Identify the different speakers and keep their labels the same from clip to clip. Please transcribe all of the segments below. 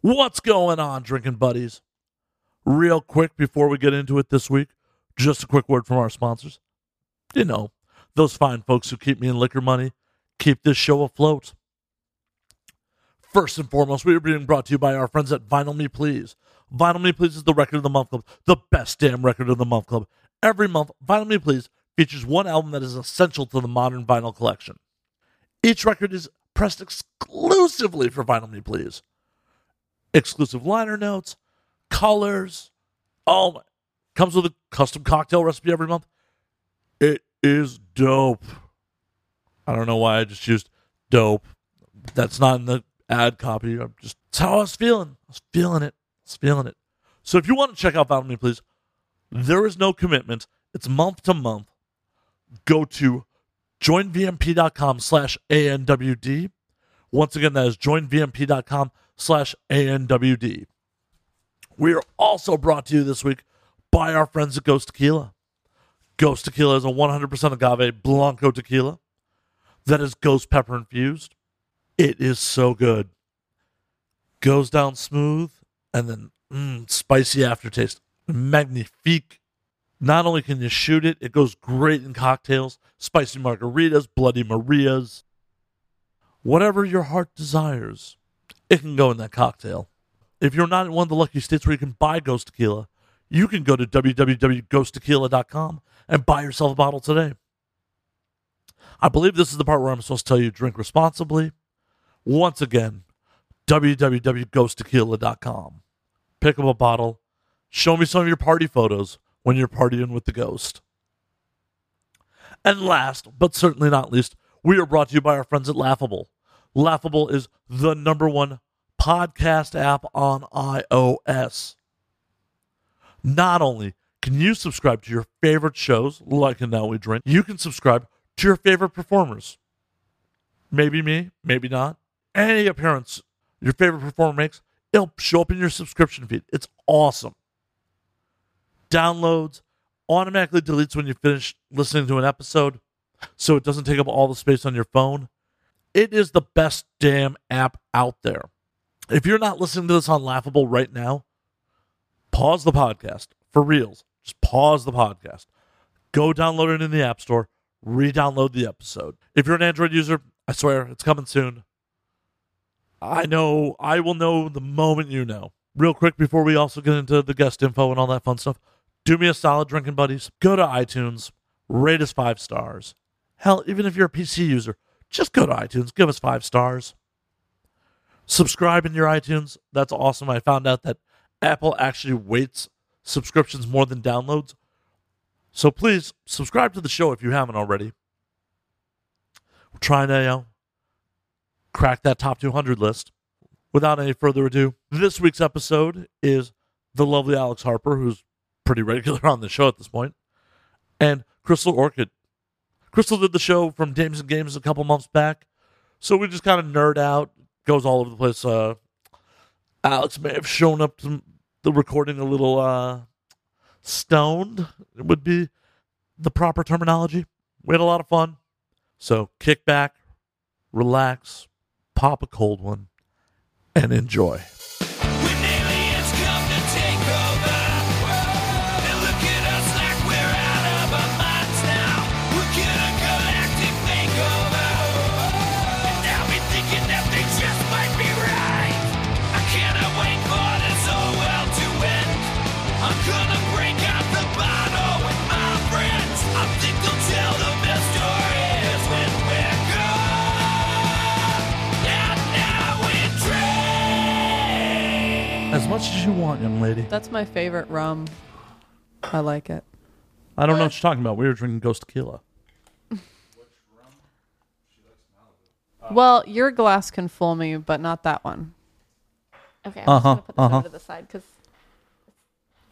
Speaker 1: What's going on, drinking buddies? Real quick before we get into it this week, just a quick word from our sponsors. You know, those fine folks who keep me in liquor money, keep this show afloat. First and foremost, we are being brought to you by our friends at Vinyl Me Please. Vinyl Me Please is the record of the month club, the best damn record of the month club. Every month, Vinyl Me Please features one album that is essential to the modern vinyl collection. Each record is pressed exclusively for Vinyl Me Please. Exclusive liner notes, colors, all comes with a custom cocktail recipe every month. It is dope. I don't know why I just used dope. That's not in the ad copy. I'm just it's how I was feeling. I was feeling it. I was feeling it. So if you want to check out Battle Me, please, there is no commitment. It's month to month. Go to joinvmp.com slash ANWD. Once again, that is joinvmp.com slash ANWD. We are also brought to you this week by our friends at Ghost Tequila. Ghost Tequila is a 100% agave Blanco tequila that is ghost pepper infused. It is so good. Goes down smooth and then mm, spicy aftertaste. Magnifique. Not only can you shoot it, it goes great in cocktails, spicy margaritas, Bloody Marias. Whatever your heart desires, it can go in that cocktail. If you're not in one of the lucky states where you can buy ghost tequila, you can go to www.ghosttequila.com and buy yourself a bottle today. I believe this is the part where I'm supposed to tell you drink responsibly. Once again, www.ghosttequila.com. Pick up a bottle. Show me some of your party photos when you're partying with the ghost. And last, but certainly not least, we are brought to you by our friends at Laughable. Laughable is the number one podcast app on iOS. Not only can you subscribe to your favorite shows, like And Now We Drink, you can subscribe to your favorite performers. Maybe me, maybe not. Any appearance your favorite performer makes, it'll show up in your subscription feed. It's awesome. Downloads automatically deletes when you finish listening to an episode, so it doesn't take up all the space on your phone. It is the best damn app out there. If you're not listening to this on Laughable right now, pause the podcast for reals. Just pause the podcast. Go download it in the App Store, re download the episode. If you're an Android user, I swear it's coming soon. I know, I will know the moment you know. Real quick, before we also get into the guest info and all that fun stuff, do me a solid, drinking buddies. Go to iTunes, rate us five stars. Hell, even if you're a PC user, just go to iTunes, give us five stars subscribe in your iTunes. That's awesome. I found out that Apple actually weights subscriptions more than downloads. So please subscribe to the show if you haven't already. We're trying to you know, crack that top 200 list. Without any further ado, this week's episode is the lovely Alex Harper, who's pretty regular on the show at this point, and Crystal Orchid. Crystal did the show from Dames and Games a couple months back. So we just kind of nerd out, goes all over the place. Uh, Alex may have shown up to the recording a little uh, stoned, would be the proper terminology. We had a lot of fun. So kick back, relax, pop a cold one, and enjoy.
Speaker 2: When aliens come to take over, they look at us like we're out of our minds now. We're gonna galactic makeover, and now we're thinking that they just might be right. I cannot wait for this whole world to end. I'm gonna break out the bottle with my friends. I think they'll tell the best stories when we're gone. And now we drink.
Speaker 1: As much as you want, young lady.
Speaker 3: That's my favorite rum. I like it.
Speaker 1: I don't know what you're talking about. We were drinking Ghost Tequila.
Speaker 3: well, your glass can fool me, but not that one.
Speaker 4: Okay, I'm
Speaker 1: Uh-huh,
Speaker 4: just gonna put this
Speaker 1: uh-huh.
Speaker 4: over to the side because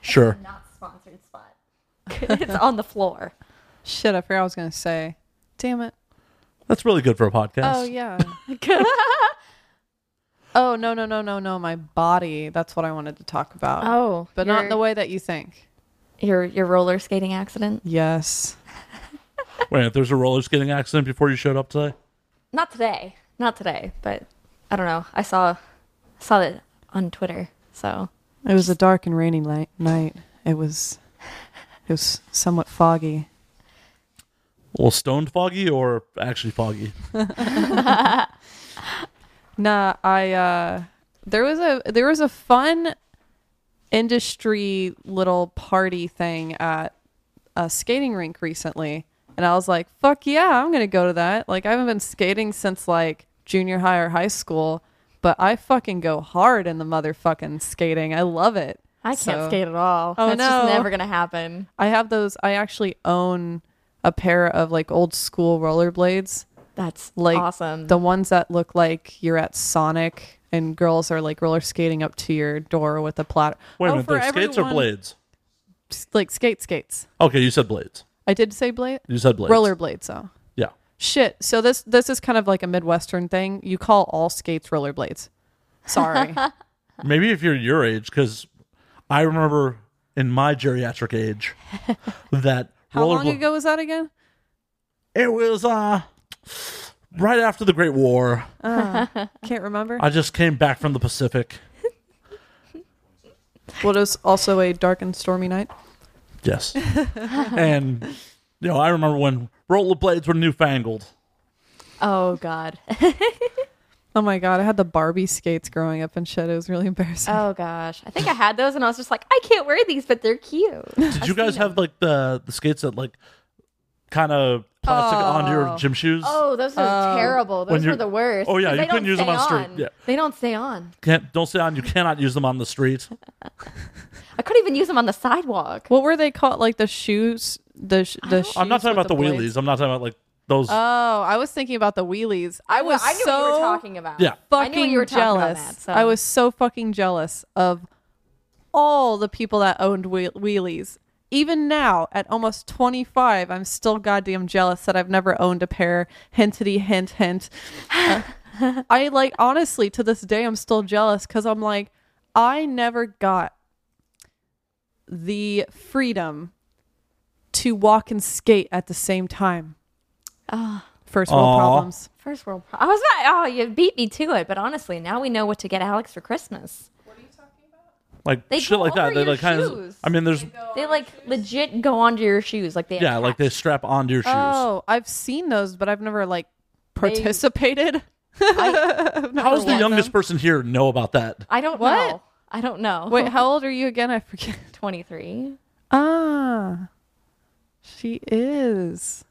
Speaker 1: Sure.
Speaker 4: not sponsored spot. it's on the floor.
Speaker 3: Shit, I forgot I was gonna say. Damn it.
Speaker 1: That's really good for a podcast.
Speaker 3: Oh yeah. oh no no no no no my body. That's what I wanted to talk about.
Speaker 4: Oh,
Speaker 3: but not in
Speaker 4: your-
Speaker 3: the way that you think.
Speaker 4: Your your roller skating accident?
Speaker 3: Yes.
Speaker 1: Wait, if there's a roller skating accident before you showed up today?
Speaker 4: Not today. Not today. But I don't know. I saw saw that
Speaker 5: on Twitter. So
Speaker 3: It was a dark and rainy light, night. It was it was somewhat foggy.
Speaker 1: Well, stoned foggy or actually foggy?
Speaker 3: Nah, I uh there was a there was a fun industry little party thing at a skating rink recently and I was like, "Fuck yeah, I'm going to go to that." Like I haven't been skating since like junior high or high school, but I fucking go hard in the motherfucking skating. I love it.
Speaker 5: I can't
Speaker 3: So-
Speaker 5: skate at all.
Speaker 3: Oh,
Speaker 5: That's just
Speaker 3: no.
Speaker 5: never gonna happen.
Speaker 3: I have those I actually own a pair of like old school rollerblades
Speaker 5: That's
Speaker 3: like
Speaker 5: awesome.
Speaker 3: the ones that look like you're at Sonic and girls are like roller skating up to your door with a platter.
Speaker 1: Wait a
Speaker 3: Oh,
Speaker 1: minute,
Speaker 3: for
Speaker 1: they're skates or
Speaker 3: everyone-
Speaker 1: blades?
Speaker 3: S- Like skate skates.
Speaker 1: Okay, you said blades.
Speaker 3: I did say blade.
Speaker 1: You said blades.
Speaker 3: Roller blades though.
Speaker 1: Yeah.
Speaker 3: Shit. So this this is kind of like a midwestern thing. You call all skates rollerblades. Sorry.
Speaker 1: Maybe if you're your age, because I remember in my geriatric age that
Speaker 3: How long
Speaker 1: rollerbla-
Speaker 3: ago was that again?
Speaker 1: It was uh right after the Great War.
Speaker 3: Can't remember.
Speaker 1: I just came back from the Pacific.
Speaker 3: Well, it was also a dark and stormy night.
Speaker 1: Yes. and you know, I remember when rollerblades were newfangled.
Speaker 5: oh god.
Speaker 3: Oh my god, I had the Barbie skates growing up and shit. It was really embarrassing.
Speaker 5: Oh gosh.
Speaker 4: I think I had those, and I was just like, I can't wear these, but they're cute.
Speaker 1: Did you guys have like the the skates that like kind of plastic onto your gym shoes?
Speaker 5: Oh, those are
Speaker 4: Um,
Speaker 5: terrible.
Speaker 1: When
Speaker 5: Those
Speaker 1: you're-
Speaker 5: were the worst.
Speaker 1: Oh, yeah,
Speaker 5: 'cause
Speaker 1: you
Speaker 5: they
Speaker 1: couldn't
Speaker 5: don't
Speaker 1: use them
Speaker 5: stay
Speaker 1: on street. Yeah.
Speaker 5: They don't stay on.
Speaker 1: Can't don't sit on. You cannot use them on the street.
Speaker 5: I couldn't even use them on the sidewalk.
Speaker 3: What were they called? Like the shoes. The sh- the.
Speaker 1: I'm not
Speaker 3: shoes
Speaker 1: talking
Speaker 3: with
Speaker 1: about the,
Speaker 3: blades?
Speaker 1: wheelies. I'm not talking about like those.
Speaker 5: Uh,
Speaker 3: Oh, I was thinking about the wheelies. I was
Speaker 5: I knew
Speaker 3: so
Speaker 5: what you were talking about.
Speaker 1: yeah.
Speaker 5: I
Speaker 3: fucking
Speaker 5: knew what you were talking about
Speaker 3: jealous.
Speaker 5: that, so-
Speaker 3: I was so fucking jealous of all the people that owned wheel- wheelies. Even now, at almost 25, I'm still goddamn jealous that I've never owned a pair. Hintity hint hint. Uh, I like honestly to this day I'm still jealous because I'm like I never got the freedom to walk and skate at the same time. First world
Speaker 1: Aw.
Speaker 3: problems.
Speaker 5: First world. Pro- I was about. Oh, you beat me to it. But honestly, now we know what to get Alex for Christmas.
Speaker 1: like
Speaker 5: They
Speaker 1: shit
Speaker 5: go
Speaker 1: like that.
Speaker 5: over
Speaker 1: They
Speaker 5: your
Speaker 1: like kind of.
Speaker 5: shoes.
Speaker 1: I mean, there's
Speaker 5: They like legit go onto your shoes. Like they.
Speaker 1: yeah, like they
Speaker 5: attach.
Speaker 1: strap onto your shoes.
Speaker 3: Oh, I've seen those, but I've never like participated.
Speaker 1: How does the youngest person here know about that?
Speaker 5: I don't
Speaker 3: What?
Speaker 5: know. I don't know.
Speaker 3: Wait, how old are you again? I forget.
Speaker 5: Twenty three.
Speaker 3: Ah, she is.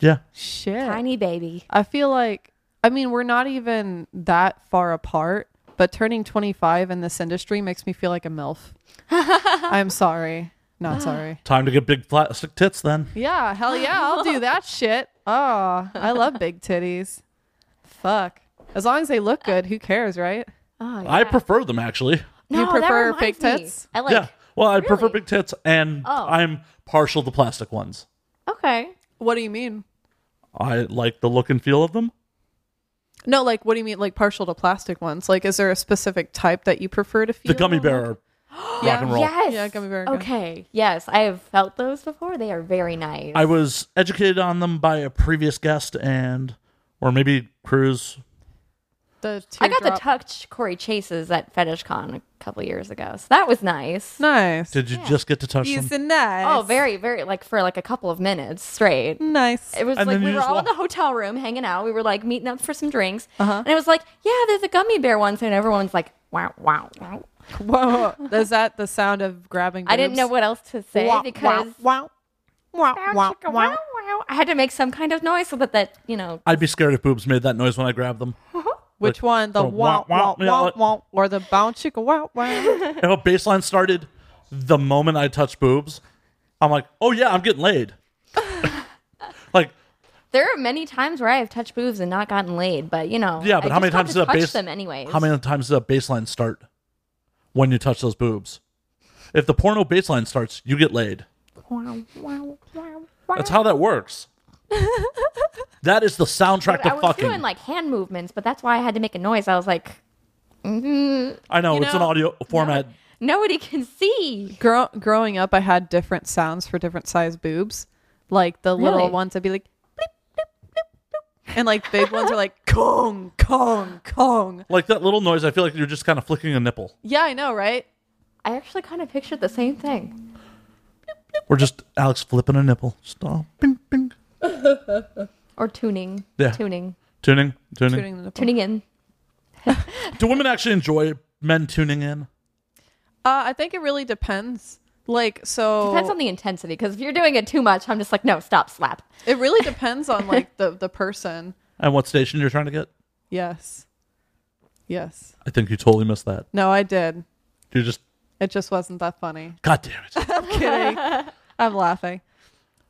Speaker 1: Yeah.
Speaker 3: Shit.
Speaker 5: Tiny baby.
Speaker 3: I feel like, I mean, we're not even that far apart, but turning 25 in this industry makes me feel like a MILF. I'm sorry. Not sorry.
Speaker 1: Time to get big plastic tits then.
Speaker 3: Yeah, hell yeah, I'll do that shit. Oh, I love big titties. Fuck. As long as they look good, who cares, right?
Speaker 5: Oh, yeah.
Speaker 1: I prefer them actually.
Speaker 5: No,
Speaker 3: You
Speaker 5: that
Speaker 3: prefer
Speaker 5: reminds
Speaker 3: fake
Speaker 5: me.
Speaker 3: tits?
Speaker 5: I like.
Speaker 1: yeah. Well, I prefer
Speaker 5: really?
Speaker 1: big tits, and
Speaker 5: Oh.
Speaker 1: I'm partial to plastic ones.
Speaker 5: Okay.
Speaker 3: What do you mean?
Speaker 1: I like the look and feel of them.
Speaker 3: No, like what do you mean? Like partial to plastic ones? Like, is there a specific type that you prefer to feel?
Speaker 1: The gummy bear are rock and roll.
Speaker 5: Yes.
Speaker 3: Yeah, gummy bear, yeah.
Speaker 5: Okay. Yes, I have felt those before. They are very nice.
Speaker 1: I was educated on them by a previous guest and, or maybe Cruz.
Speaker 3: The
Speaker 5: I got the
Speaker 3: teardrop.
Speaker 5: touch Corey Chase's at Fetish Con a couple years ago, so that was nice.
Speaker 3: Nice.
Speaker 1: Did you just get to touch them?
Speaker 3: He's a nice.
Speaker 5: Oh, very, very like for like a couple of minutes straight.
Speaker 3: nice.
Speaker 5: It was
Speaker 1: And
Speaker 5: like
Speaker 1: then you
Speaker 5: we were
Speaker 1: just
Speaker 5: all in
Speaker 1: walk-
Speaker 5: the hotel room hanging out. We were like meeting up for some drinks,
Speaker 1: Uh-huh.
Speaker 5: and it was like, yeah, there's a gummy bear one, and everyone's like, wow, wow, wow.
Speaker 3: Whoa, whoa. is that the sound of grabbing?
Speaker 5: I didn't
Speaker 3: boobs?
Speaker 5: know what else to say
Speaker 3: Wah, wah,
Speaker 5: because
Speaker 3: wah, wah, wah,
Speaker 5: Wow,
Speaker 3: wah.
Speaker 5: wow, wow. I had to make some kind of noise so that that you know
Speaker 1: I'd be scared if boobs made that noise when I grabbed them.
Speaker 3: Which one? The
Speaker 1: the
Speaker 3: wah wah
Speaker 1: wah, yeah,
Speaker 3: wah
Speaker 1: like-
Speaker 3: wah, or the bounce chicka wah wah?
Speaker 1: and the baseline started the moment I touched boobs. I'm like, oh yeah, I'm getting laid. like,
Speaker 5: There are many times where I have touched boobs and not gotten laid, but you know.
Speaker 1: yeah, but
Speaker 5: I
Speaker 1: how many
Speaker 5: just have
Speaker 1: times
Speaker 5: to
Speaker 1: does that
Speaker 5: touch
Speaker 1: base?
Speaker 5: them anyways?
Speaker 1: How many times does that baseline start when you touch those boobs? If the porno baseline starts, you get laid. That's how that works. that is the soundtrack
Speaker 5: I
Speaker 1: to
Speaker 5: was
Speaker 1: fucking.
Speaker 5: doing like hand movements, but that's why I had to make a noise. I was like, mm-hmm.
Speaker 1: I know it's an
Speaker 3: know-
Speaker 1: audio format.
Speaker 5: nobody can see.
Speaker 3: Grow- growing up, I had different sounds for different size boobs, like the little
Speaker 5: Really?
Speaker 3: ones. I'd be like, and like big ones are like kong kong kong.
Speaker 1: Like that little noise, I feel like you're just kind of flicking a nipple.
Speaker 3: Yeah, I know, right?
Speaker 5: I actually kind of pictured the same thing.
Speaker 1: Or just Alex flipping a nipple. Stop. Bing, bing.
Speaker 5: Or tuning.
Speaker 1: Yeah.
Speaker 5: Tuning.
Speaker 1: Tuning, tuning.
Speaker 3: Shooting the nipple.
Speaker 5: Tuning in.
Speaker 1: Do women actually enjoy men tuning in?
Speaker 3: Uh, I think it really depends. Like so,
Speaker 5: Depends on the intensity, because if you're doing it too much, I'm just like, no, stop, slap.
Speaker 3: it really depends on like the the person.
Speaker 1: And what station you're trying to get?
Speaker 3: Yes, yes.
Speaker 1: I think you totally missed that.
Speaker 3: No, I did.
Speaker 1: You're just,
Speaker 3: It just wasn't that funny.
Speaker 1: God damn it.
Speaker 3: I'm kidding. I'm laughing.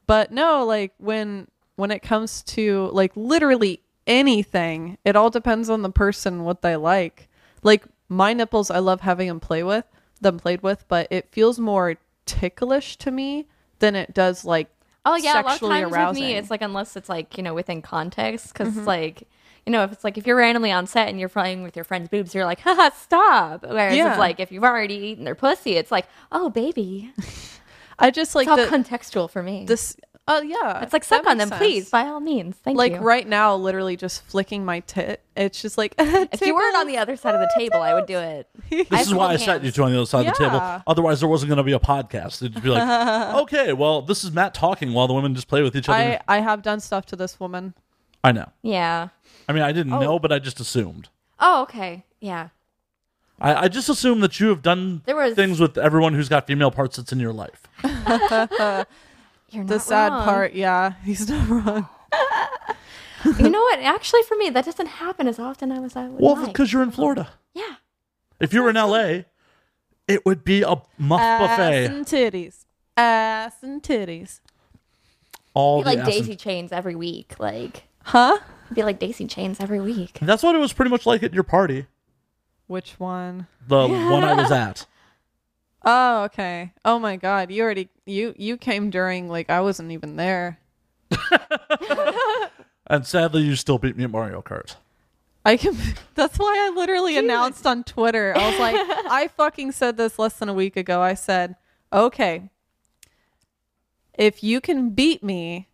Speaker 3: But no, like when when it comes to like literally anything, it all depends on the person what they like. Like my nipples, I love having them play with, them played with, but it feels more ticklish to me than it does like
Speaker 5: Oh
Speaker 3: sexually
Speaker 5: yeah, a lot of times
Speaker 3: arousing.
Speaker 5: with me, it's like unless it's like you know within context, because like you know if it's like if you're randomly on set and you're playing with your friend's boobs, you're like, haha, stop. Whereas
Speaker 3: Yeah.
Speaker 5: it's like if you've already eaten their pussy, it's like, oh baby, it's
Speaker 3: I just like
Speaker 5: all
Speaker 3: the,
Speaker 5: contextual for me.
Speaker 3: this. Oh yeah,
Speaker 5: it's like
Speaker 3: that
Speaker 5: suck on them,
Speaker 3: makes sense.
Speaker 5: please, by all means. Thank
Speaker 3: Like
Speaker 5: you.
Speaker 3: right now, literally just flicking my tit. It's just like
Speaker 5: if you weren't on the other side of the table, I would do it.
Speaker 1: This is why I sat you two on the other side of the
Speaker 3: Yeah.
Speaker 1: table. Otherwise, there wasn't going to be a podcast. It'd be like, okay, well, this is Matt talking while the women just play with each other.
Speaker 3: I
Speaker 1: I,
Speaker 3: I have done stuff to this woman.
Speaker 1: know.
Speaker 5: Yeah.
Speaker 1: I mean, I didn't know, but I just assumed.
Speaker 5: Oh okay. Yeah.
Speaker 1: I, I just assume that you have done
Speaker 5: There was-
Speaker 1: things with everyone who's got female parts that's in your life.
Speaker 5: You're not
Speaker 3: the sad
Speaker 5: wrong.
Speaker 3: part yeah he's not wrong
Speaker 5: you know what? Actually, for me, that doesn't happen as often as I would
Speaker 1: Well,
Speaker 5: like.
Speaker 1: because you're in Florida.
Speaker 5: yeah.
Speaker 1: If you were in LA, it would be a muff
Speaker 3: Uh, ass
Speaker 1: buffet.
Speaker 3: and titties ass and titties
Speaker 1: All the
Speaker 5: Be like
Speaker 1: ass and-
Speaker 5: daisy chains every week, like.
Speaker 3: huh
Speaker 5: Be like daisy chains every week.
Speaker 1: That's what it was pretty much like at your party,
Speaker 3: which one?
Speaker 1: the one I was at.
Speaker 3: Oh, okay oh my god you already you you came during like i wasn't even there
Speaker 1: And sadly, you still beat me at Mario Kart.
Speaker 3: i can that's why i literally announced on twitter i was like i fucking said this less than a week ago i said okay if you can beat me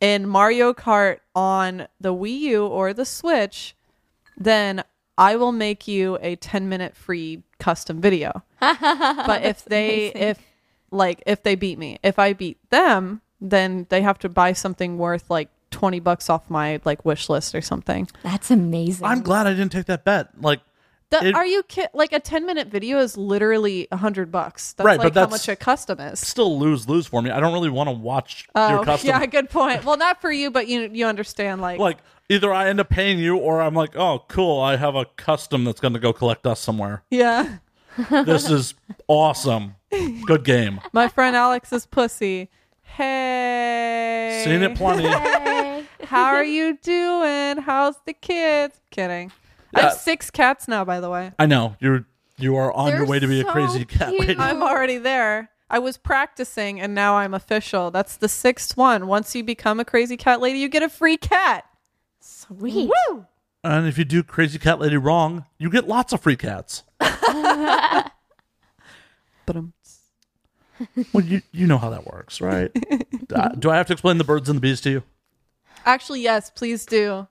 Speaker 3: in Mario Kart on the Wii U or the Switch, then I will make you a 10 minute free custom video. but if they if like if they beat me, if I beat them, then they have to buy something worth like 20 bucks off my like wish list or something.
Speaker 5: That's amazing.
Speaker 1: I'm glad I didn't take that bet. Like,
Speaker 3: That,
Speaker 1: It-
Speaker 3: are you ki- like a 10 minute video is literally 100 bucks. That's
Speaker 1: Right, but
Speaker 3: like how
Speaker 1: that's-
Speaker 3: much a custom is.
Speaker 1: still lose lose for me. I don't really want to watch your
Speaker 3: Oh,
Speaker 1: custom.
Speaker 3: yeah, good point. Well, not for you, but you you understand like
Speaker 1: Like, either I end up paying you, or I'm like, oh, cool, I have a custom that's going to go collect us somewhere.
Speaker 3: yeah.
Speaker 1: this is awesome. Good game.
Speaker 3: My friend Alex's pussy. Hey.
Speaker 1: Seen it plenty.
Speaker 3: How are you doing? How's the kids? Kidding. I have
Speaker 1: Yeah.
Speaker 3: six cats now, by the way.
Speaker 1: I know you're you are on your
Speaker 5: They're
Speaker 1: way to be a
Speaker 5: so
Speaker 1: crazy cat
Speaker 5: cute.
Speaker 1: lady.
Speaker 3: I'm already there. I was practicing and now I'm official. That's the sixth one. Once you become a crazy cat lady, you get a free cat.
Speaker 5: Sweet.
Speaker 3: Woo!
Speaker 1: And if you do crazy cat lady wrong, you get lots of free cats.
Speaker 3: But um,
Speaker 1: Well, you you know how that works, right? Uh, do I have to explain the birds and the bees to you?
Speaker 3: actually, yes, please do.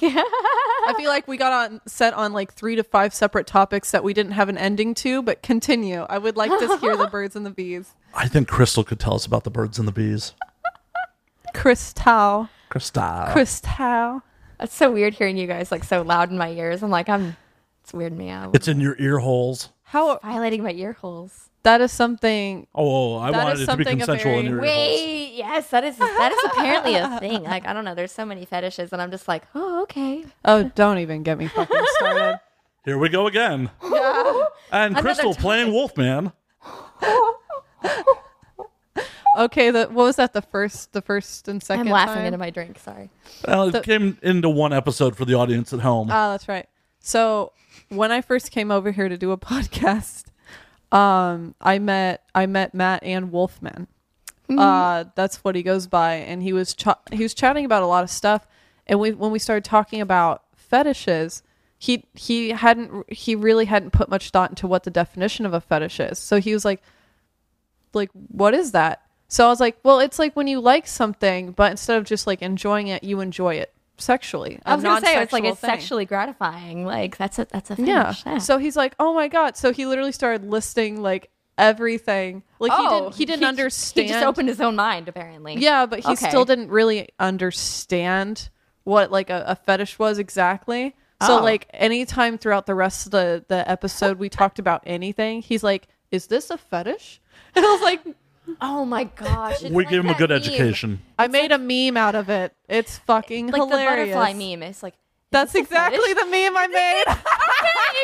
Speaker 3: I feel like we got on set on like three to five separate topics that we didn't have an ending to, but continue. I would like to hear the birds and the bees.
Speaker 1: I think Crystal could tell us about the birds and the bees.
Speaker 3: Crystal.
Speaker 1: Crystal.
Speaker 3: Crystal.
Speaker 5: That's so weird hearing you guys like so loud in my ears. I'm like, I'm. It's weirding me out.
Speaker 1: it's in your ear holes.
Speaker 3: How
Speaker 5: violating my ear holes.
Speaker 3: that is something
Speaker 1: Oh, I
Speaker 3: That
Speaker 1: wanted
Speaker 3: is
Speaker 1: it to be
Speaker 3: something a
Speaker 1: consensual in
Speaker 3: very-
Speaker 1: your ear holes.
Speaker 5: Wait, yes, that is that is apparently a thing. Like I don't know, there's so many fetishes, and I'm just like, oh okay.
Speaker 3: Oh, don't even get me fucking started.
Speaker 1: Here we go again. And Crystal playing Wolfman.
Speaker 3: okay, the, what was that? The first, the first and 2nd
Speaker 5: I'm laughing
Speaker 3: time?
Speaker 5: into my drink. Sorry.
Speaker 1: Well, it came into one episode for the audience at home.
Speaker 5: Uh,
Speaker 3: Ah, that's right. So when I first came over here to do a podcast, um, I met I met Matt and Wolfman.
Speaker 5: Mm-hmm.
Speaker 3: Uh, that's what he goes by, and he was ch- he was chatting about a lot of stuff. And we when we started talking about fetishes, he he hadn't he really hadn't put much thought into what the definition of a fetish is. So he was like, like what is that so i was like well it's like when you like something but instead of just like enjoying it you enjoy it sexually.
Speaker 5: I was
Speaker 3: a
Speaker 5: gonna say it's like
Speaker 3: non-sexual
Speaker 5: it's
Speaker 3: thing.
Speaker 5: sexually gratifying. Like that's a that's a finish.
Speaker 3: Yeah. So he's like, "Oh my god!" So he literally started listing like everything. Like he didn't Oh, he didn't understand.
Speaker 5: Oh, He just opened his own mind apparently.
Speaker 3: Yeah, but he
Speaker 5: Okay.
Speaker 3: still didn't really understand what like a, a fetish was exactly. So
Speaker 5: Oh.
Speaker 3: like anytime throughout the rest of the, the episode we talked about anything, he's like, Is this a fetish? And I was like,
Speaker 5: Oh my gosh. it's
Speaker 1: we
Speaker 5: like
Speaker 1: gave him a
Speaker 5: that
Speaker 1: good
Speaker 5: meme.
Speaker 1: education.
Speaker 3: I made a meme out of it. It's fucking
Speaker 5: Like
Speaker 3: hilarious.
Speaker 5: the butterfly meme. It's like
Speaker 3: That's
Speaker 5: this a fetish?
Speaker 3: exactly the meme I made.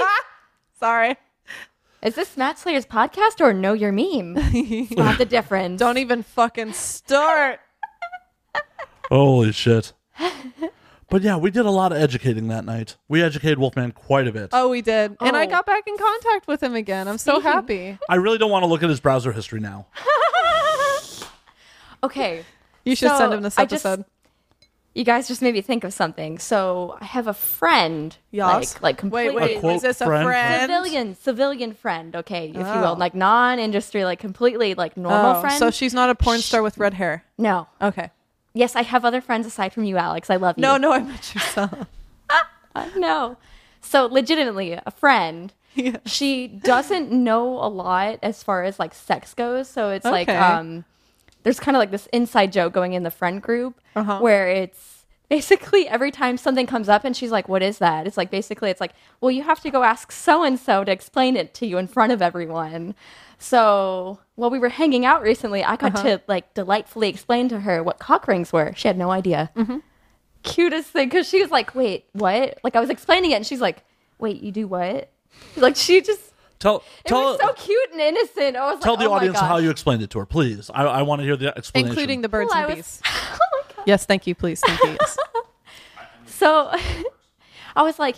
Speaker 3: Sorry.
Speaker 5: is this Matt Slayer's podcast or know your meme? It's not the difference.
Speaker 3: Don't even fucking start.
Speaker 1: Holy shit. But yeah, we did a lot of educating that night. We educated Wolfman quite a bit.
Speaker 3: Oh, we did. And I
Speaker 5: Oh.
Speaker 3: got back in contact with him again. I'm so happy.
Speaker 1: I really don't want to look at his browser history now.
Speaker 5: okay.
Speaker 3: You should send
Speaker 5: So,
Speaker 3: him this
Speaker 5: I just-
Speaker 3: episode.
Speaker 5: You guys just made me think of something. So I have a friend.
Speaker 3: Yes.
Speaker 5: Like, like completely
Speaker 3: wait, wait.
Speaker 1: quote
Speaker 3: Is this a
Speaker 1: friend?
Speaker 3: friend?
Speaker 5: civilian civilian friend okay if you
Speaker 3: Oh.
Speaker 5: will like non-industry like completely like normal
Speaker 3: Oh,
Speaker 5: friend
Speaker 3: So she's not a porn star with red hair.
Speaker 5: no
Speaker 3: Okay.
Speaker 5: yes i have other friends aside from you alex i love you
Speaker 3: No, no, I meant yourself.
Speaker 5: no so legitimately a friend
Speaker 3: Yeah.
Speaker 5: she doesn't know a lot as far as like sex goes so it's like
Speaker 3: Okay.
Speaker 5: um there's kind of like this inside joke going in the friend group
Speaker 3: Uh-huh.
Speaker 5: where it's basically every time something comes up and she's like what is that it's like basically it's like well you have to go ask so and so to explain it to you in front of everyone so while we were hanging out recently i
Speaker 3: Uh-huh.
Speaker 5: got to like delightfully explain to her what cock rings were she had no idea cutest thing because she was like wait what like i was explaining it and she's like wait you do what like she just
Speaker 1: Tell
Speaker 5: it
Speaker 1: tell
Speaker 5: was so cute and innocent. I was
Speaker 1: tell
Speaker 5: like,
Speaker 1: the
Speaker 5: oh my
Speaker 1: audience how
Speaker 5: gosh.
Speaker 1: you explained it to her, please. I, I want to hear the explanation.
Speaker 3: Including the birds
Speaker 5: Well, I
Speaker 3: and
Speaker 5: was-
Speaker 3: bees.
Speaker 5: oh my God. Oh,
Speaker 3: Yes, thank you, please. Thank you. Yes.
Speaker 5: So I was like,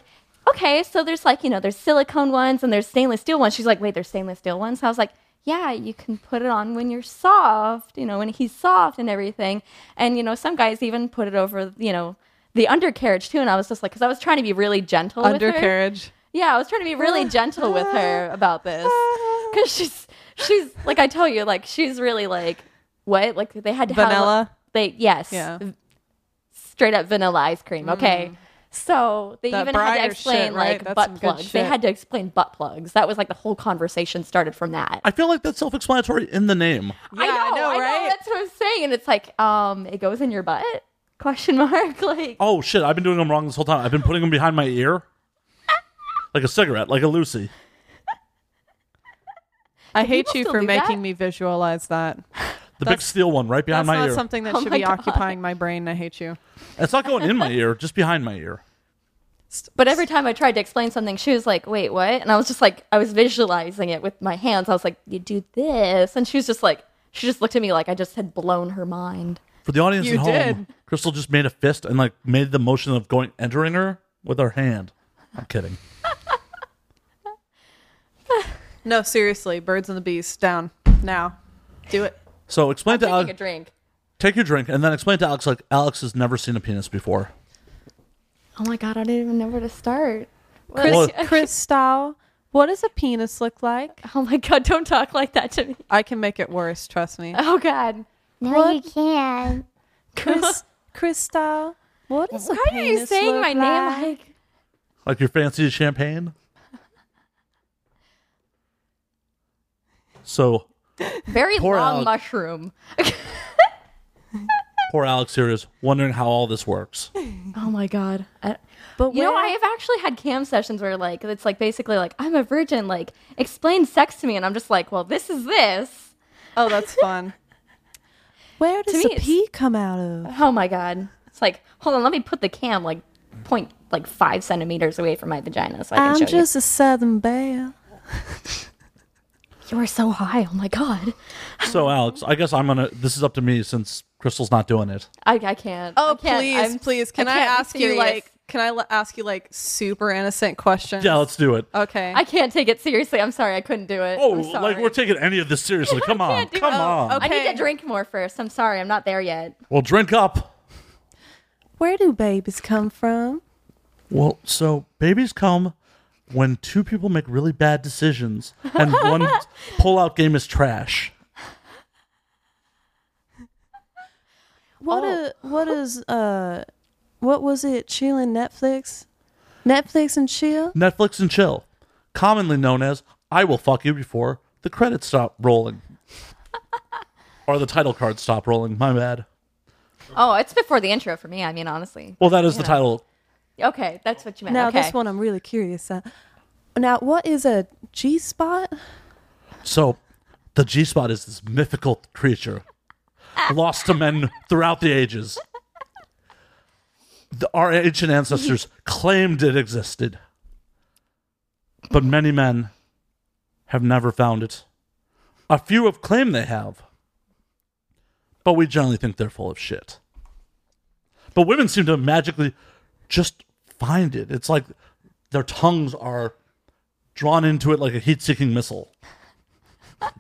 Speaker 5: okay, so there's like, you know, there's silicone ones and there's stainless steel ones. She's like, wait, there's stainless steel ones. I was like, yeah, you can put it on when you're soft, you know, when he's soft and everything. And, you know, some guys even put it over, you know, the undercarriage too. And I was just like, because I was trying to be really gentle with her.
Speaker 3: Undercarriage.
Speaker 5: Yeah, I was trying to be really gentle with her about this because she's she's like I tell you, like she's really like what like they had to
Speaker 3: Vanilla?
Speaker 5: Have, they yes,
Speaker 3: Yeah. Mm.
Speaker 5: straight up vanilla ice cream. Okay. So they
Speaker 3: That
Speaker 5: even had to
Speaker 3: Briar
Speaker 5: explain
Speaker 3: shit, right?
Speaker 5: like
Speaker 3: That's some
Speaker 5: butt
Speaker 3: good
Speaker 5: plugs. They
Speaker 3: shit.
Speaker 5: had to explain butt plugs. That was like the whole conversation started from that.
Speaker 1: I feel like that's self explanatory in the name.
Speaker 3: Yeah, I know, right?
Speaker 5: That's what I'm saying, and it's like, um, it goes in your butt? Question mark. Like,
Speaker 1: Oh shit, I've been doing them wrong this whole time. I've been putting them behind my ear. Like a cigarette, like a Lucy.
Speaker 3: I hate
Speaker 5: people
Speaker 3: you
Speaker 5: still
Speaker 3: for
Speaker 5: do that?
Speaker 3: making me visualize that.
Speaker 1: The big
Speaker 3: That's-
Speaker 1: steel one right behind
Speaker 3: That's
Speaker 1: my
Speaker 3: not
Speaker 1: ear.
Speaker 3: something that
Speaker 5: Oh
Speaker 3: should
Speaker 5: my
Speaker 3: be
Speaker 5: God.
Speaker 3: occupying my brain. I hate you.
Speaker 1: It's not going in my ear, just behind my ear.
Speaker 5: But every time I tried to explain something, she was like, "Wait, what?" And I was just like, I was visualizing it with my hands. I was like, "You do this," and she was just like, she just looked at me like I just had blown her mind.
Speaker 1: For the audience
Speaker 3: You
Speaker 1: at home,
Speaker 3: did.
Speaker 1: Crystal just made a fist and like made the motion of going entering her with her hand. I'm kidding.
Speaker 3: No, seriously. Birds and the bees. Down. Now. Do it.
Speaker 1: So explain to
Speaker 5: Taking
Speaker 1: Alex,
Speaker 5: a drink.
Speaker 1: take your drink and then explain to Alex like Alex has never seen a penis before.
Speaker 5: Oh my god, I didn't even know where to start.
Speaker 3: Chris,
Speaker 1: Well-
Speaker 3: Crystal, what does a penis look like?
Speaker 5: Oh my god, don't talk like that to me.
Speaker 3: I can make it worse, trust me.
Speaker 5: Oh god,
Speaker 6: No, you can't.
Speaker 3: Chris, Crystal, what does a
Speaker 5: why are you
Speaker 3: penis
Speaker 5: saying
Speaker 3: look
Speaker 5: my
Speaker 3: like?
Speaker 5: name like?
Speaker 1: Like your fancy champagne. So
Speaker 5: Very
Speaker 1: Poor
Speaker 5: long
Speaker 1: Alex.
Speaker 5: mushroom.
Speaker 1: poor Alex here is wondering how all this works.
Speaker 5: Oh my god. I-
Speaker 3: But
Speaker 5: You know,
Speaker 3: where-
Speaker 5: I have actually had cam sessions where like it's like basically like I'm a virgin, like explain sex to me, and I'm just like, well, this is this.
Speaker 3: Oh, that's fun. Where does
Speaker 5: me,
Speaker 3: the
Speaker 5: it's-
Speaker 3: pee come out of?
Speaker 5: Oh my god! It's like, hold on, let me put the cam like point like five centimeters away from my vagina so I can show
Speaker 3: I'm just a southern belle.
Speaker 5: you. You are so high. Oh my god!
Speaker 1: So Alex, I guess I'm gonna this is up to me since Crystal's not doing it.
Speaker 5: I, I can't. I
Speaker 3: Oh,
Speaker 5: can't.
Speaker 3: please,
Speaker 5: I'm-
Speaker 3: please. Can I,
Speaker 5: can't be
Speaker 3: ask you
Speaker 5: serious.
Speaker 3: like? Can I l- ask you like super innocent questions?
Speaker 1: Yeah, let's do it.
Speaker 3: Okay.
Speaker 5: I can't take it seriously. I'm sorry, I couldn't do it.
Speaker 1: Oh,
Speaker 5: I'm sorry.
Speaker 1: like we're taking any of this seriously. Come on.
Speaker 5: do
Speaker 1: Come
Speaker 5: it.
Speaker 1: on.
Speaker 3: okay.
Speaker 5: I need to drink more first. I'm sorry, I'm not there yet.
Speaker 1: Well, drink up.
Speaker 3: Where do babies come from?
Speaker 1: Well, so babies come when two people make really bad decisions and one pull out game is trash.
Speaker 3: Oh. What a what is uh what was it? Chilling Netflix, Netflix and chill.
Speaker 1: Netflix and chill, commonly known as "I will fuck you before the credits stop rolling," or the title cards stop rolling. My bad.
Speaker 5: Oh, it's before the intro for me. I mean, honestly.
Speaker 1: Well, that is the title.
Speaker 5: Okay, that's what you meant.
Speaker 3: Now
Speaker 5: okay.
Speaker 3: this one I'm really curious. Uh, now what is a G spot?
Speaker 1: So, the G spot is this mythical creature lost to men throughout the ages. The, our ancient ancestors claimed it existed, but many men have never found it. A few have claimed they have, but we generally think they're full of shit. But women seem to magically just find it. It's like their tongues are drawn into it like a heat seeking missile.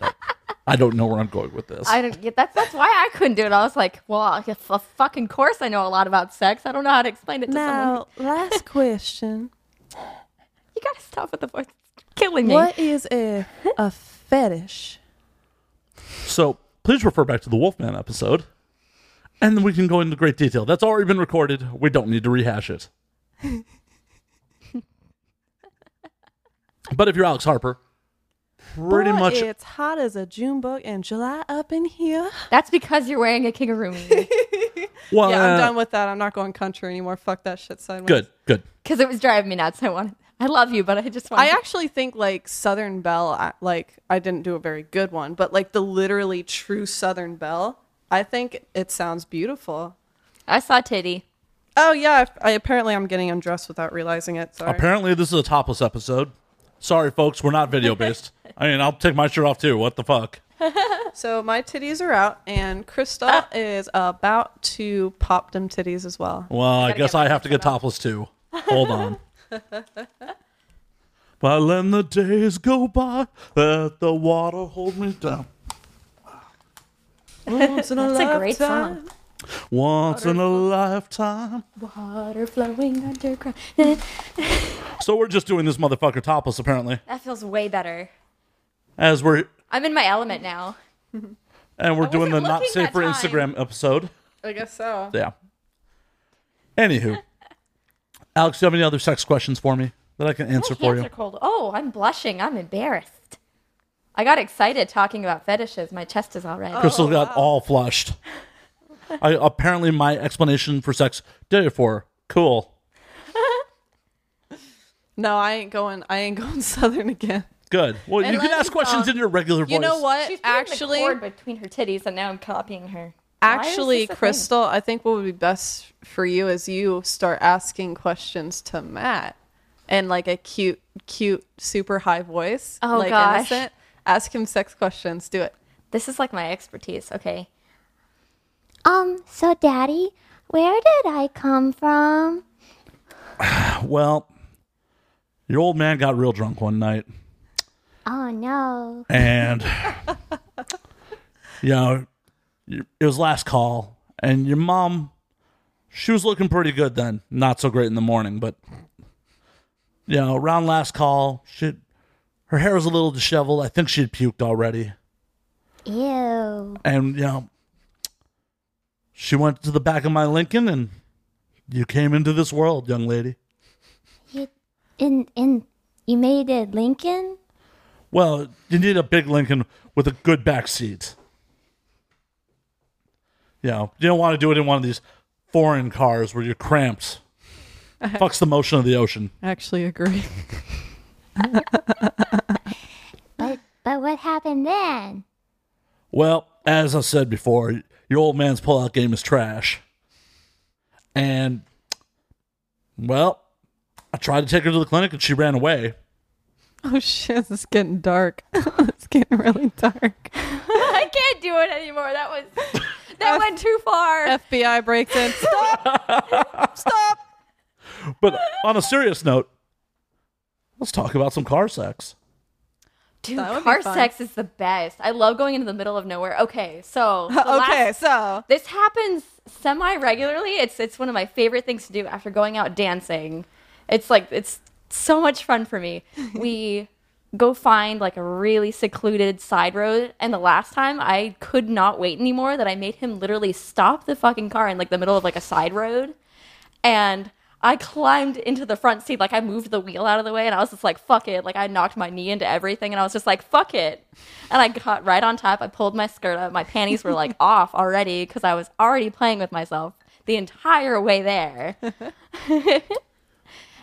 Speaker 1: I don't know where I'm going with this.
Speaker 5: I don't get that's that's why I couldn't do it. I was like, well, I- if a fucking course I know a lot about sex. I don't know how to explain it to someone.
Speaker 3: Now last question.
Speaker 5: You gotta stop with the voice. It's killing me.
Speaker 3: What is a a fetish?
Speaker 1: So please refer back to the Wolfman episode, and then we can go into great detail. That's already been recorded. We don't need to rehash it. but if you're Alex Harper, pretty
Speaker 3: Boy,
Speaker 1: much
Speaker 3: It's hot as a June bug in July up in here.
Speaker 5: That's because you're wearing a kigurumi.
Speaker 1: well,
Speaker 3: yeah, I'm
Speaker 1: uh,
Speaker 3: done with that. I'm not going country anymore. Fuck that shit sideways.
Speaker 1: Good, good.
Speaker 5: Because it was driving me nuts. I wanted I love you, but I just wanted
Speaker 3: I actually think like Southern Belle, I- like I didn't do a very good one, but like the literally true Southern Belle, I think it sounds beautiful.
Speaker 5: I saw titty.
Speaker 3: Oh yeah, I, I apparently I'm getting undressed without realizing it. Sorry.
Speaker 1: Apparently, this is a topless episode. Sorry, folks, we're not video based. I mean, I'll take my shirt off too. What the fuck?
Speaker 3: so my titties are out, and Krista is about to pop them titties as well.
Speaker 1: Well, I guess I have to get topless too. Hold on. While let the days go by, let the water hold me down.
Speaker 3: Once in a
Speaker 5: That's a great
Speaker 3: lifetime.
Speaker 5: song.
Speaker 1: Once in a lifetime.
Speaker 5: Water flowing underground.
Speaker 1: So we're just doing this motherfucker topless, apparently.
Speaker 5: that feels way better.
Speaker 1: As we're
Speaker 5: I'm in my element now.
Speaker 1: and we're doing the
Speaker 5: wasn't
Speaker 1: not
Speaker 5: looking
Speaker 1: safe
Speaker 5: that
Speaker 1: for
Speaker 5: time.
Speaker 1: Instagram episode.
Speaker 3: I guess so.
Speaker 1: Yeah. Anywho, Alex, do you have any other sex questions for me that I can answer
Speaker 5: My
Speaker 1: for
Speaker 5: hands
Speaker 1: you?
Speaker 5: are cold. Oh, I'm blushing. I'm embarrassed. I got excited talking about fetishes. My chest is all red.
Speaker 1: Crystal got all flushed. I apparently my explanation for sex did it for her. cool.
Speaker 3: No, I ain't going. I ain't going Southern again.
Speaker 1: Good. Well, you
Speaker 5: Unless
Speaker 1: can ask
Speaker 5: it's,
Speaker 1: questions
Speaker 5: um,
Speaker 1: in your regular voice.
Speaker 3: You know what?
Speaker 5: She's putting
Speaker 3: actually,
Speaker 5: the cord between her titties, and now I'm copying her. Why is
Speaker 3: Actually,
Speaker 5: this a thing?
Speaker 3: Crystal, I think what would be best for you is you start asking questions to Matt and like a cute, cute, super high voice.
Speaker 5: Oh,
Speaker 3: like
Speaker 5: gosh.
Speaker 3: Ask him sex questions. Do it.
Speaker 5: This is like my expertise. Okay.
Speaker 6: Um, so Daddy, where did I come from?
Speaker 1: Well, your old man got real drunk one night,
Speaker 6: Oh no.
Speaker 1: and you know, you- it was last call, and your mom, she was looking pretty good then, not so great in the morning, but you know, around last call, she, her hair was a little disheveled. I think she had puked already.
Speaker 6: Ew.
Speaker 1: and you know she went to the back of my lincoln and you came into this world young lady
Speaker 6: You in in you made it Lincoln?
Speaker 1: well you need a big lincoln with a good back seat you know you don't want to do it in one of these foreign cars where you're cramped fucks the motion of the ocean
Speaker 3: I actually agree.
Speaker 6: But but what happened then?
Speaker 1: well as i said before your old man's pull-out game is trash and well i tried to take her to the clinic and she ran away
Speaker 3: oh shit, it's getting dark. it's getting really dark.
Speaker 5: I can't do it anymore. That was that went too far.
Speaker 3: FBI breaks in. Stop. Stop.
Speaker 1: But on a serious note, let's talk about some car sex.
Speaker 5: Dude,
Speaker 3: That would be
Speaker 5: car
Speaker 3: fun.
Speaker 5: sex is the best. I love going into the middle of nowhere. Okay, so the
Speaker 3: okay,
Speaker 5: last-
Speaker 3: so
Speaker 5: this happens semi regularly. It's it's one of my favorite things to do after going out dancing. It's like it's so much fun for me. We go find like a really secluded side road and the last time I could not wait anymore that I made him literally stop the fucking car in like the middle of like a side road and I climbed into the front seat, like I moved the wheel out of the way, and I was just like, "Fuck it!" Like I knocked my knee into everything, and I was just like, "Fuck it!" And I got right on top. I pulled my skirt up. My panties were like off already because I was already playing with myself the entire way there,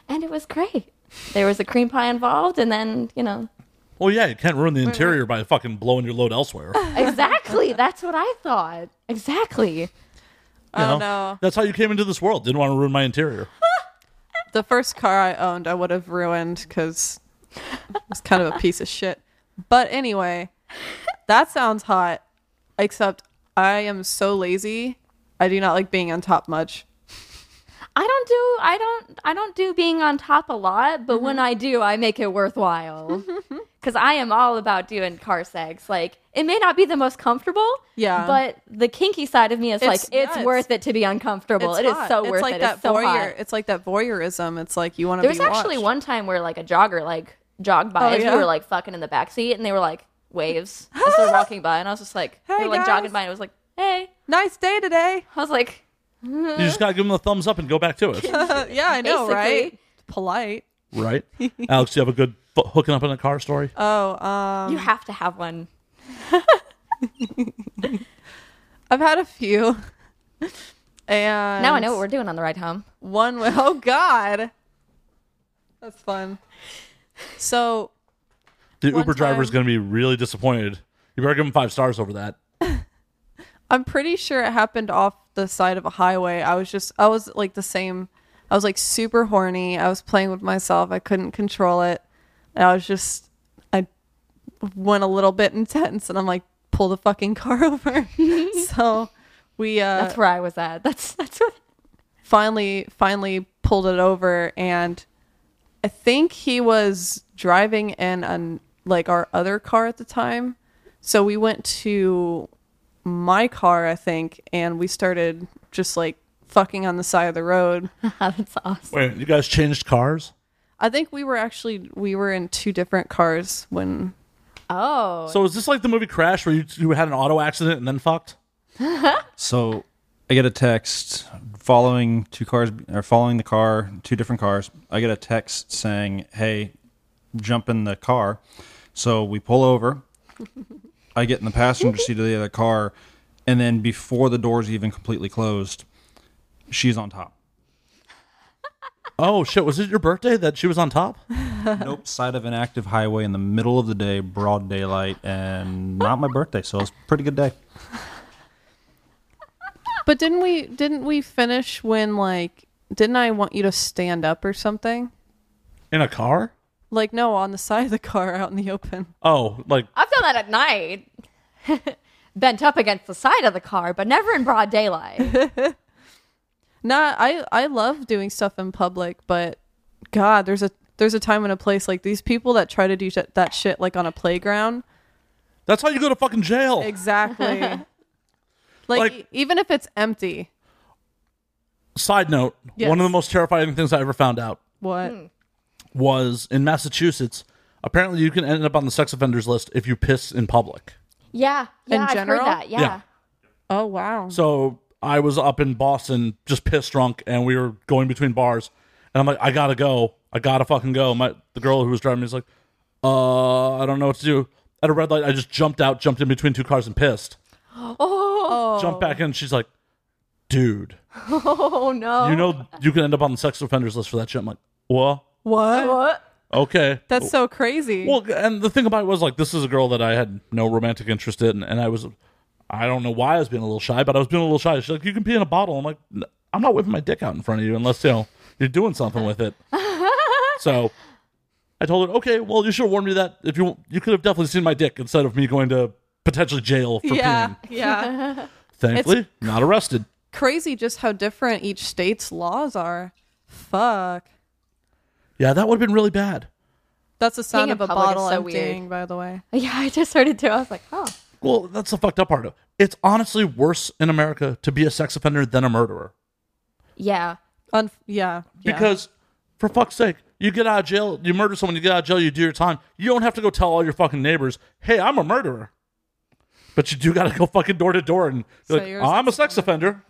Speaker 5: and it was great. There was a cream pie involved, and then you know
Speaker 1: Well, yeah, you can't ruin the interior by fucking blowing your load elsewhere. you
Speaker 5: exactly. That's what I thought. Exactly.
Speaker 1: know?
Speaker 3: Oh no.
Speaker 1: That's how you came into this world. Didn't want to ruin my interior.
Speaker 3: The first car I owned, I would have ruined because it was kind of a piece of shit. But anyway, that sounds hot. Except I am so lazy. I do not like being on top much.
Speaker 5: I don't do I don't I don't do being on top a lot, but
Speaker 3: Mm-hmm.
Speaker 5: when I do, I make it worthwhile. Cuz I am all about doing car sex. Like it may not be the most comfortable,
Speaker 3: Yeah.
Speaker 5: but the kinky side of me is
Speaker 3: It's
Speaker 5: like it's
Speaker 3: nuts.
Speaker 5: worth it to be uncomfortable. It's
Speaker 3: hot.
Speaker 5: so worth
Speaker 3: like
Speaker 5: it.
Speaker 3: That
Speaker 5: it's so
Speaker 3: voyeur.
Speaker 5: hot.
Speaker 3: It's like that voyeurism. It's like you want to.
Speaker 5: There was
Speaker 3: be
Speaker 5: actually
Speaker 3: watched.
Speaker 5: one time where like a jogger like jogged by
Speaker 3: Oh,
Speaker 5: as
Speaker 3: yeah?
Speaker 5: we were like fucking in the back seat and they were like waves as they're walking by and I was just like
Speaker 3: Hey,
Speaker 5: they were like
Speaker 3: guys.
Speaker 5: jogging by and I was like, "Hey."
Speaker 3: nice day today.
Speaker 5: I was like,
Speaker 1: You just gotta give them the thumbs up and go back to it,
Speaker 3: yeah, I know,
Speaker 5: Basically.
Speaker 3: right? Polite.
Speaker 1: right? Alex, do you have a good fo- hooking up in a car story?
Speaker 3: Oh, um,
Speaker 5: "You have to have one."
Speaker 3: I've had a few, and
Speaker 5: Now I know what we're doing on the ride home.
Speaker 3: One way. Oh God, that's fun. So
Speaker 1: the
Speaker 3: one
Speaker 1: Uber driver's
Speaker 3: time-
Speaker 1: gonna be really disappointed. You better give him five stars over that.
Speaker 3: I'm pretty sure it happened off the side of a highway. I was just, I was like the same. I was like super horny. I was playing with myself. I couldn't control it. And I was just, I went a little bit intense, and I'm like, pull the fucking car over. so we, uh,
Speaker 5: That's where I was at. That's that's what
Speaker 3: finally finally pulled it over and i think he was driving in an like our other car at the time so we went to my car i think and we started just like fucking on the side of the road
Speaker 5: that's awesome.
Speaker 1: Wait, you guys changed cars?
Speaker 3: i think we were actually we were in two different cars when
Speaker 5: Oh,
Speaker 1: So is this like the movie Crash where you, you had an auto accident and then fucked?
Speaker 7: So I get a text following two cars or following the car, two different cars. I get a text saying, "Hey, jump in the car." So we pull over. I get in the passenger seat of the other car, and then before the doors even completely closed, she's on top.
Speaker 1: Oh shit! Was it your birthday that she was on top?
Speaker 7: Nope, side of an active highway in the middle of the day, broad daylight, and not my birthday, so it was a pretty good day.
Speaker 3: but didn't we didn't we finish when like didn't i want you to stand up or something
Speaker 1: In a car?
Speaker 3: like no on the side of the car out in the open
Speaker 1: Oh, like
Speaker 5: I've done that at night, bent up against the side of the car, but never in broad daylight.
Speaker 3: Nah, I I love doing stuff in public, but God, there's a there's a time and a place like these people that try to do sh- that shit like on a playground.
Speaker 1: that's how you go to fucking jail.
Speaker 3: Exactly. like,
Speaker 1: Like-
Speaker 3: e- even if it's empty.
Speaker 1: Side note:
Speaker 3: Yes.
Speaker 1: One of the most terrifying things I ever found out
Speaker 3: What?
Speaker 1: Hmm. was in Massachusetts. Apparently, you can end up on the sex offenders list if you piss in public.
Speaker 5: yeah, yeah,
Speaker 3: In
Speaker 5: I've
Speaker 3: general?
Speaker 5: heard that. Yeah.
Speaker 1: Yeah.
Speaker 3: Oh wow.
Speaker 1: So I was up in Boston, just pissed drunk, and we were going between bars, and I'm like, I gotta go, I gotta fucking go. My the girl who was driving me is like, uh, I don't know what to do. At a red light, I just jumped out, jumped in between two cars, and pissed.
Speaker 3: Oh.
Speaker 1: Jumped back in. She's like, dude,
Speaker 5: Oh no.
Speaker 1: you know you can end up on the sex offenders list for that shit. I'm like, what?
Speaker 3: What?
Speaker 1: Okay.
Speaker 3: That's so crazy.
Speaker 1: Well, and the thing about it was like this is a girl that I had no romantic interest in, and I was, I don't know why I was being a little shy, but I was being a little shy. She's like, "You can pee in a bottle." I'm like, "N- "I'm not whipping my dick out in front of you unless you know you're doing something with it." so, I told her, "Okay, well, you should have warned me that if you you could have definitely seen my dick instead of me going to potentially jail for
Speaker 3: yeah.
Speaker 1: peeing."
Speaker 3: Yeah.
Speaker 1: Thankfully, not arrested.
Speaker 3: crazy just how different each state's laws are. Fuck.
Speaker 1: Yeah, that would have been really bad.
Speaker 3: That's the sound
Speaker 5: in
Speaker 3: of a
Speaker 5: public is
Speaker 3: bottle
Speaker 5: so
Speaker 3: emptying, by the way.
Speaker 5: Yeah, I just heard it too. I was like, oh,
Speaker 1: Well, that's the fucked up part. It's honestly worse in America to be a sex offender than a murderer.
Speaker 5: yeah.
Speaker 3: Un- yeah. yeah.
Speaker 1: Because for fuck's sake, you get out of jail, you murder someone, you get out of jail, you do your time. You don't have to go tell all your fucking neighbors, "Hey, I'm a murderer." But you do got to go fucking door to door and be
Speaker 3: So
Speaker 1: like,
Speaker 3: you're a
Speaker 1: "I'm a sex offender."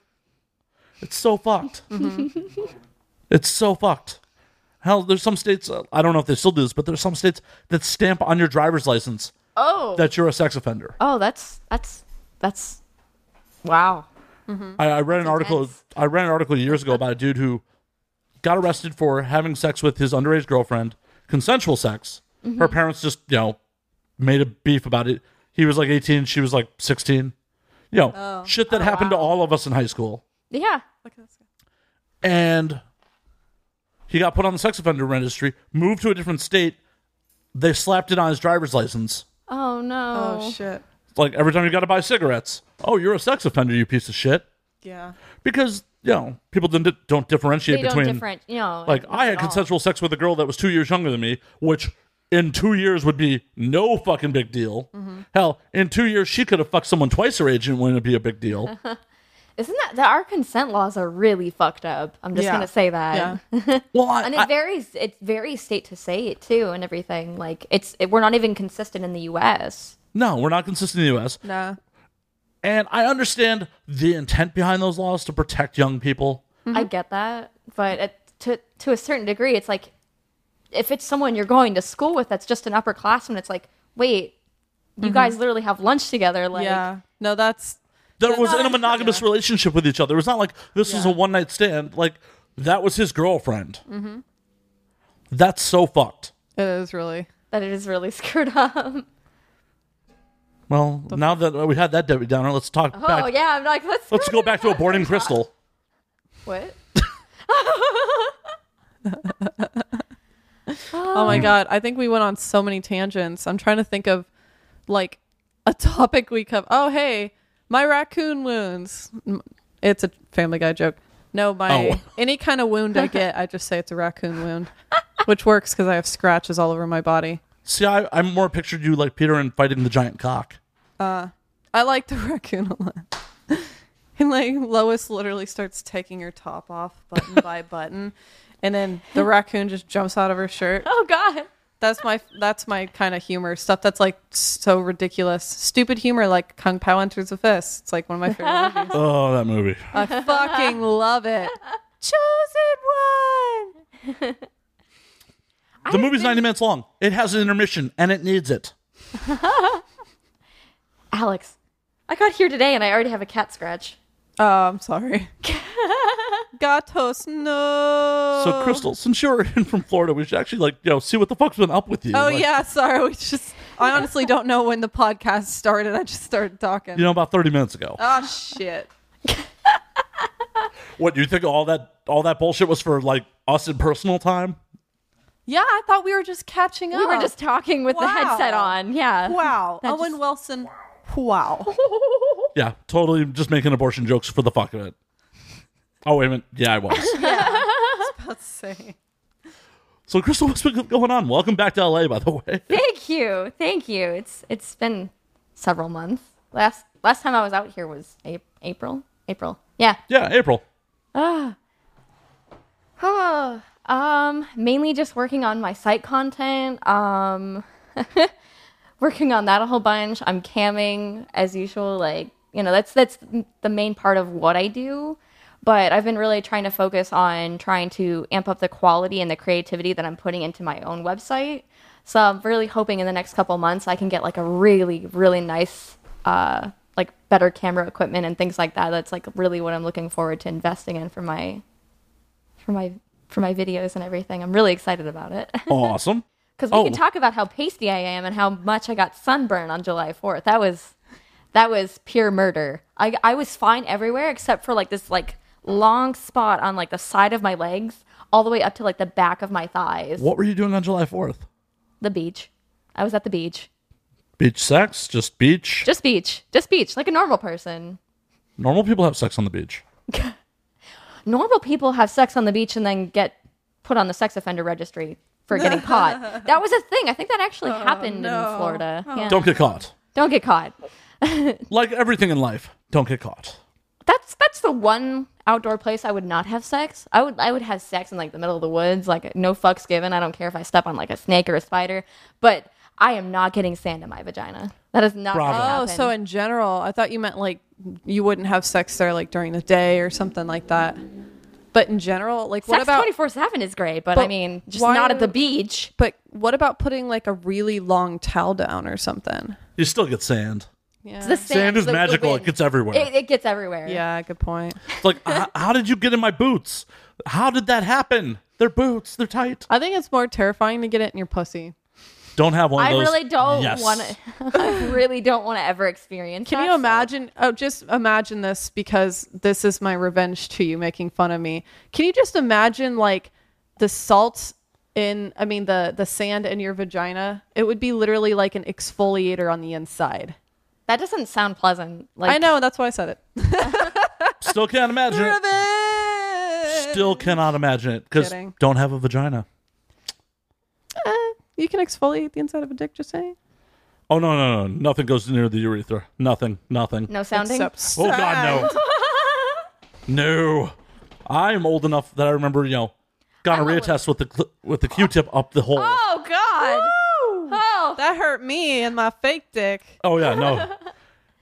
Speaker 1: It's so fucked.
Speaker 3: Mm-hmm.
Speaker 1: it's so fucked. Hell, there's some states, uh, I don't know if they still do this, but there's some states that stamp on your driver's license
Speaker 5: Oh.
Speaker 1: that you're a sex offender.
Speaker 5: oh, that's that's that's wow.
Speaker 1: I, I read an article. I read an article years ago about a dude who got arrested for having sex with his underage girlfriend, consensual sex. Her
Speaker 5: Mm-hmm.
Speaker 1: parents just you know made a beef about it. He was like 18, she was like 16. You know,
Speaker 5: Oh.
Speaker 1: shit that happened to all of us in high school.
Speaker 5: Yeah.
Speaker 1: And he got put on the sex offender registry, moved to a different state. They slapped it on his driver's license.
Speaker 5: Oh no.
Speaker 3: Oh shit.
Speaker 1: Like every time you got to buy cigarettes. Oh, you're a sex offender, you piece of shit.
Speaker 3: Yeah.
Speaker 1: Because you know people don't don't differentiate
Speaker 5: they
Speaker 1: between
Speaker 5: don't different, you know.
Speaker 1: like I
Speaker 5: at
Speaker 1: had
Speaker 5: all.
Speaker 1: consensual sex with a girl that was two years younger than me, which in two years would be no fucking big deal.
Speaker 5: Mm-hmm.
Speaker 1: Hell, in two years she could have fucked someone twice her age and it wouldn't be a big deal.
Speaker 5: Isn't that that our consent laws are really fucked up? I'm just
Speaker 3: Yeah.
Speaker 5: gonna say that.
Speaker 3: Yeah.
Speaker 1: well, I,
Speaker 5: And
Speaker 1: I-
Speaker 5: it varies. It varies state to state too, and everything. Like it's it, we're not even consistent in the U.S.
Speaker 1: no, we're not consistent in the U.S.
Speaker 3: nah.
Speaker 1: And I understand the intent behind those laws to protect young people.
Speaker 5: I get that, but it, to to a certain degree, it's like if it's someone you're going to school with that's just an upperclassman, it's like wait, you guys literally have lunch together. Like
Speaker 3: yeah. No, that's
Speaker 1: That was
Speaker 5: not
Speaker 1: in a
Speaker 5: actually-
Speaker 1: monogamous relationship with each other. It was not like this was a one night stand. Like that was his girlfriend.
Speaker 5: Mm-hmm.
Speaker 1: That's so fucked.
Speaker 3: it is really.
Speaker 5: that it is really screwed up.
Speaker 1: Well, now that we had that Debbie Downer, let's talk
Speaker 5: Oh
Speaker 1: back.
Speaker 5: yeah, I'm like let's
Speaker 1: Let's go back to aborting Crystal.
Speaker 5: What?
Speaker 3: Oh my god, I think we went on so many tangents. I'm trying to think of like a topic we cover. Oh hey, my raccoon wounds. M- It's a Family Guy joke. No, my
Speaker 1: Oh.
Speaker 3: any kind of wound I get, I just say it's a raccoon wound, which works because I have scratches all over my body.
Speaker 1: See, I, I more pictured you like Peter and fighting the giant cock.
Speaker 3: I like the raccoon a lot. And like Lois literally starts taking her top off button by button, and then the raccoon just jumps out of her shirt.
Speaker 5: Oh god.
Speaker 3: That's my that's my kind of humor stuff. That's like so ridiculous, stupid humor, like Kung Pao enters the fist. It's like one of my favorite movies.
Speaker 1: Oh, that movie.
Speaker 3: I fucking love it. Chosen one.
Speaker 1: the movie's 90 minutes long. It has an intermission and it needs it.
Speaker 5: Alex, I got here today and I already have a cat scratch.
Speaker 3: Oh, I'm sorry. Gatos no.
Speaker 1: So, Crystal, since you're in from Florida, we should actually like, you know, see what the fuck's been up with you.
Speaker 3: Oh
Speaker 1: Like,
Speaker 3: yeah, sorry. We just I honestly don't know when the podcast started. I just started talking.
Speaker 1: You know, about 30 minutes ago.
Speaker 3: oh shit.
Speaker 1: What, you think all that all that bullshit was for like us in personal time?
Speaker 3: Yeah, I thought we were just catching up.
Speaker 5: We were just talking with the
Speaker 3: Oh. Wow.
Speaker 5: headset on. Yeah.
Speaker 3: wow.
Speaker 5: That
Speaker 3: Owen
Speaker 5: just-
Speaker 3: Wilson. Wow.
Speaker 1: Yeah, totally just making abortion jokes for the fuck of it. Oh, wait a minute. Yeah, I was.
Speaker 3: Let's see.
Speaker 1: so, Crystal, what's been going on? Welcome back to LA, by the way.
Speaker 5: Thank you. Thank you. It's it's been several months. Last last time I was out here was a- April. April. Yeah.
Speaker 1: Yeah, April.
Speaker 5: Oh, um, mainly just working on my site content. Um, working on that a whole bunch. I'm camming as usual. Like you know, that's that's the main part of what I do. But I've been really trying to focus on trying to amp up the quality and the creativity that I'm putting into my own website. So I'm really hoping in the next couple months I can get like a really really nice uh like better camera equipment and things like that. That's like really what I'm looking forward to investing in for my for my for my videos and everything. I'm really excited about it
Speaker 1: Awesome.
Speaker 5: because we
Speaker 1: Oh.
Speaker 5: can talk about how pasty I am and how much I got sunburn on July 4th. That was that was pure murder. I I was fine everywhere except for like this like long spot on like the side of my legs all the way up to like the back of my thighs.
Speaker 1: What were you doing on July 4th?
Speaker 5: The beach. I was at the beach.
Speaker 1: Beach sex? Just beach?
Speaker 5: Just beach. Just beach like a normal person.
Speaker 1: Normal people have sex on the beach.
Speaker 5: normal people have sex on the beach and then get put on the sex offender registry for getting caught. That was a thing. I think that actually happened in Florida. Yeah.
Speaker 1: Oh, Don't get caught.
Speaker 5: Don't get caught.
Speaker 1: Like everything in life, don't get caught.
Speaker 5: That's that's the one outdoor place I would not have sex. I would I would have sex in like the middle of the woods, like no fucks given. I don't care if I step on like a snake or a spider, but I am not getting sand in my vagina. That is not. gonna
Speaker 1: Bravo.
Speaker 3: Oh,
Speaker 5: happen.
Speaker 3: so in general, I thought you meant like you wouldn't have sex there like during the day or something like that. But in general, like what
Speaker 5: Sex
Speaker 3: about
Speaker 5: twenty four seven is great, but, I
Speaker 3: But
Speaker 5: mean, just
Speaker 3: why
Speaker 5: not at the
Speaker 3: would-
Speaker 5: beach.
Speaker 3: but what about putting like a really long towel down or something?
Speaker 1: You still get sand.
Speaker 3: Yeah.
Speaker 5: It's the
Speaker 1: Sand is
Speaker 5: the- the
Speaker 1: magical. It
Speaker 5: wind.
Speaker 1: gets everywhere.
Speaker 5: It, it gets everywhere.
Speaker 3: yeah, good point.
Speaker 1: It's like, h- how did you get in my boots? How did that happen? They're boots. They're tight.
Speaker 3: I think it's more terrifying to get it in your pussy.
Speaker 1: Don't have one of
Speaker 5: I
Speaker 1: those.
Speaker 5: really don't
Speaker 1: Yes.
Speaker 5: want to. I really don't want to ever experience.
Speaker 3: Can
Speaker 5: that,
Speaker 3: you
Speaker 5: so-
Speaker 3: imagine? Oh, just imagine this because this is my revenge to you making fun of me. Can you just imagine like the salt in I mean the the sand in your vagina? It would be literally like an exfoliator on the inside.
Speaker 5: That doesn't sound pleasant. Like
Speaker 3: I know, that's why I said it.
Speaker 1: Still can't imagine it. Still cannot imagine it because
Speaker 3: Kidding.
Speaker 1: don't have a vagina.
Speaker 3: You can exfoliate the inside of a dick just saying.
Speaker 1: Oh no no no! Nothing goes near the urethra. Nothing. Nothing.
Speaker 5: No sounding.
Speaker 3: Except
Speaker 1: Oh God no. no. I'm old enough that I remember you know gonorrhea
Speaker 5: old-
Speaker 1: test with the cl- with the Q-tip up the hole.
Speaker 5: oh God. Oh.
Speaker 3: that hurt me and my fake dick.
Speaker 1: Oh yeah, no.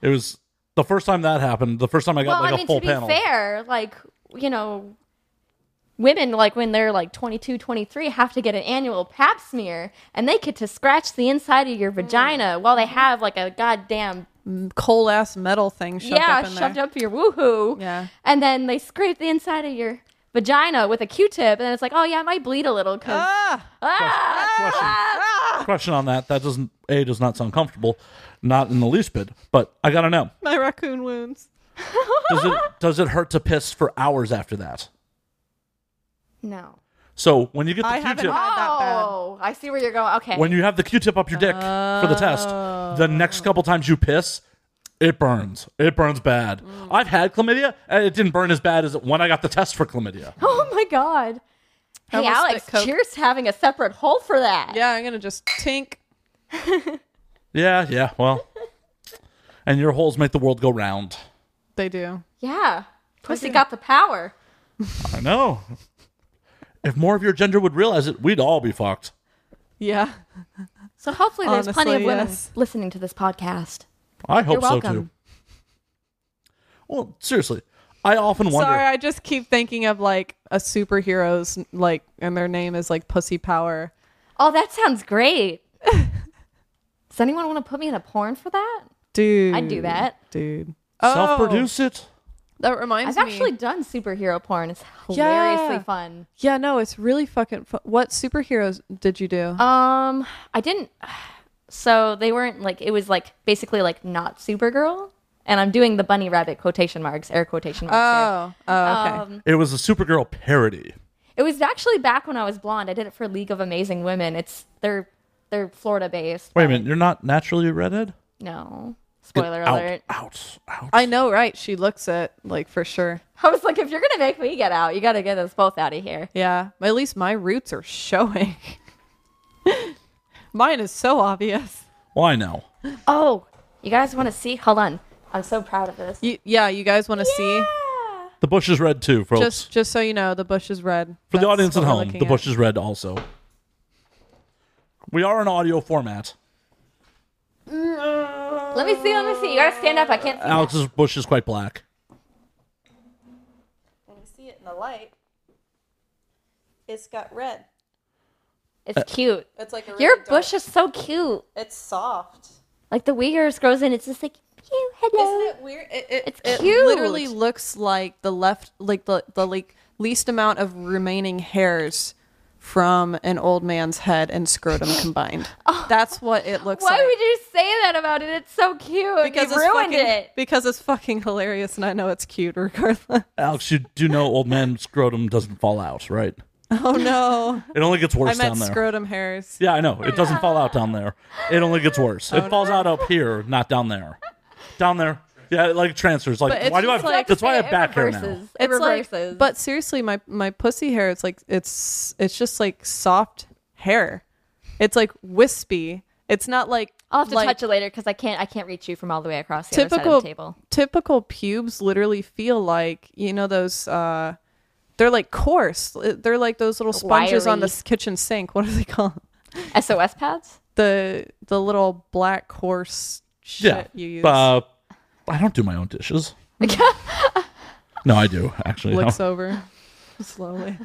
Speaker 1: it was the first time that happened. The first time I got
Speaker 5: Well,
Speaker 1: like
Speaker 5: I
Speaker 1: a
Speaker 5: mean,
Speaker 1: full
Speaker 5: to be
Speaker 1: panel.
Speaker 5: fair, like you know, women like when they're like 22, 23 have to get an annual Pap smear, and they get to scratch the inside
Speaker 3: Mm.
Speaker 5: of your vagina while they
Speaker 3: Mm-hmm.
Speaker 5: have like a goddamn
Speaker 3: Cold ass metal thing shoved
Speaker 5: yeah
Speaker 3: up in
Speaker 5: shoved
Speaker 3: there.
Speaker 5: up your woohoo.
Speaker 3: Yeah.
Speaker 5: and then they scrape the inside of your vagina with a Q-tip, and it's like, oh yeah, it might bleed a little because
Speaker 3: Ah,
Speaker 1: Question. Question on that. That doesn't a does not sound comfortable, not in the least bit. But I gotta know.
Speaker 3: my raccoon wounds.
Speaker 1: Does it does it hurt to piss for hours after that?
Speaker 5: no.
Speaker 1: So when you get the
Speaker 3: I haven't
Speaker 1: Q-tip,
Speaker 3: had that bad.
Speaker 5: Oh, I see where you're going. Okay.
Speaker 1: when you have the Q-tip up your dick for the test,
Speaker 5: Oh.
Speaker 1: the next couple times you piss, it burns. It burns bad.
Speaker 5: Mm.
Speaker 1: I've had chlamydia, and it didn't burn as bad as when I got the test for chlamydia.
Speaker 5: oh my god. Hey
Speaker 3: almost
Speaker 5: Alex,
Speaker 3: spit Coke.
Speaker 5: cheers to having a separate hole for that.
Speaker 3: Yeah, I'm gonna just tink.
Speaker 1: Yeah, yeah. Well, and your holes make the world go round.
Speaker 3: They do.
Speaker 5: Yeah. Pussy got the power.
Speaker 1: I know. If more of your gender would realize it, we'd all be fucked.
Speaker 3: Yeah.
Speaker 5: So hopefully there's plenty of
Speaker 3: Honestly,
Speaker 5: women
Speaker 3: yes.
Speaker 5: listening to this podcast.
Speaker 1: I hope
Speaker 5: You're
Speaker 1: so
Speaker 5: welcome.
Speaker 1: too. Well, seriously, I often wonder.
Speaker 3: Sorry, I just keep thinking of like a superhero's like, and their name is like Pussy Power.
Speaker 5: Oh, that sounds great. Does anyone want to put me in a porn for that?
Speaker 3: Dude,
Speaker 5: I'd do that.
Speaker 3: Dude,
Speaker 1: Self-produce it.
Speaker 3: Oh, that reminds
Speaker 5: I've
Speaker 3: me.
Speaker 5: actually done superhero porn. It's
Speaker 3: Yeah.
Speaker 5: hilariously fun.
Speaker 3: yeah, no, it's really fucking. Fu- what superheroes did you do?
Speaker 5: Um, I didn't. So they weren't like it was like basically like not Supergirl, and I'm doing the bunny rabbit quotation marks, air quotation marks.
Speaker 3: oh, oh, okay.
Speaker 5: here. Um,
Speaker 1: It was a Supergirl parody.
Speaker 5: it was actually back when I was blonde. I did it for League of Amazing Women. It's they're they're Florida based.
Speaker 1: Wait a minute, you're not naturally a redhead.
Speaker 5: No
Speaker 1: Get
Speaker 5: spoiler
Speaker 1: out,
Speaker 5: alert.
Speaker 1: Out, out.
Speaker 3: I know, right? She looks it like for sure.
Speaker 5: I was like, if you're gonna make me get out, you gotta get us both out of here.
Speaker 3: Yeah, at least my roots are showing. Mine is so obvious.
Speaker 1: Well, I know.
Speaker 5: Oh, you guys want to see? Hold on, I'm so proud of this.
Speaker 3: You, yeah, you guys want to see?
Speaker 1: The bush is red too, folks.
Speaker 3: Just, just so you know, the bush is red.
Speaker 1: For the
Speaker 3: That's
Speaker 1: audience
Speaker 3: what
Speaker 1: at
Speaker 3: we're
Speaker 1: home,
Speaker 3: looking
Speaker 1: the
Speaker 3: at.
Speaker 1: bush is red also. We are in audio format.
Speaker 5: Let me see. Let me see. You gotta stand up. I can't. See.
Speaker 1: Alex's bush is quite black.
Speaker 3: see it in the light, it's got red.
Speaker 1: Uh,
Speaker 5: It's cute.
Speaker 3: It's like a
Speaker 5: Your bush is so cute.
Speaker 3: It's soft.
Speaker 5: Like the way yours grows in, it's just like
Speaker 6: You, hello.
Speaker 3: Isn't it weird? It, it,
Speaker 5: It's
Speaker 3: it
Speaker 5: cute.
Speaker 3: literally looks like the left, like the the like least amount of remaining hairs from an old man's head and scrotum combined. That's what it looks
Speaker 5: Oh. Why
Speaker 3: like.
Speaker 5: would you say that about it? It's so cute. Because
Speaker 3: it's
Speaker 5: you ruined
Speaker 3: fucking,
Speaker 5: it.
Speaker 3: Because it's fucking hilarious, and I know it's cute regardless.
Speaker 1: Alex, you do know old man scrotum doesn't fall out, right?
Speaker 3: Oh no,
Speaker 1: It only gets
Speaker 3: I
Speaker 1: worse
Speaker 3: meant
Speaker 1: down there.
Speaker 3: scrotum hairs.
Speaker 1: yeah, I know. It doesn't fall out down there. It only gets worse. it falls out up here, not down there. Down there. Yeah, it, like transfers.
Speaker 3: But
Speaker 1: Like
Speaker 3: it's
Speaker 1: why do I
Speaker 3: just like-
Speaker 1: that's why I
Speaker 5: It
Speaker 1: have back hair now.
Speaker 5: reverses. It reverses.
Speaker 3: like, but seriously, my my pussy hair. It's like it's it's just like soft hair. It's like wispy. It's not like
Speaker 5: I'll have to
Speaker 3: like,
Speaker 5: touch it later because I can't. I can't reach you from all the way across the other side
Speaker 3: typical
Speaker 5: of the table.
Speaker 3: typical pubes literally feel like you know those uh they're like coarse they're like those little sponges on the
Speaker 5: Wiry.
Speaker 3: s- kitchen sink what do they call 'em?
Speaker 5: SOS pads.
Speaker 3: the the little black coarse shit
Speaker 1: Yeah.
Speaker 3: you use
Speaker 1: Uh I don't do my own dishes. no, I do actually.
Speaker 3: Looks over slowly,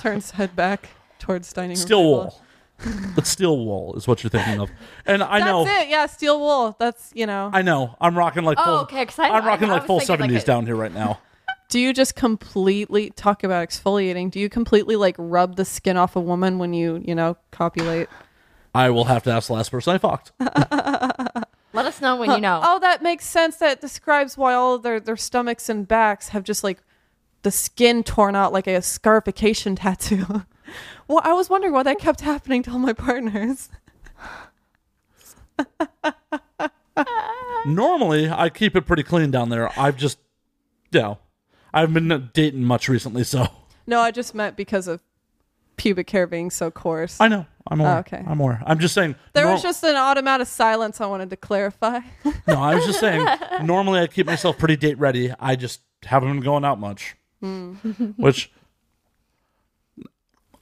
Speaker 3: turns head back towards dining room.
Speaker 1: steel
Speaker 3: table.
Speaker 1: wool. but steel wool is what you're thinking of, and I
Speaker 3: That's
Speaker 1: know,
Speaker 3: it. Yeah, steel wool. That's you know.
Speaker 1: I know, I'm rocking like
Speaker 5: Oh,
Speaker 1: full.
Speaker 5: okay, 'cause I-
Speaker 1: I'm
Speaker 5: I-
Speaker 1: rocking
Speaker 5: I
Speaker 1: like
Speaker 5: was
Speaker 1: full
Speaker 5: thinking like
Speaker 1: seventies
Speaker 5: a-
Speaker 1: down here right now.
Speaker 3: do you just completely talk about exfoliating? Do you completely like rub the skin off a woman when you you know copulate?
Speaker 1: I will have to ask the last person I fucked.
Speaker 5: Let us know when you know.
Speaker 3: Oh, that makes sense. That describes why all their their stomachs and backs have just like the skin torn out like a scarification tattoo. well, I was wondering why that kept happening to all my partners.
Speaker 1: Normally, I keep it pretty clean down there. I've just, you know, I've been dating much recently, so
Speaker 3: No, I just meant because of pubic hair being so coarse.
Speaker 1: I know. I'm aware.
Speaker 3: Oh, okay.
Speaker 1: I'm aware. I'm just saying.
Speaker 3: there
Speaker 1: nor-
Speaker 3: was just an automatic silence I wanted to clarify.
Speaker 1: no. I was just saying. Normally, I keep myself pretty date ready. I just haven't been going out much,
Speaker 5: Hmm.
Speaker 1: which.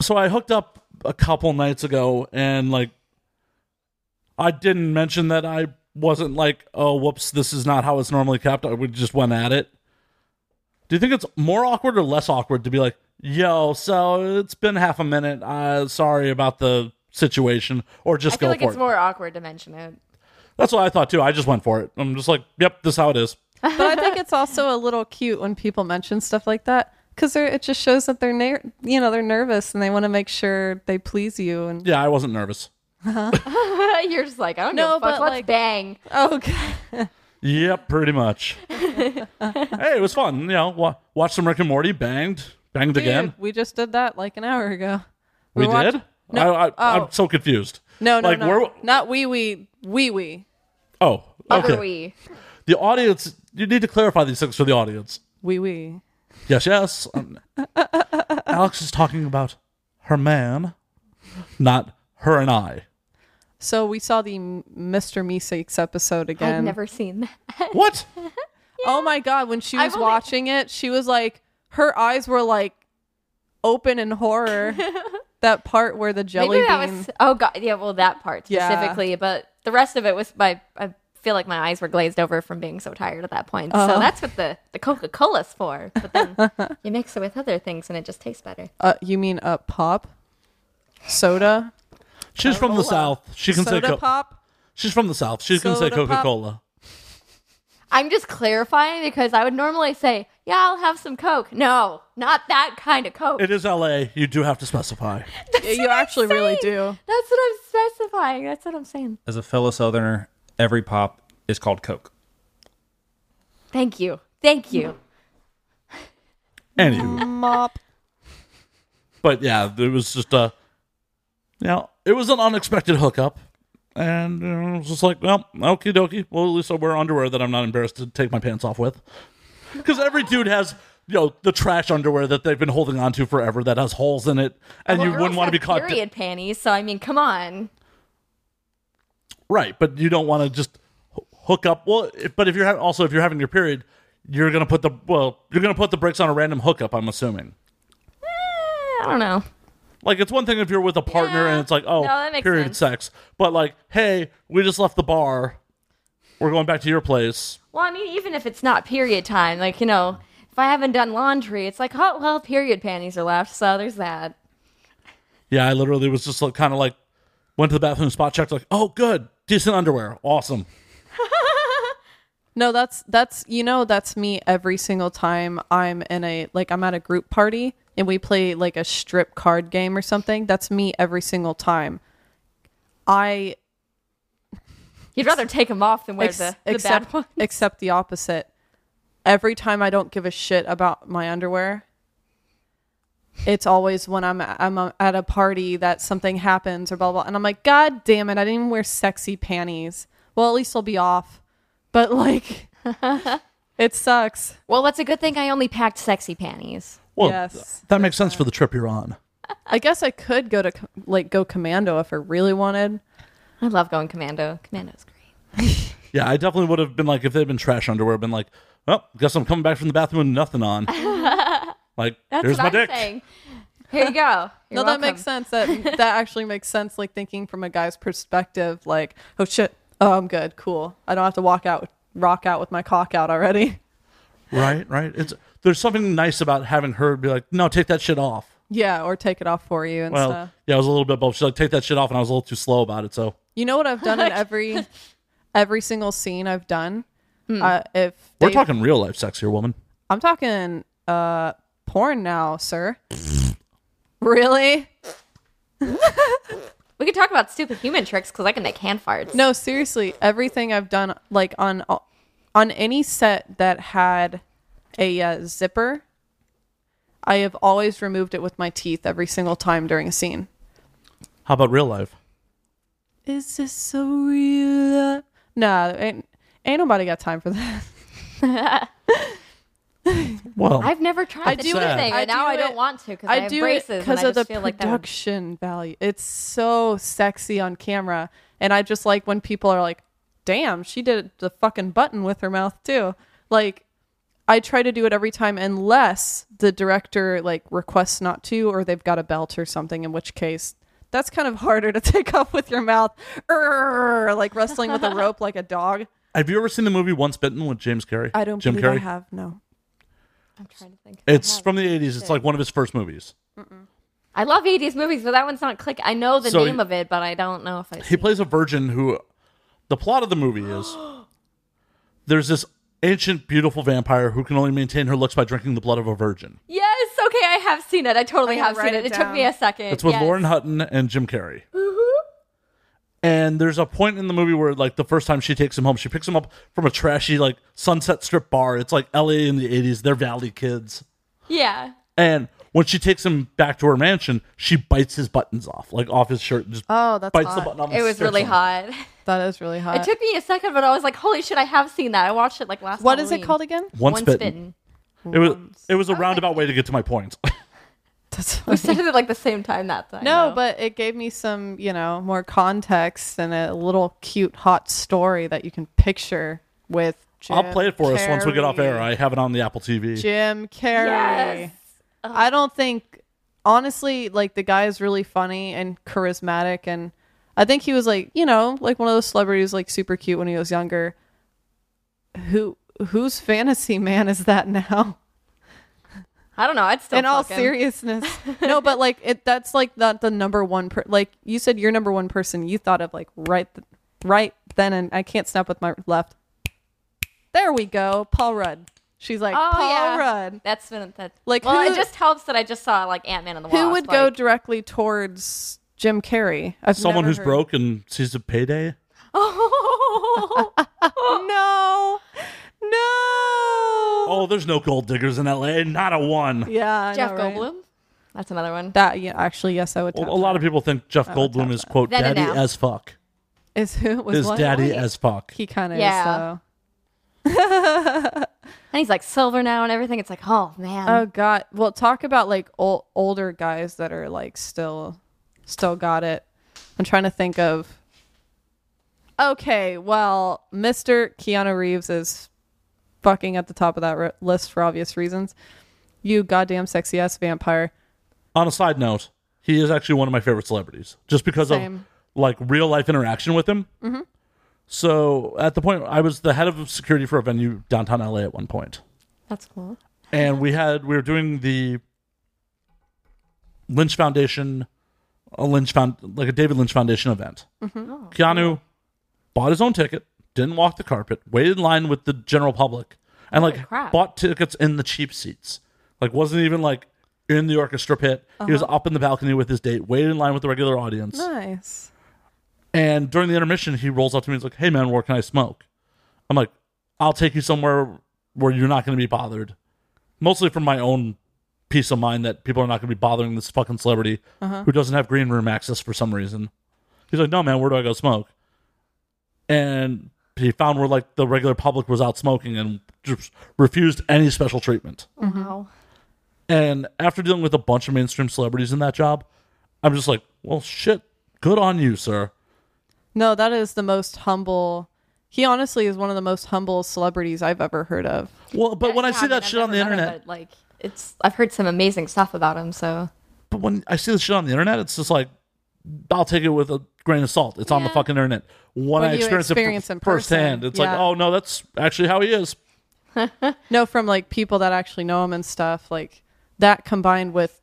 Speaker 1: So I hooked up a couple nights ago, and like, I didn't mention that I wasn't like, oh, whoops, this is not how it's normally kept. I would just went at it. Do you think it's more awkward or less awkward to be like, yo, so it's been half a minute. Uh, sorry about the situation, or just
Speaker 5: I feel
Speaker 1: go
Speaker 5: like
Speaker 1: for
Speaker 5: it's
Speaker 1: it?
Speaker 5: more awkward to mention it.
Speaker 1: That's what I thought too. I just went for it. I'm just like, yep, this is how it is.
Speaker 3: but I think it's also a little cute when people mention stuff like that because it just shows that they're ner- you know they're nervous and they want to make sure they please you and
Speaker 1: Yeah, I wasn't nervous.
Speaker 5: You're just like, I don't
Speaker 3: No,
Speaker 5: know,
Speaker 3: but,
Speaker 5: but let's
Speaker 3: like-
Speaker 5: bang.
Speaker 3: okay.
Speaker 1: Yep, pretty much. hey, it was fun. You know, wa- watched some Rick and Morty, banged, banged again.
Speaker 3: Dude, we just did that like an hour ago.
Speaker 1: We,
Speaker 3: were watch-
Speaker 1: did.
Speaker 3: No,
Speaker 1: I, I,
Speaker 3: oh.
Speaker 1: I'm so confused.
Speaker 3: No, no,
Speaker 1: Like,
Speaker 3: no,
Speaker 1: we're-
Speaker 3: not wee wee wee wee
Speaker 1: Oh,
Speaker 5: Other
Speaker 1: okay.
Speaker 5: we.
Speaker 1: The audience. You need to clarify these things for the audience.
Speaker 3: wee wee.
Speaker 1: Yes, yes. Um, Alex is talking about her man, not her and I.
Speaker 3: So we saw the M- Mr. Meeseeks episode again.
Speaker 5: I've never seen that.
Speaker 1: What?
Speaker 3: Oh my god, when she was
Speaker 5: only-
Speaker 3: watching it, she was like her eyes were like open in horror. that part where the jelly
Speaker 5: Maybe that
Speaker 3: bean
Speaker 5: was. Oh god, yeah. Well, that part
Speaker 3: Yeah.
Speaker 5: specifically, but the rest of it was my. I feel like my eyes were glazed over from being so tired at that point.
Speaker 3: Oh.
Speaker 5: So that's what the the Coca Cola's for. But then you mix it with other things, and it just tastes better.
Speaker 3: Uh, you mean uh, pop? Soda?
Speaker 1: She's from the south. She can say
Speaker 3: Soda
Speaker 1: co-
Speaker 3: pop?
Speaker 1: She's from the south. She can say
Speaker 3: Soda pop.
Speaker 1: Coca Cola.
Speaker 5: I'm just clarifying because I would normally say, "Yeah, I'll have some Coke." No, not that kind of Coke.
Speaker 1: It is LA. You do have to specify.
Speaker 3: you actually really do.
Speaker 5: That's what I'm specifying. That's what I'm saying.
Speaker 7: As a fellow Southerner, every pop is called Coke.
Speaker 5: Thank you. Thank you.
Speaker 1: Anywho,
Speaker 3: Mop.
Speaker 1: but yeah, it was just a. You know, it was an unexpected hookup, and you know, it was just like, well, okie dokie. Well, at least I wear underwear that I'm not embarrassed to take my pants off with, because every dude has. You know the trash underwear that they've been holding onto forever that has holes in it, and
Speaker 5: Well,
Speaker 1: you wouldn't
Speaker 5: girls
Speaker 1: want to be
Speaker 5: have
Speaker 1: caught.
Speaker 5: period panties. So I mean, come on.
Speaker 1: Right, but you don't want to just h- hook up. Well, if- but if you're ha- also if you're having your period, you're gonna put the well, you're gonna put the brakes on a random hookup. I'm assuming.
Speaker 5: Eh, I don't know.
Speaker 1: Like it's one thing if you're with a partner
Speaker 5: Yeah.
Speaker 1: and it's like, oh,
Speaker 5: No, that makes
Speaker 1: period sex, but like, hey, we just left the bar, we're going back to your place.
Speaker 5: Well, I mean, even if it's not period time, like you know, if I haven't done laundry, it's like, oh well, period panties are left. So there's that.
Speaker 1: Yeah, I literally was just like, kind of like went to the bathroom, spot checked, like, oh, good, decent underwear, awesome.
Speaker 3: No, that's that's you know that's me every single time I'm in a like I'm at a group party and we play like a strip card game or something. That's me every single time. I
Speaker 5: You'd rather take them off than wear
Speaker 3: Ex-
Speaker 5: the, the
Speaker 3: except,
Speaker 5: bad one.
Speaker 3: except the opposite. Every time I don't give a shit about my underwear, it's always when I'm I'm at a party that something happens or blah blah, blah. and I'm like, God damn it, I didn't even wear sexy panties. Well, at least I'll be off. But like, it sucks.
Speaker 5: Well, that's a good thing. I only packed sexy panties.
Speaker 1: Well,
Speaker 3: Yes.
Speaker 1: th- that makes sense for the trip you're on.
Speaker 3: I guess I could go to co- like go commando if I really wanted.
Speaker 5: I love going commando. Commando's great.
Speaker 1: Yeah, I definitely would have been like, if they'd been trash underwear, been like, well, guess I'm coming back from the bathroom with nothing on. like,
Speaker 5: That's
Speaker 1: here's
Speaker 5: what
Speaker 1: my
Speaker 5: I'm
Speaker 1: dick.
Speaker 5: saying. Here you go.
Speaker 3: no, that makes sense. That that actually makes sense. Like thinking from a guy's perspective, like, oh shit, oh I'm good, cool. I don't have to walk out rock out with my cock out already.
Speaker 1: Right, right. It's there's something nice about having her be like, no, take that shit off.
Speaker 3: Yeah, or take it off for you and
Speaker 1: Well,
Speaker 3: stuff.
Speaker 1: yeah, I was a little bit both. She's like, take that shit off, and I was a little too slow about it. So
Speaker 3: You know what I've done in every every single scene I've done. Uh, if
Speaker 1: we're
Speaker 3: they-
Speaker 1: talking real life sex here, woman.
Speaker 3: I'm talking uh porn now, sir. really?
Speaker 5: We could talk about stupid human tricks because I can make hand farts.
Speaker 3: No, seriously. Everything I've done, like on on any set that had a uh, zipper, I have always removed it with my teeth every single time during a scene.
Speaker 1: How about real life?
Speaker 3: Is this so real? Nah, ain't, ain't nobody got time for that.
Speaker 1: Well,
Speaker 5: I've never tried
Speaker 3: I
Speaker 5: the
Speaker 3: do
Speaker 5: teeth
Speaker 1: it-
Speaker 5: thing,
Speaker 3: I
Speaker 5: and now
Speaker 3: do
Speaker 5: I
Speaker 3: it-
Speaker 5: don't want to because I,
Speaker 3: I
Speaker 5: have
Speaker 3: do
Speaker 5: braces
Speaker 3: it because
Speaker 5: and I
Speaker 3: of the
Speaker 5: just feel like that would-
Speaker 3: production value. It's so sexy on camera, and I just like when people are like, "Damn, she did the fucking button with her mouth too." Like, I try to do it every time, unless the director like requests not to, or they've got a belt or something. In which case, that's kind of harder to take off with your mouth, Err, like wrestling with a rope like a dog.
Speaker 1: have you ever seen the movie Once Bitten with James Carrey?
Speaker 3: I don't
Speaker 1: Jim
Speaker 3: believe
Speaker 1: Carrey.
Speaker 3: I have no.
Speaker 5: I'm trying to think.
Speaker 1: It's from the '80s. It's like one of his first movies.
Speaker 5: I love 80s movies, but that one's not click. I know the
Speaker 1: So
Speaker 5: name
Speaker 1: he-
Speaker 5: of it, but I don't know if I.
Speaker 1: He plays a virgin who. The plot of the movie is there's this ancient, beautiful vampire who can only maintain her looks by drinking the blood of a virgin.
Speaker 5: Yes. Okay, I have seen it. I totally
Speaker 3: gotta
Speaker 5: have seen
Speaker 3: write
Speaker 5: it.
Speaker 3: it
Speaker 5: It took me
Speaker 3: down.
Speaker 5: a second.
Speaker 1: It's with
Speaker 5: Yes. Mm-hmm.
Speaker 1: Lauren Hutton and Jim Carrey. And there's a point in the movie where, like, the first time she takes him home, she picks him up from a trashy, like, Sunset Strip bar. It's like LA in the 80s. They're Valley kids.
Speaker 5: Yeah.
Speaker 1: And when she takes him back to her mansion, she bites his buttons off, like, off his shirt. and Just
Speaker 3: Oh, that's
Speaker 1: bites the
Speaker 3: hot.
Speaker 1: button off.
Speaker 5: It
Speaker 1: and
Speaker 5: was
Speaker 1: sticks
Speaker 5: really
Speaker 1: him.
Speaker 5: hot.
Speaker 3: That is really hot.
Speaker 5: It took me a second, but I was like, "Holy shit! I have seen that. I watched it like last."
Speaker 3: what is it
Speaker 5: Halloween.
Speaker 3: called again?
Speaker 1: Once,
Speaker 5: Once
Speaker 1: bitten.
Speaker 5: bitten.
Speaker 1: It was it was a roundabout way to get to my point.
Speaker 3: That's
Speaker 5: We said it at like the same time that time.
Speaker 3: No,
Speaker 5: though.
Speaker 3: but it gave me some, you know, more context and a little cute, hot story that you can picture with. Jim
Speaker 1: I'll play it for us once we get off
Speaker 3: Carrey.
Speaker 1: air. I have it on the Apple TV.
Speaker 3: Jim Carrey.
Speaker 5: Yes.
Speaker 3: I don't think, honestly, like the guy is really funny and charismatic, and I think he was like, you know, like one of those celebrities, like super cute when he was younger. Who whose fantasy man is that now?
Speaker 5: I don't know. I'd still
Speaker 3: in all
Speaker 5: fuck him.
Speaker 3: seriousness no but like it that's like not the number one per- like you said your number one person you thought of like right th- right then and i can't snap with my left there we go paul rudd she's like
Speaker 5: Oh,
Speaker 3: paul
Speaker 5: yeah.
Speaker 3: rudd
Speaker 5: That's been that's
Speaker 3: Like,
Speaker 5: Well,
Speaker 3: who-
Speaker 5: it just helps that I just saw like Ant Man and the Wasp.
Speaker 3: who would go
Speaker 5: like-
Speaker 3: directly towards jim carrey I've
Speaker 1: Someone
Speaker 3: never
Speaker 1: who's
Speaker 3: heard-
Speaker 1: broke and sees a payday.
Speaker 5: Oh,
Speaker 3: no no
Speaker 1: Oh, there's no gold diggers in LA. Not a one.
Speaker 3: yeah I
Speaker 5: Jeff
Speaker 3: know, right?
Speaker 5: Goldblum. That's another one.
Speaker 3: that yeah actually yes i would
Speaker 1: Well,
Speaker 3: tap
Speaker 1: a lot of people think Jeff
Speaker 3: would
Speaker 1: Goldblum
Speaker 3: tap
Speaker 1: is
Speaker 3: that.
Speaker 1: quote
Speaker 5: Then and
Speaker 1: daddy
Speaker 5: now.
Speaker 1: as fuck.
Speaker 3: is who was
Speaker 1: Is
Speaker 3: what?
Speaker 1: daddy as fuck.
Speaker 3: he kind of
Speaker 5: Yeah.
Speaker 3: is though
Speaker 5: And he's like silver now and everything. It's like, oh man.
Speaker 3: Oh God! Well, talk about like ol- older guys that are like still, still got it. I'm trying to think of. Okay, well, Mr. Keanu Reeves is fucking at the top of that ri list for obvious reasons. You goddamn sexy ass vampire.
Speaker 1: On a side note, he is actually one of my favorite celebrities just because of
Speaker 3: Same.
Speaker 1: like real life interaction with him. Mm-hmm. So at the point, I was the head of security for a venue downtown LA at one point.
Speaker 5: That's cool.
Speaker 1: and we had we were doing the Lynch Foundation, a Lynch found like a David Lynch Foundation event. Keanu bought his own ticket, didn't walk the carpet, waited in line with the general public, and like
Speaker 5: crap.
Speaker 1: bought tickets in the cheap seats. Like wasn't even like in the orchestra pit. He was up in the balcony with his date, waited in line with the regular audience.
Speaker 3: Nice.
Speaker 1: And during the intermission, he rolls up to me and he's like, Hey, man, where can I smoke? I'm like, I'll take you somewhere where you're not going to be bothered. Mostly for my own peace of mind that people are not going to be bothering this fucking celebrity who doesn't have green room access for some reason. He's like, No, man, where do I go smoke? And he found where like the regular public was out smoking and just refused any special treatment.
Speaker 5: Wow.
Speaker 1: And after dealing with a bunch of mainstream celebrities in that job, I'm just like, Well, shit, good on you, sir.
Speaker 3: No, that is the most humble. He honestly is one of the most humble celebrities I've ever heard of.
Speaker 1: Well, but when I
Speaker 5: Yeah,
Speaker 1: see
Speaker 5: mean,
Speaker 1: that
Speaker 5: I've
Speaker 1: shit on the
Speaker 5: never met him,
Speaker 1: internet,
Speaker 5: but, like it's I've heard some amazing stuff about him. So
Speaker 1: but when I see the shit on the internet, it's just like I'll take it with a grain of salt. It's on the
Speaker 5: Yeah.
Speaker 1: fucking internet. When,
Speaker 3: When
Speaker 1: I
Speaker 3: you
Speaker 1: experience,
Speaker 3: experience
Speaker 1: it f-
Speaker 3: in person,
Speaker 1: firsthand, it's like,
Speaker 3: yeah.
Speaker 1: oh no, that's actually how he is.
Speaker 3: No, from like people that actually know him and stuff. Like that combined with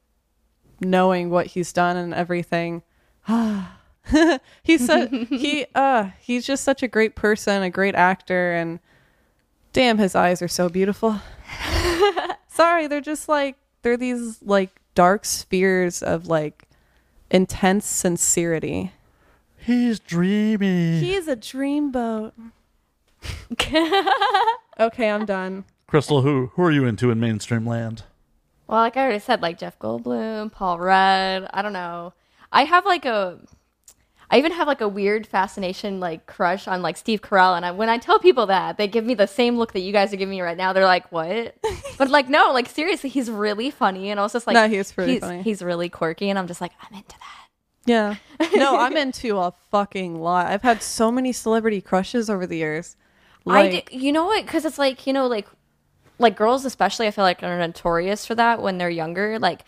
Speaker 3: knowing what he's done and everything. he's so, he uh he's just such a great person, a great actor, and damn, his eyes are so beautiful. Sorry, they're just like they're these like dark spheres of like intense sincerity.
Speaker 1: He's dreaming.
Speaker 3: He's a dreamboat. okay, I'm done.
Speaker 1: Crystal, who who are you into in mainstream land?
Speaker 5: Well, like I already said, like Jeff Goldblum, Paul Rudd. I don't know. I have like a, I even have like a weird fascination, like crush on like Steve Carell. And I, when I tell people that, they give me the same look that you guys are giving me right now. They're like, "What?" but like, no, like seriously, he's really funny, and I was just like,
Speaker 3: No, he is pretty
Speaker 5: he's,
Speaker 3: funny.
Speaker 5: He's really quirky, and I'm just like, I'm into that.
Speaker 3: Yeah. No, I'm into a fucking lot. I've had so many celebrity crushes over the years.
Speaker 5: I
Speaker 3: Like,
Speaker 5: do, you know what? Because it's like you know, like like girls especially. I feel like are notorious for that when they're younger. Like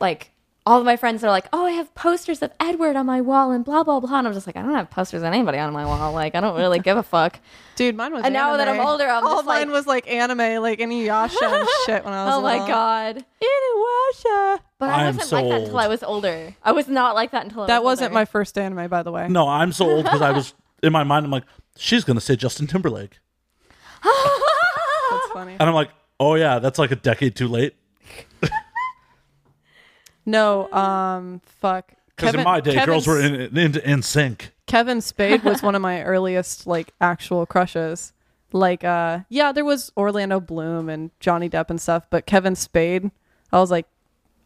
Speaker 5: like all of my friends are like, oh, I have posters of Edward on my wall and blah blah blah. And I'm just like, I don't have posters of anybody on my wall. Like I don't really give a fuck.
Speaker 3: dude, mine was.
Speaker 5: And now that
Speaker 3: anime.
Speaker 5: I'm older, I'm
Speaker 3: all
Speaker 5: just
Speaker 3: mine
Speaker 5: like-
Speaker 3: was like anime, like Inuyasha and shit. When I was
Speaker 5: oh my
Speaker 3: little.
Speaker 5: god.
Speaker 3: Inuyasha.
Speaker 5: But
Speaker 1: I
Speaker 5: I
Speaker 1: am
Speaker 5: wasn't
Speaker 1: so
Speaker 5: like that until I
Speaker 1: old.
Speaker 5: was older. I was not like that until I
Speaker 3: That
Speaker 5: was
Speaker 3: wasn't my
Speaker 5: older.
Speaker 3: first anime, by the way.
Speaker 1: No, I'm so old because I was in my mind. I'm like, she's gonna say Justin Timberlake,
Speaker 3: That's funny.
Speaker 1: and I'm like, oh yeah, that's like a decade too late.
Speaker 3: No, um, fuck.
Speaker 1: Because in my day,
Speaker 3: Kevin-
Speaker 1: girls were in in, in, in sync.
Speaker 3: Kevin Spade was one of my earliest like actual crushes. Like uh yeah, there was Orlando Bloom and Johnny Depp and stuff, but Kevin Spade, I was like,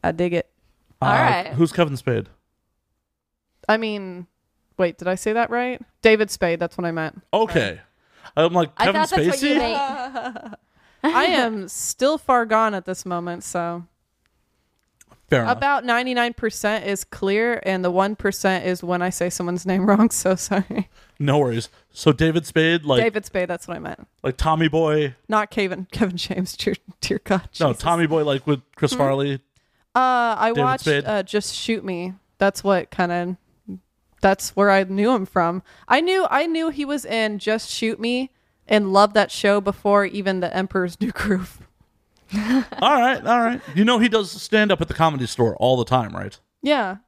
Speaker 3: I dig it.
Speaker 5: All right.
Speaker 1: Uh, Who's Kevin Spade?
Speaker 3: I mean, wait, did I say that right? David Spade, that's what I meant.
Speaker 1: Okay. I'm like
Speaker 5: I
Speaker 1: Kevin
Speaker 5: thought that's what you
Speaker 1: Spacey.
Speaker 5: meant.
Speaker 3: I am still far gone at this moment, so
Speaker 1: Fair enough.
Speaker 3: about 99% is clear and the 1% is when I say someone's name wrong, so sorry.
Speaker 1: No worries. So David Spade, like
Speaker 3: David Spade, that's what I meant.
Speaker 1: like Tommy Boy.
Speaker 3: Not Kevin Kevin James, dear, dear God.
Speaker 1: No,
Speaker 3: Jesus.
Speaker 1: Tommy Boy, like with Chris Farley.
Speaker 3: Uh, I
Speaker 1: David
Speaker 3: watched
Speaker 1: Spade?
Speaker 3: uh, Just Shoot Me. That's what kind of. That's where I knew him from. I knew I knew he was in Just Shoot Me and loved that show before even The Emperor's New Groove.
Speaker 1: All right, all right. You know he does stand up at the comedy store all the time, right?
Speaker 3: Yeah,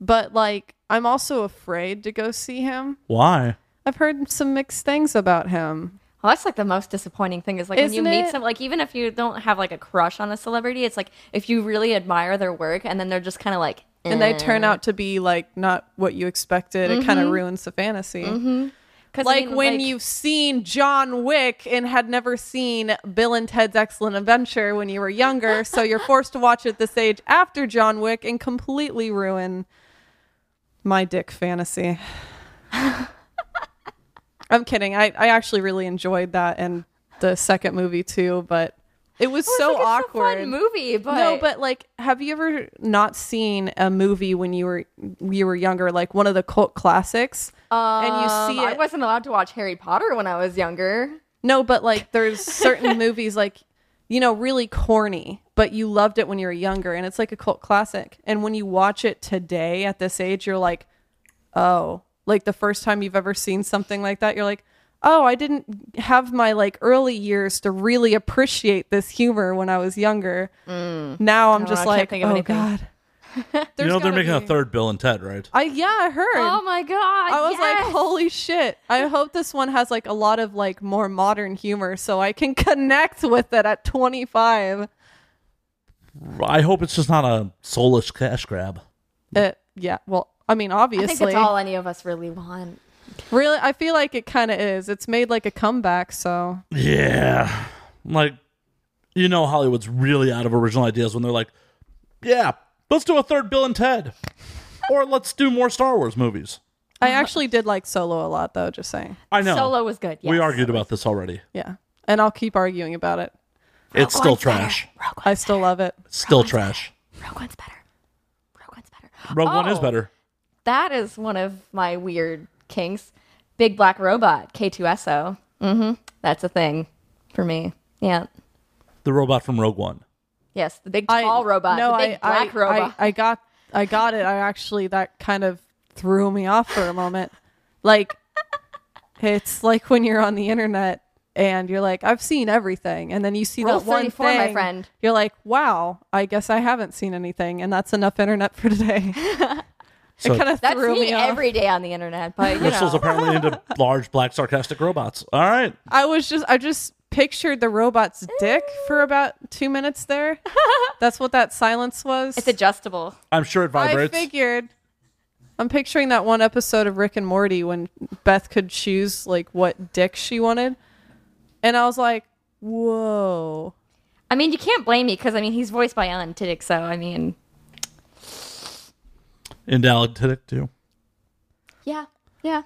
Speaker 3: but like I'm also afraid to go see him.
Speaker 1: Why?
Speaker 3: I've heard some mixed things about him.
Speaker 5: Well, Oh, that's like the most disappointing thing is like when you
Speaker 3: Isn't
Speaker 5: meet
Speaker 3: it?
Speaker 5: some like even if you don't have like a crush on a celebrity, it's like if you really admire their work and then they're just kind of like
Speaker 3: And they
Speaker 5: Mm.
Speaker 3: turn out to be like not what you expected. It kind of ruins the fantasy.
Speaker 5: Mm-hmm. Cause, I
Speaker 3: Like
Speaker 5: mean,
Speaker 3: when you've seen John Wick and had never seen Bill and Ted's Excellent Adventure when you were younger, so you're forced to watch it this age after John Wick and completely ruin my dick fantasy. I'm kidding. I, I actually really enjoyed that and the second movie too, but it was
Speaker 5: Well, Oh, it's,
Speaker 3: so
Speaker 5: like, it's a
Speaker 3: awkward.
Speaker 5: fun movie, but
Speaker 3: No, but like, have you ever not seen a movie when you were you were younger, like one of the cult classics, and you see
Speaker 5: Um, I
Speaker 3: it?
Speaker 5: wasn't allowed to watch Harry Potter when I was younger.
Speaker 3: no, but like, there's certain movies like you know really corny, but you loved it when you were younger, and it's like a cult classic. And when you watch it today at this age, you're like, oh, like the first time you've ever seen something like that, you're like. Oh, I didn't have my like early years to really appreciate this humor when I was younger. Now I'm
Speaker 5: don't
Speaker 3: just
Speaker 5: know, Mm. I
Speaker 3: like,
Speaker 5: can't think of
Speaker 3: oh
Speaker 5: anything.
Speaker 3: god,
Speaker 1: you know they're
Speaker 3: gotta
Speaker 1: making a
Speaker 3: be-
Speaker 1: third Bill and Ted, right?
Speaker 3: I yeah, I heard.
Speaker 5: Oh my god!
Speaker 3: I was
Speaker 5: yes!
Speaker 3: like, holy shit. I hope this one has like a lot of like more modern humor so I can connect with it at 25.
Speaker 1: I hope it's just not a soulless cash grab.
Speaker 3: It, Uh, yeah, well, I mean,
Speaker 5: I
Speaker 3: obviously.
Speaker 5: think that's all any of us really want.
Speaker 3: Really, I feel like it kind of is. It's made like a comeback, so.
Speaker 1: Yeah. Like, you know, Hollywood's really out of original ideas when they're like, yeah, let's do a third Bill and Ted. or let's do more Star Wars movies.
Speaker 3: I actually did like Solo a lot, though, just saying.
Speaker 1: I know.
Speaker 5: Solo was good. Yes.
Speaker 1: We argued about this already.
Speaker 3: Yeah. And I'll keep arguing about it. Oh,
Speaker 1: It's still trash.
Speaker 5: Rogue
Speaker 3: I
Speaker 5: One's,
Speaker 3: still love it.
Speaker 1: Still trash.
Speaker 5: Rogue One's better. Rogue One's better.
Speaker 1: Rogue One is
Speaker 5: Oh.
Speaker 1: better.
Speaker 5: That is one of my weird kinks. Big black robot, K2SO. hmm That's a thing for me. Yeah.
Speaker 1: The robot from Rogue One.
Speaker 5: Yes, the big tall robot, the big black
Speaker 3: I,
Speaker 5: robot.
Speaker 3: I, I got I got it. I actually that kind of threw me off for a moment. Like it's like when you're on the internet and you're like, I've seen everything, and then you see
Speaker 5: Rule
Speaker 3: that one
Speaker 5: 34, my
Speaker 3: thing,
Speaker 5: friend.
Speaker 3: You're like, wow, I guess I haven't seen anything, and that's enough internet for today.
Speaker 1: So-
Speaker 3: it kind of
Speaker 5: That's
Speaker 3: threw
Speaker 5: me,
Speaker 3: me off.
Speaker 5: every day on the internet, but you
Speaker 1: Crystal's
Speaker 5: know,
Speaker 1: apparently into large, black, sarcastic robots. All right.
Speaker 3: I was just I just pictured the robot's dick for about two minutes there. That's what that silence was.
Speaker 5: it's adjustable.
Speaker 1: I'm sure it
Speaker 3: I
Speaker 1: vibrates.
Speaker 3: figured. I'm picturing that one episode of Rick and Morty when Beth could choose like what dick she wanted, and I was like, "Whoa!"
Speaker 5: I mean, you can't blame me because I mean he's voiced by Alan Tiddick, so I mean,
Speaker 1: Invalid did it too.
Speaker 5: yeah, yeah.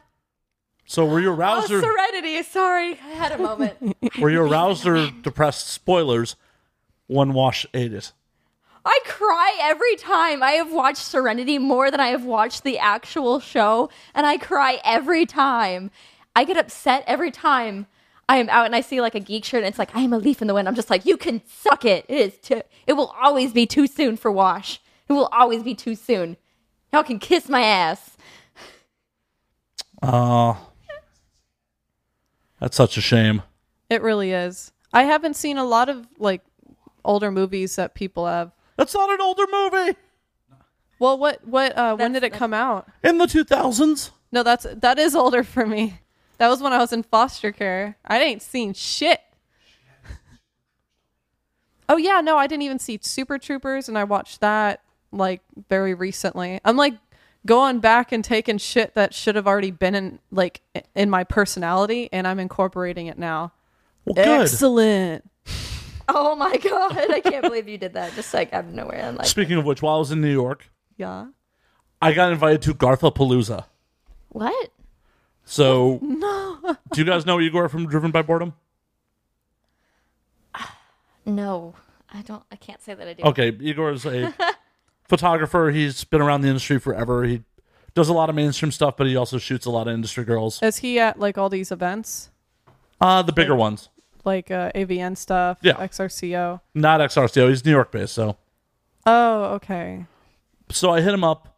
Speaker 1: So were your
Speaker 5: Oh,
Speaker 1: rouser
Speaker 5: serenity. Sorry, I had a moment.
Speaker 1: were your rouser depressed spoilers? One wash ate it.
Speaker 5: I cry every time. I have watched Serenity more than I have watched the actual show, and I cry every time. I get upset every time I am out and I see like a geek shirt, and it's like I am a leaf in the wind. I'm just like, you can suck it. It is. Too, it will always be too soon for Wash. It will always be too soon. Y'all can kiss my ass.
Speaker 1: Oh, that's such a shame.
Speaker 3: It really is. I haven't seen a lot of like older movies that people have.
Speaker 1: That's not an older movie.
Speaker 3: Well, what what uh, when
Speaker 5: That's-
Speaker 3: did it come out?
Speaker 1: In the 2000s,
Speaker 3: No, that's that is older for me. That was when I was in foster care. I ain't seen shit. Oh yeah, no, I didn't even see Super Troopers, and I watched that like very recently. I'm like going back and taking shit that should have already been in like i- in my personality, and I'm incorporating it now.
Speaker 1: well, good.
Speaker 3: Excellent.
Speaker 5: Oh my god, I can't believe you did that. Just like out of nowhere, I'm like,
Speaker 1: Speaking of which, while I was in New York,
Speaker 3: Yeah.
Speaker 1: I got invited to Gartha Palooza.
Speaker 5: what?
Speaker 1: So, do you guys know Igor from Driven by Boredom?
Speaker 5: No, I don't. I can't say that I do.
Speaker 1: Okay, Igor's a photographer. He's been around the industry forever. He does a lot of mainstream stuff, but he also shoots a lot of industry girls.
Speaker 3: Is he at like all these events,
Speaker 1: Uh, the bigger ones,
Speaker 3: like uh, AVN stuff,
Speaker 1: Yeah.
Speaker 3: XRCO?
Speaker 1: not XRCO. He's New York based, so
Speaker 3: Oh, okay.
Speaker 1: so I hit him up,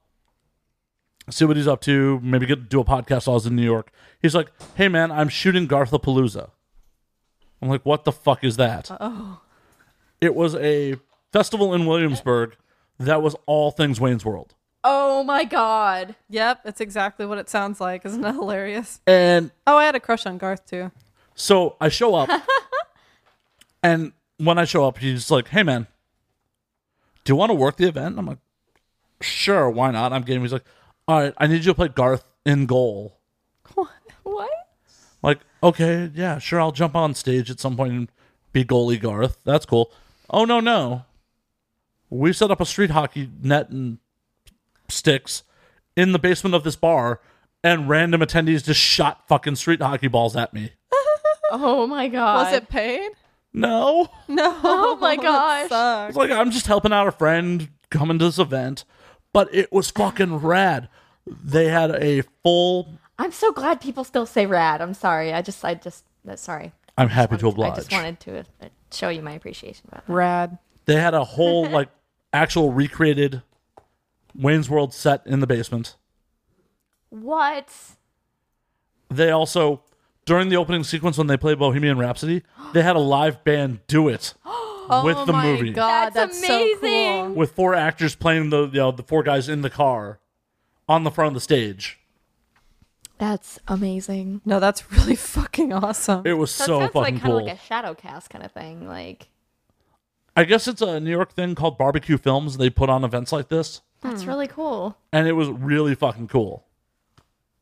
Speaker 1: see what he's up to, maybe get do a podcast while I was in New York. He's like, "Hey man, I'm shooting Gartha Palooza." I'm like, "What the fuck is that?" Oh, it was a festival in Williamsburg that was all things Wayne's World,
Speaker 5: Oh my god.
Speaker 3: Yep, that's exactly what it sounds like. Isn't that hilarious?
Speaker 1: and
Speaker 3: Oh, I had a crush on Garth too.
Speaker 1: so I show up, and when I show up, he's like, "Hey man, do you want to work the event?" I'm like, "Sure, why not?" I'm game. He's like, "All right, I need you to play Garth in goal."
Speaker 5: What?
Speaker 1: Like, okay, yeah, sure, I'll jump on stage at some point and be goalie Garth. That's cool. Oh no, no. We set up a street hockey net and sticks in the basement of this bar, and random attendees just shot fucking street hockey balls at me.
Speaker 5: Oh my god.
Speaker 3: Was it paid?
Speaker 1: No.
Speaker 3: No. Oh
Speaker 5: my gosh.
Speaker 1: It's like I'm just helping out a friend coming to this event. But it was fucking rad. They had a full
Speaker 5: I'm so glad people still say rad. I'm sorry. I just I just that's sorry.
Speaker 1: I'm happy to
Speaker 5: I just
Speaker 1: oblige.
Speaker 5: wanted to uh, show you my appreciation about that.
Speaker 3: Rad.
Speaker 1: They had a whole like actual recreated Wayne's World set in the basement.
Speaker 5: What?
Speaker 1: They also during the opening sequence when they play Bohemian Rhapsody, they had a live band do it with the movie
Speaker 3: Oh God,
Speaker 5: That's
Speaker 3: that's, so
Speaker 5: amazing.
Speaker 3: cool.
Speaker 1: with four actors playing the you know, the four guys in the car on the front of the stage.
Speaker 5: That's amazing.
Speaker 3: No, that's really fucking awesome.
Speaker 1: It was
Speaker 5: So,
Speaker 1: so
Speaker 5: it sounds
Speaker 1: fucking
Speaker 5: like kind
Speaker 1: cool.
Speaker 5: of like a shadow cast kind of thing. Like
Speaker 1: I guess it's a New York thing called Barbecue Films. They put on events like this,
Speaker 5: that's really cool.
Speaker 1: and it was really fucking cool.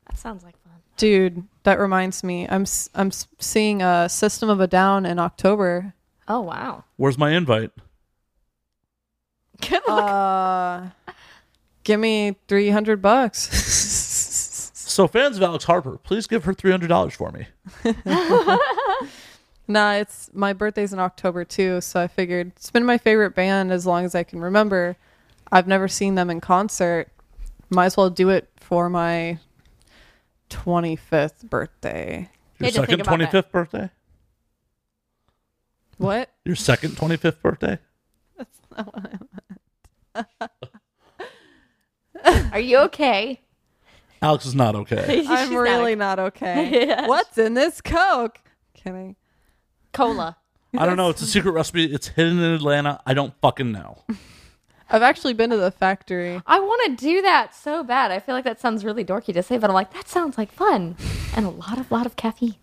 Speaker 5: That sounds like fun.
Speaker 3: Dude, that reminds me. I'm s- I'm s- seeing a System of a Down in October.
Speaker 5: Oh wow.
Speaker 1: Where's my invite?
Speaker 5: Good luck.
Speaker 3: Uh Give me 300 bucks.
Speaker 1: So, fans of Alex Harper, please give her three hundred dollars for me.
Speaker 3: nah, it's my birthday's in October too, so I figured it's been my favorite band as long as I can remember. I've never seen them in concert. Might as well do it for my 25th birthday.
Speaker 1: Your
Speaker 5: Made to think
Speaker 1: second
Speaker 5: about
Speaker 1: twenty
Speaker 5: that.
Speaker 1: fifth birthday.
Speaker 3: What?
Speaker 1: Your second 25th birthday?
Speaker 5: Are you okay?
Speaker 1: Alex is not okay.
Speaker 3: I'm really not okay. What's in this Coke? Kidding.
Speaker 5: cola.
Speaker 1: I don't know. It's a secret recipe. It's hidden in Atlanta. I don't fucking know.
Speaker 3: I've actually been to the factory.
Speaker 5: I want to do that so bad. I feel like that sounds really dorky to say, but I'm like, that sounds like fun and a lot of lot of caffeine.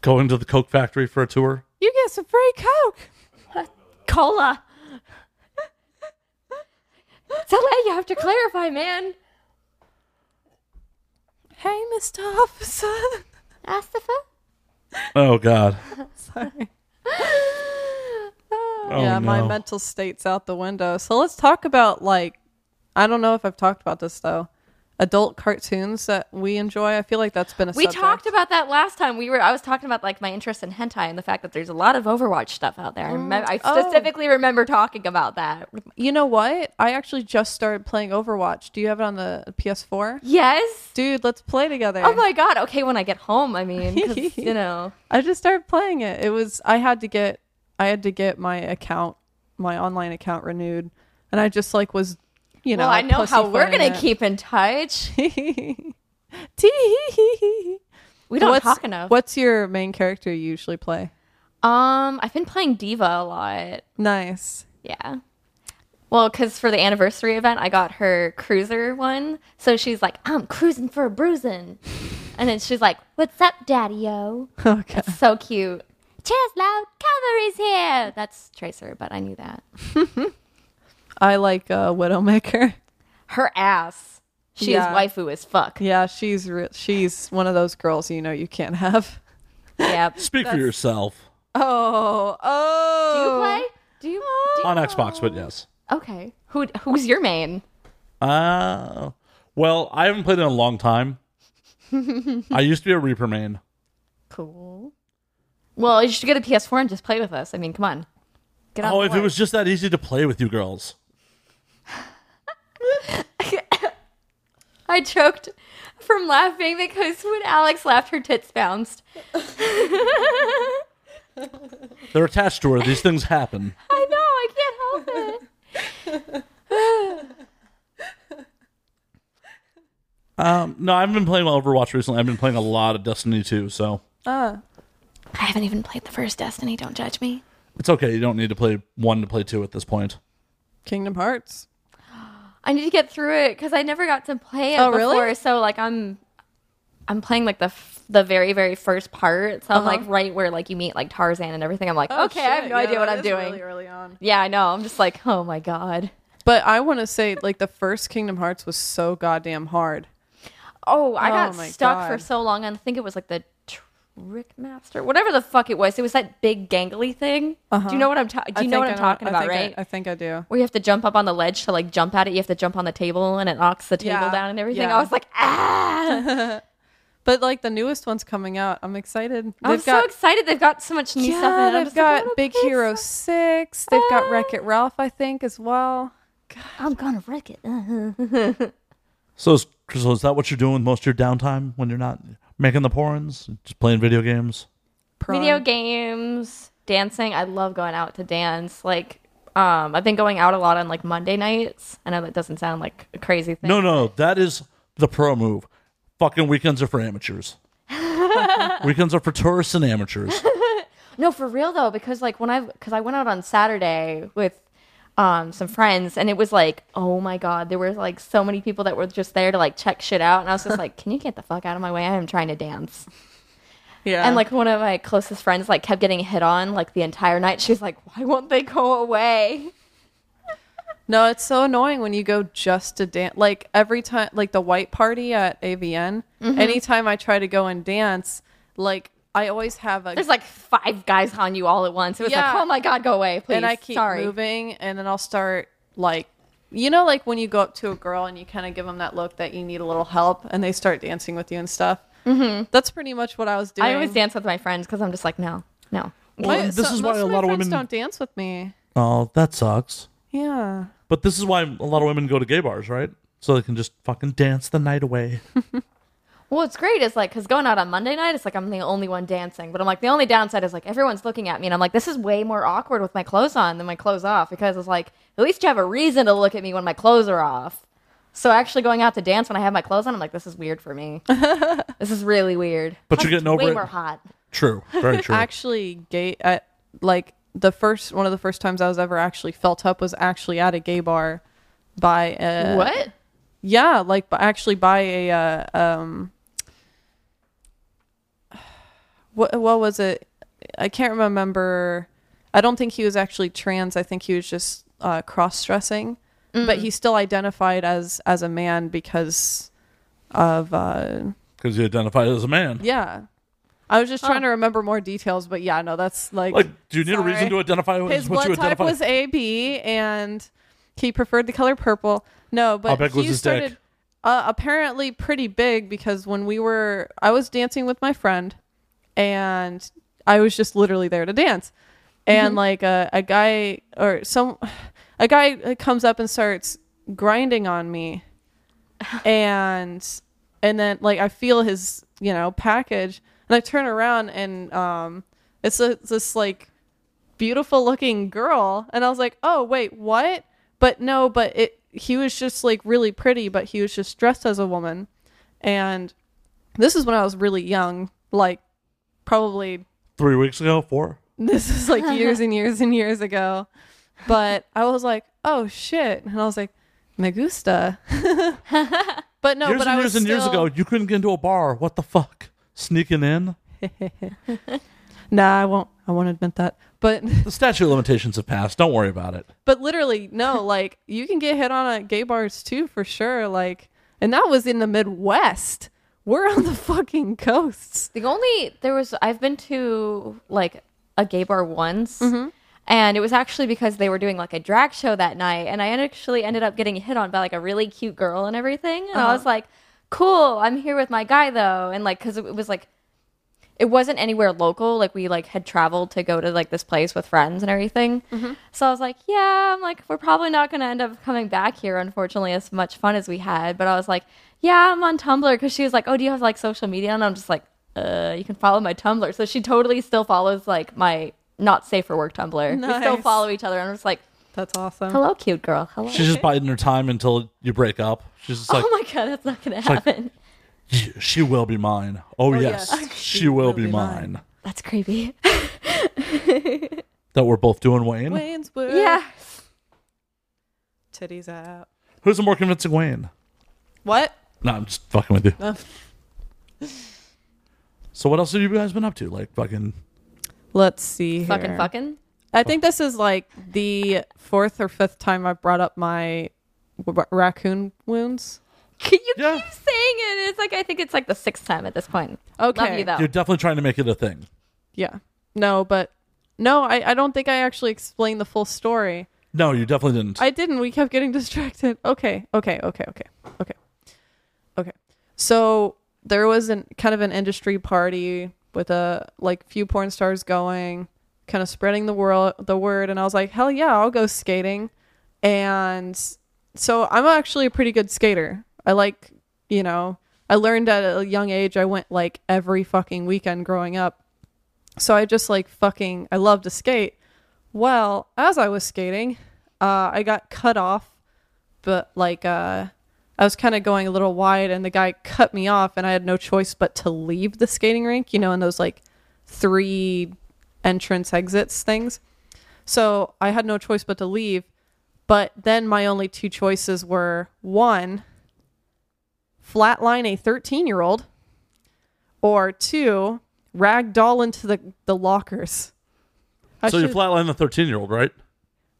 Speaker 1: Going to the Coke factory for a tour.
Speaker 3: You get some free Coke.
Speaker 5: Cola. it's LA. You have to clarify, man.
Speaker 3: Hey, Mr. Officer.
Speaker 6: Astifa?
Speaker 1: Oh God.
Speaker 3: Sorry.
Speaker 1: Oh,
Speaker 3: yeah, my
Speaker 1: no.
Speaker 3: mental state's out the window. So let's talk about like I don't know if I've talked about this though. Adult cartoons that we enjoy. I feel like that's been a
Speaker 5: We
Speaker 3: subject.
Speaker 5: talked about that last time. We were. I was talking about like my interest in hentai and the fact that there's a lot of Overwatch stuff out there. I, remem- I
Speaker 3: oh.
Speaker 5: specifically remember talking about that.
Speaker 3: You know what? I actually just started playing Overwatch. Do you have it on the PS4?
Speaker 5: Yes.
Speaker 3: Dude, let's play together.
Speaker 5: Oh my god. Okay, when I get home, I mean, 'cause, you know,
Speaker 3: I just started playing it. It was I had to get I had to get my account, my online account renewed, and I just like was, you know,
Speaker 5: well, I know how we're gonna
Speaker 3: pussyfooting it.
Speaker 5: keep in touch.
Speaker 3: Tee-hee-hee-hee.
Speaker 5: We don't
Speaker 3: what's,
Speaker 5: talk enough.
Speaker 3: What's your main character you usually play?
Speaker 5: Um, I've been playing Diva a lot.
Speaker 3: Nice.
Speaker 5: Yeah. Well, because for the anniversary event, I got her cruiser one. So she's like, I'm cruising for a bruising. And then she's like,
Speaker 6: What's up, Daddy O?
Speaker 3: Okay.
Speaker 5: so cute.
Speaker 6: Cheers loud, cover is here!
Speaker 5: Yeah, that's Tracer, but I knew that.
Speaker 3: I like uh, Widowmaker.
Speaker 5: Her ass. She
Speaker 3: Yeah.
Speaker 5: is waifu as fuck.
Speaker 3: Yeah, she's re- she's one of those girls you know you can't have.
Speaker 5: Yeah.
Speaker 1: Speak for yourself
Speaker 3: Oh, oh.
Speaker 5: play? Do you? do you-
Speaker 1: on Xbox, but yes.
Speaker 5: okay. Who? Who's your main?
Speaker 1: Uh, well, I haven't played in a long time. I used to be a Reaper main.
Speaker 5: Cool. Well, you should get a PS4 and just play with us. I mean, come on. Get on
Speaker 1: Oh, if
Speaker 5: board.
Speaker 1: it was just that easy to play with you girls.
Speaker 5: I choked from laughing because when Alex laughed, her tits bounced.
Speaker 1: They're attached to her. These things happen.
Speaker 5: I know, I can't help it.
Speaker 1: Um, no, I've been playing Overwatch recently. I've been playing a lot of Destiny 2, so
Speaker 3: Ah.
Speaker 5: I haven't even played the first Destiny. Don't judge me.
Speaker 1: it's okay. You don't need to play one to play two at this point.
Speaker 3: Kingdom Hearts.
Speaker 5: I need to get through it because I never got to play it
Speaker 3: Oh,
Speaker 5: before.
Speaker 3: really?
Speaker 5: So like I'm, I'm playing like the f- the very very first part. So I'm like
Speaker 3: Uh-huh.
Speaker 5: right where like you meet like Tarzan and everything. I'm like,
Speaker 3: Oh,
Speaker 5: okay, I have no idea what I'm doing. yeah, I know. I'm just like, oh my god.
Speaker 3: But I want to say, like, the first Kingdom Hearts was so goddamn hard.
Speaker 5: Oh, I
Speaker 3: Oh
Speaker 5: got
Speaker 3: my
Speaker 5: stuck
Speaker 3: God.
Speaker 5: for so long. I think it was like the Trick Master, whatever the fuck it was. It was that big gangly thing. Do you know what I'm talking? Do you know what I'm talking about? right?
Speaker 3: Uh-huh. I, think I do.
Speaker 5: Where you have to jump up on the ledge to like jump at it. You have to jump on the table and it knocks the table
Speaker 3: Yeah,
Speaker 5: down and everything.
Speaker 3: yeah.
Speaker 5: I was like, ah!
Speaker 3: But like the newest one's coming out. I'm excited. They've
Speaker 5: I'm so excited. They've got so much new
Speaker 3: yeah,
Speaker 5: stuff. in it. I'm
Speaker 3: they've
Speaker 5: just like, I
Speaker 3: got
Speaker 5: wanna
Speaker 3: Big
Speaker 5: play
Speaker 3: Hero
Speaker 5: some-
Speaker 3: Six. They've got
Speaker 5: Ah.
Speaker 3: Wreck It Ralph, I think, as well.
Speaker 6: I'm gonna wreck it. Uh-huh.
Speaker 1: So, is, Crystal, is that what you're doing with most of your downtime when you're not making the porns? Just playing video games?
Speaker 5: video games, dancing. I love going out to dance. Like, um, I've been going out a lot on like Monday nights. I know that doesn't sound like a crazy thing.
Speaker 1: No, no, that is the pro move. Fucking weekends are for amateurs. weekends are for tourists and amateurs.
Speaker 5: No, for real though, because like when I because I went out on Saturday with um some friends and it was like, oh my god, there were like so many people that were just there to like check shit out and I was just like, Can you get the fuck out of my way? I am trying to dance.
Speaker 3: Yeah,
Speaker 5: And like one of my closest friends like kept getting hit on like the entire night. She's like, Why won't they go away?
Speaker 3: no, it's so annoying when you go just to dance. Like every time, like the white party at AVN.
Speaker 5: Mm-hmm.
Speaker 3: Anytime I try to go and dance, like I always have a
Speaker 5: There's like five guys on you all at once. It was
Speaker 3: Yeah.
Speaker 5: like, Oh my god, go away, please.
Speaker 3: and I keep
Speaker 5: Sorry.
Speaker 3: moving, and then I'll start like, you know, like when you go up to a girl and you kind of give them that look that you need a little help, and they start dancing with you and stuff. Mm-hmm. That's pretty much what I was doing.
Speaker 5: I always dance with my friends because I'm just like, No, no.
Speaker 1: Well,
Speaker 3: My-
Speaker 1: this
Speaker 3: so-
Speaker 1: is
Speaker 3: most
Speaker 1: why a
Speaker 3: my
Speaker 1: lot of
Speaker 3: friends
Speaker 1: women.
Speaker 3: don't dance with me.
Speaker 1: Oh, that sucks.
Speaker 3: Yeah,
Speaker 1: But this is why a lot of women go to gay bars, right? So they can just fucking dance the night away.
Speaker 5: Well, what's great is like, because going out on Monday night, it's like I'm the only one dancing. But I'm like, the only downside is like everyone's looking at me. And I'm like, this is way more awkward with my clothes on than my clothes off because it's like, at least you have a reason to look at me when my clothes are off. So actually going out to dance when I have my clothes on, I'm like, this is weird for me. this is really weird.
Speaker 1: But you're getting
Speaker 4: Way
Speaker 1: over
Speaker 4: more
Speaker 1: it.
Speaker 4: hot.
Speaker 1: True. Very true.
Speaker 3: actually gay I, like the first one of the first times I was ever actually felt up was actually at a gay bar by a
Speaker 5: what?
Speaker 3: Yeah, like b- actually by a uh, um what what was it? I can't remember. I don't think he was actually trans. I think he was just uh, cross dressing, but he still identified as as a man because of uh
Speaker 1: Because you identified as a man.
Speaker 3: yeah. I was just trying to remember more details, but yeah, no, that's like,
Speaker 1: Like, do you need a
Speaker 3: Sorry.
Speaker 1: reason to identify with
Speaker 3: his
Speaker 1: what you
Speaker 3: blood type
Speaker 1: identify?
Speaker 3: was AB, and he preferred the color purple. No, but
Speaker 1: How big
Speaker 3: he
Speaker 1: was his dick?
Speaker 3: started uh, apparently pretty big because when we were, I was dancing with my friend, and I was just literally there to dance, and like uh, a, a guy or some, a guy uh, comes up and starts grinding on me, and and then like I feel his you know package, and I turn around and um, it's a, this like beautiful looking girl, and I was like, oh wait, what? But no, but it he was just like really pretty, but he was just dressed as a woman, and this is when I was really young, like probably
Speaker 1: Three weeks ago? Four?
Speaker 3: this is like years and years and years ago. But I was like, oh shit. And I was like, me gusta. but no,
Speaker 1: years
Speaker 3: but I
Speaker 1: and years
Speaker 3: was
Speaker 1: and years
Speaker 3: still-
Speaker 1: ago, you couldn't get into a bar. What the fuck? Sneaking in?
Speaker 3: Nah, I won't I won't admit that. But
Speaker 1: The statute of limitations have passed. Don't worry about it.
Speaker 3: but literally, no, like you can get hit on at gay bars too for sure. Like and that was in the Midwest. We're on the fucking coasts.
Speaker 5: The only there was I've been to like a gay bar once. And it was actually because they were doing like a drag show that night and I actually ended up getting hit on by like a really cute girl and everything. And I was like, "Cool, I'm here with my guy though." And like cuz it was like it wasn't anywhere local. Like we like had traveled to go to like this place with friends and everything. So I was like, yeah, I'm like, we're probably not gonna end up coming back here, unfortunately, as much fun as we had. But I was like, yeah, I'm on Tumblr because she was like, oh, do you have like social media? And I'm just like, uh, you can follow my Tumblr. So she totally still follows like my not safe for work Tumblr. We still
Speaker 3: Nice.
Speaker 5: follow each other, and I'm just like,
Speaker 3: That's awesome.
Speaker 5: hello, cute girl. Hello.
Speaker 1: She's just biding her time until you break up. She's just like,
Speaker 5: oh my god, that's not gonna
Speaker 1: like-
Speaker 5: happen.
Speaker 1: "Y- she will be mine. Oh, yes.
Speaker 3: yes.
Speaker 1: She, will, be, mine.
Speaker 5: that's creepy.
Speaker 1: That we're both doing, Wayne.
Speaker 3: Wayne's World.
Speaker 5: yeah.
Speaker 3: Titties out.
Speaker 1: Who's a more convincing Wayne?
Speaker 3: What?
Speaker 1: No, I'm just fucking with you.
Speaker 3: Oh.
Speaker 1: so what else have you guys been up to? Like fucking
Speaker 3: Let's see.
Speaker 5: Fucking
Speaker 3: here.
Speaker 5: fucking.
Speaker 3: I think this is like the fourth or fifth time I brought up my w- raccoon wounds.
Speaker 5: you
Speaker 1: Yeah.
Speaker 5: keep saying it. It's like I think it's like the sixth time at this point.
Speaker 3: Okay.
Speaker 5: Love you though.
Speaker 1: you're definitely trying to make it a thing.
Speaker 3: Yeah. No, but no, I, I don't think I actually explained the full story.
Speaker 1: No, you definitely didn't.
Speaker 3: I didn't. We kept getting distracted. Okay, okay, okay, okay, okay, okay. So there was an kind of an industry party with a like few porn stars going, kind of spreading the world the word, and I was like, hell yeah, I'll go skating. And so I'm actually a pretty good skater. I like, you know, I learned at a young age. I went like every fucking weekend growing up. So I just like fucking. I love to skate. Well, as I was skating, uh, I got cut off, but like uh, I was kind of going a little wide, and the guy cut me off, and I had no choice but to leave the skating rink. You know, in those like three entrance exits things. So I had no choice but to leave. But then my only two choices were one, flatline a 13 year old, or two, ragdoll into the, the lockers. I
Speaker 1: so you
Speaker 3: should-
Speaker 1: flatline the 13 year old, right?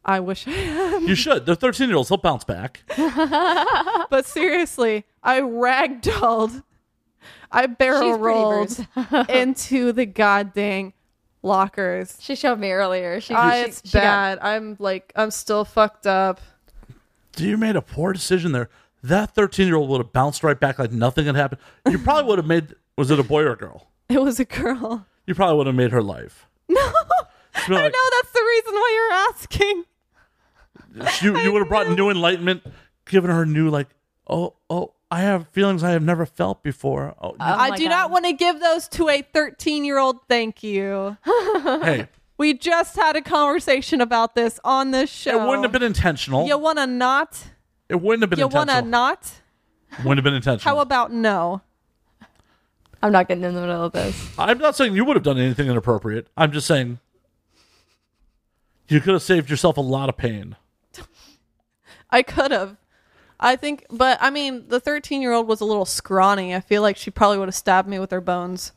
Speaker 3: I wish I
Speaker 1: You should. They're 13 year olds. They'll bounce back.
Speaker 3: But seriously, I ragdolled, I barrel rolled into the goddamn lockers.
Speaker 5: She showed me earlier. She,
Speaker 3: I,
Speaker 5: she-
Speaker 3: it's
Speaker 5: she
Speaker 3: bad.
Speaker 5: got-
Speaker 3: I'm like, I'm still fucked up.
Speaker 1: You made a poor decision there. That 13 year old would have bounced right back like nothing had happened. You probably would have made, was it a boy or a girl?
Speaker 3: It was a girl.
Speaker 1: You probably would have made her life.
Speaker 3: No,
Speaker 1: be
Speaker 3: I
Speaker 1: like-
Speaker 3: know that's the reason why you're asking.
Speaker 1: You, you would have brought new enlightenment, given her new, like, oh, oh, I have feelings I have never felt before. Oh, you-
Speaker 5: Oh
Speaker 3: I
Speaker 5: my
Speaker 3: do not
Speaker 5: God.
Speaker 3: want to give those to a 13 year old. Thank you.
Speaker 1: hey,
Speaker 3: We just had a conversation about this on this show.
Speaker 1: it wouldn't have been intentional.
Speaker 3: You want to not?
Speaker 1: It wouldn't have been
Speaker 3: You wanna
Speaker 1: intentional.
Speaker 3: not?
Speaker 1: wouldn't have been intentional.
Speaker 3: How about no?
Speaker 5: I'm not getting in the middle of this.
Speaker 1: I'm not saying you would have done anything inappropriate. I'm just saying you could have saved yourself a lot of pain.
Speaker 3: I could have. I think, but I mean, the 13 year old was a little scrawny. I feel like she probably would have stabbed me with her bones.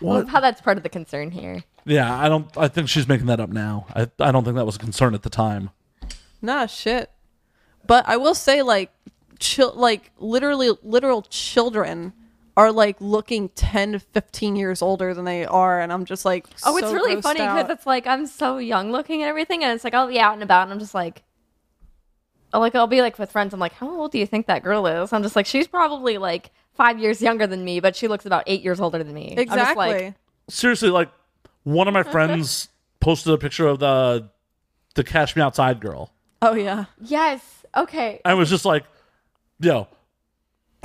Speaker 1: What?
Speaker 5: How that's part of the concern here.
Speaker 1: Yeah, I don't. I think she's making that up now. I, I don't think that was a concern at the time.
Speaker 3: Nah, shit. But I will say, like, chil- like literally, literal children are like looking 10 to 15 years older than they are. And I'm just like,
Speaker 5: Oh, it's
Speaker 3: so
Speaker 5: really
Speaker 3: grossed
Speaker 5: funny because
Speaker 3: out.
Speaker 5: it's like I'm so young looking and everything, and it's like I'll be out and about, and I'm just like, I'll, like I'll be like with friends. I'm like, how old do you think that girl is? I'm just like, she's probably like five years younger than me, but she looks about eight years older than me. I'm just
Speaker 3: exactly.
Speaker 5: like,
Speaker 1: Seriously, like one of my friends posted a picture of the the Cash Me Outside girl.
Speaker 3: oh, yeah.
Speaker 5: yes, okay.
Speaker 1: I was just like, yo,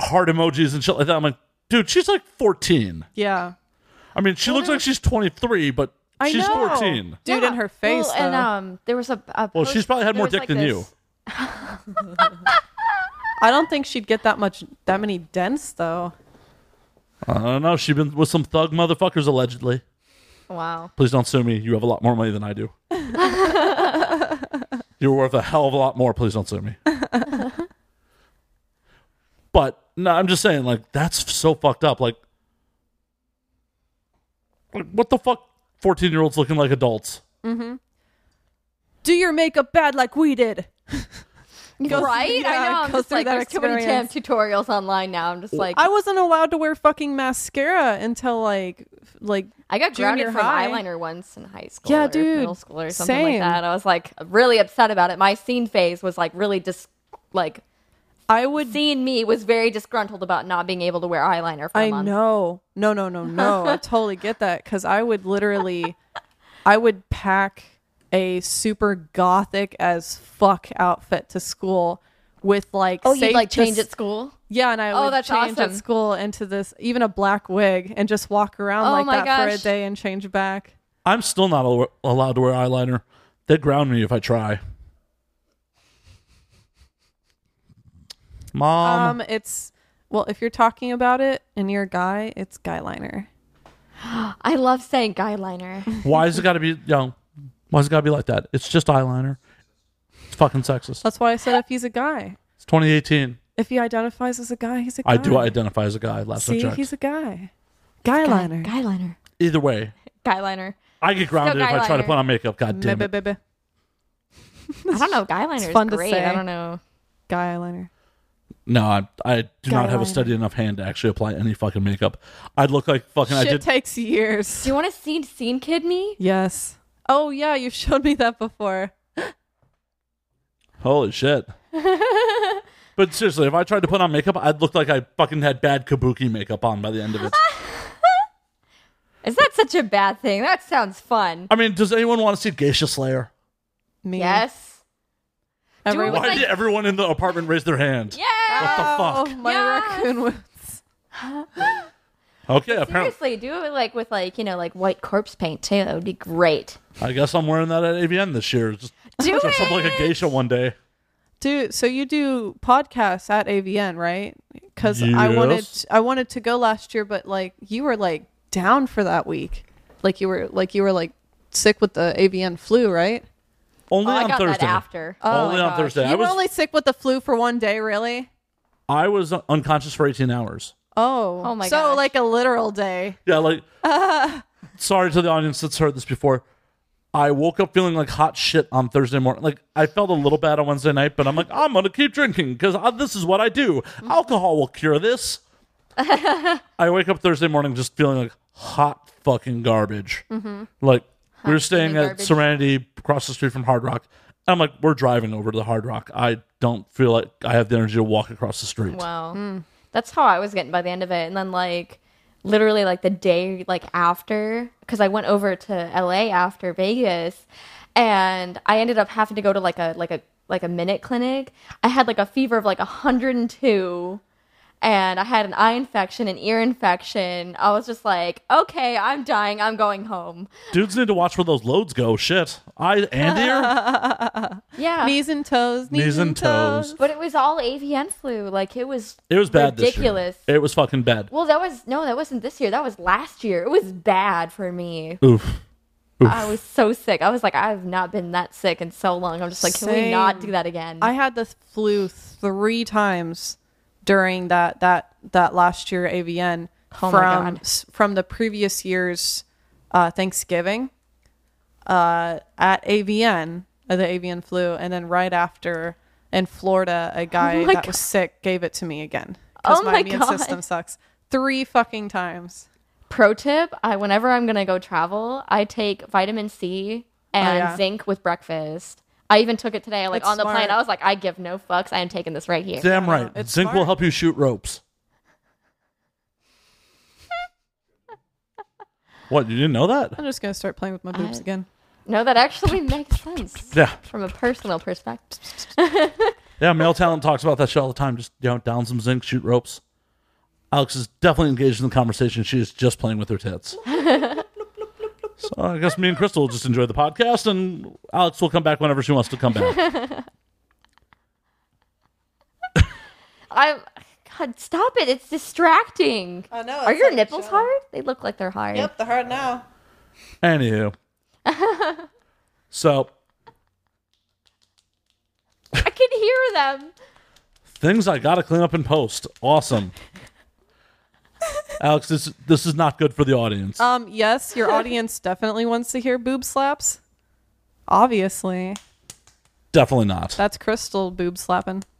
Speaker 1: heart emojis and shit like that. I'm like, dude, she's like 14.
Speaker 3: Yeah.
Speaker 1: I mean, she looks like she's 23, but
Speaker 3: I
Speaker 1: she's
Speaker 3: know.
Speaker 1: 14.
Speaker 3: Dude,
Speaker 5: Yeah.
Speaker 3: in her face.
Speaker 5: Well, and
Speaker 3: though.
Speaker 5: um, there was a, a
Speaker 1: Well,
Speaker 5: post-
Speaker 1: she's probably had
Speaker 5: there
Speaker 1: more
Speaker 5: was,
Speaker 1: dick
Speaker 5: like,
Speaker 1: than
Speaker 5: this-
Speaker 1: you.
Speaker 3: I don't think she'd get that much, that many dents, though.
Speaker 1: I don't know. She's been with some thug motherfuckers allegedly.
Speaker 5: Wow.
Speaker 1: Please don't sue me. You have a lot more money than I do. You're worth a hell of a lot more. Please don't sue me. but no, I'm just saying, like, that's so fucked up. Like, like, what the fuck? 14 year olds looking like adults.
Speaker 3: do your makeup bad like we did.
Speaker 5: right?
Speaker 3: yeah,
Speaker 5: I know. I'm
Speaker 3: go
Speaker 5: just
Speaker 3: through
Speaker 5: like,
Speaker 3: that
Speaker 5: there's too many damn
Speaker 3: experience.
Speaker 5: tutorials online now. I'm just like,
Speaker 3: I wasn't allowed to wear fucking mascara until like f- like
Speaker 5: I got grounded
Speaker 3: junior
Speaker 5: from
Speaker 3: high.
Speaker 5: eyeliner once in high school.
Speaker 3: Yeah,
Speaker 5: or
Speaker 3: dude.
Speaker 5: Middle school or something like
Speaker 3: Same.
Speaker 5: that. I was like really upset about it. My scene phase was like really dis like
Speaker 3: I would
Speaker 5: seeing me was very disgruntled about not being able to wear eyeliner for a
Speaker 3: I
Speaker 5: month.
Speaker 3: know. No, no, no, no. I totally get that cuz I would literally I would pack a super gothic as fuck outfit to school with like
Speaker 5: Oh, you
Speaker 3: say,
Speaker 5: like
Speaker 3: this-
Speaker 5: change at school?
Speaker 3: Yeah, and I
Speaker 5: Oh,
Speaker 3: would
Speaker 5: that's
Speaker 3: change at
Speaker 5: awesome.
Speaker 3: school into this even a black wig and just walk around
Speaker 5: Oh
Speaker 3: like
Speaker 5: my
Speaker 3: that for a
Speaker 5: gosh.
Speaker 3: day and change back.
Speaker 1: I'm still not al- allowed to wear eyeliner. They ground me if I try. Mom,
Speaker 3: Um, it's well, if you're talking about it and you're a guy, it's guy liner.
Speaker 5: I love saying guyliner.
Speaker 1: why has it got to be, you know, why's it got to be like that? It's just eyeliner. It's fucking sexist.
Speaker 3: That's why I said if he's a guy,
Speaker 1: It's 2018.
Speaker 3: if he identifies as a guy, he's a guy.
Speaker 1: I do identify as a guy. Last I
Speaker 3: See,
Speaker 1: checked.
Speaker 3: he's a guy. Guy liner.
Speaker 5: guyliner.
Speaker 1: Either way,
Speaker 5: Guyliner.
Speaker 1: I get grounded if I try to
Speaker 5: guyliner.
Speaker 1: put on makeup. God damn
Speaker 3: Baby,
Speaker 1: it!
Speaker 3: baby.
Speaker 5: I don't know. Guyliner
Speaker 3: It's
Speaker 5: is
Speaker 3: fun to
Speaker 5: great.
Speaker 3: say.
Speaker 5: I don't know.
Speaker 3: Guy liner.
Speaker 1: No, I, I do not have a
Speaker 3: Guyliner.
Speaker 1: steady enough hand to actually apply any fucking makeup. I'd look like fucking. I
Speaker 3: Shit
Speaker 1: did.
Speaker 3: takes years.
Speaker 5: Do you want to scene scene kid me?
Speaker 3: Yes. Oh yeah, you've showed me that before.
Speaker 1: Holy shit! but seriously, if I tried to put on makeup, I'd look like I fucking had bad kabuki makeup on by the end of it.
Speaker 5: Is that such a bad thing? That sounds fun.
Speaker 1: I mean, does anyone want to see Geisha Slayer?
Speaker 3: Me.
Speaker 5: Yes.
Speaker 3: Everyone-
Speaker 5: was
Speaker 1: Why
Speaker 5: like-
Speaker 1: did everyone in the apartment raise their hand?
Speaker 5: Yeah.
Speaker 1: What
Speaker 3: Oh,
Speaker 1: the fuck?
Speaker 3: my
Speaker 5: Yes.
Speaker 3: raccoon was.
Speaker 1: Okay, apparently,
Speaker 5: Oh, Seriously, do it like with like you know like white corpse paint too. That would be great.
Speaker 1: I guess I'm wearing that at AVN this year. Just
Speaker 5: Do
Speaker 1: dress up like a
Speaker 5: it!
Speaker 1: geisha one day.
Speaker 3: Dude, so you do podcasts at AVN, right? Because I wanted
Speaker 1: Yes.
Speaker 3: I wanted to go last year, but like you were like down for that week, like you were like you were like sick with the AVN flu, right?
Speaker 1: Only
Speaker 5: Oh, I
Speaker 1: on
Speaker 5: got that
Speaker 1: Thursday.
Speaker 5: after. Oh
Speaker 1: Only
Speaker 5: my
Speaker 1: on
Speaker 5: gosh.
Speaker 1: Thursday. I
Speaker 3: you were
Speaker 1: was
Speaker 3: only sick with the flu for one day, really?
Speaker 1: I was unconscious for 18 hours.
Speaker 3: Oh,
Speaker 5: Oh my
Speaker 3: So
Speaker 5: gosh.
Speaker 3: like a literal day.
Speaker 1: Yeah, like sorry to the audience that's heard this before. I woke up feeling like hot shit on Thursday morning. Like I felt a little bad on Wednesday night, but I'm like, I'm gonna keep drinking because this is what I do.
Speaker 5: Mm-hmm.
Speaker 1: Alcohol will cure this. I wake up Thursday morning just feeling like hot fucking garbage. Like we were staying at
Speaker 5: human Mm-hmm. garbage.
Speaker 1: Serenity across the street from Hard Rock. And I'm like, we're driving over to the Hard Rock. I don't feel like I have the energy to walk across the street.
Speaker 5: Wow. Oh. That's how I was getting by the end of it. And then like literally like the day like after cuz I went over to LA after Vegas and I ended up having to go to like a like a like a minute clinic. I had like a fever of like 102 and I had an eye infection, an ear infection. I was just like, okay, I'm dying. I'm going home.
Speaker 1: Dudes need to watch where those loads go. Shit. Eye and ear?
Speaker 5: Yeah.
Speaker 3: Knees and toes, knees,
Speaker 1: Knees and toes.
Speaker 5: but it was all avian flu. Like it was
Speaker 1: It was bad
Speaker 5: ridiculous.
Speaker 1: this year. It was fucking bad.
Speaker 5: Well, that was no, that wasn't this year. That was last year. It was bad for me.
Speaker 1: Oof. Oof.
Speaker 5: I was so sick. I was like, I've not been that sick in so long. I'm just like, can we not
Speaker 3: Same.
Speaker 5: do that again?
Speaker 3: I had the flu three times during that that that last year AVN
Speaker 5: Oh my
Speaker 3: from
Speaker 5: God.
Speaker 3: s- from the previous year's uh, Thanksgiving uh, at AVN uh, the AVN flu, and then right after in Florida, a guy
Speaker 5: my
Speaker 3: that was sick gave it to me again because
Speaker 5: Oh
Speaker 3: my,
Speaker 5: my
Speaker 3: immune
Speaker 5: God.
Speaker 3: system sucks. Three fucking times.
Speaker 5: Pro tip: I whenever I'm gonna go travel, I take vitamin C and
Speaker 3: Oh, yeah.
Speaker 5: zinc with breakfast. I even took it today, like
Speaker 3: That's
Speaker 5: on the plane.
Speaker 3: smart.
Speaker 5: I was like, I give no fucks. I am taking this right here.
Speaker 1: Damn right.
Speaker 3: It's
Speaker 1: Zinc will
Speaker 3: smart.
Speaker 1: help you shoot ropes. what, you didn't know that?
Speaker 3: I'm just gonna start playing with my boobs
Speaker 5: I-
Speaker 3: again.
Speaker 5: No, that actually makes sense
Speaker 1: Yeah.
Speaker 5: from a personal perspective.
Speaker 1: Yeah, male talent talks about that shit all the time. Just you know, down some zinc, shoot ropes. Alex is definitely engaged in the conversation. She is just playing with her tits. so I guess me and Crystal will just enjoy the podcast, and Alex will come back whenever she wants to come back.
Speaker 5: I, God, stop it! It's distracting.
Speaker 3: I know,
Speaker 5: Are
Speaker 3: it's
Speaker 5: your
Speaker 3: like
Speaker 5: nipples
Speaker 3: jello.
Speaker 5: hard? They look like they're hard.
Speaker 3: the hard now.
Speaker 1: Anywho, so
Speaker 5: I can hear them.
Speaker 1: things I gotta clean up in post. Awesome, Alex. This this is not good for the audience.
Speaker 5: Uh,
Speaker 3: Um, yes, your audience definitely wants to hear boob slaps. Obviously.
Speaker 1: definitely not.
Speaker 5: uh,
Speaker 3: That's Crystal boob slapping.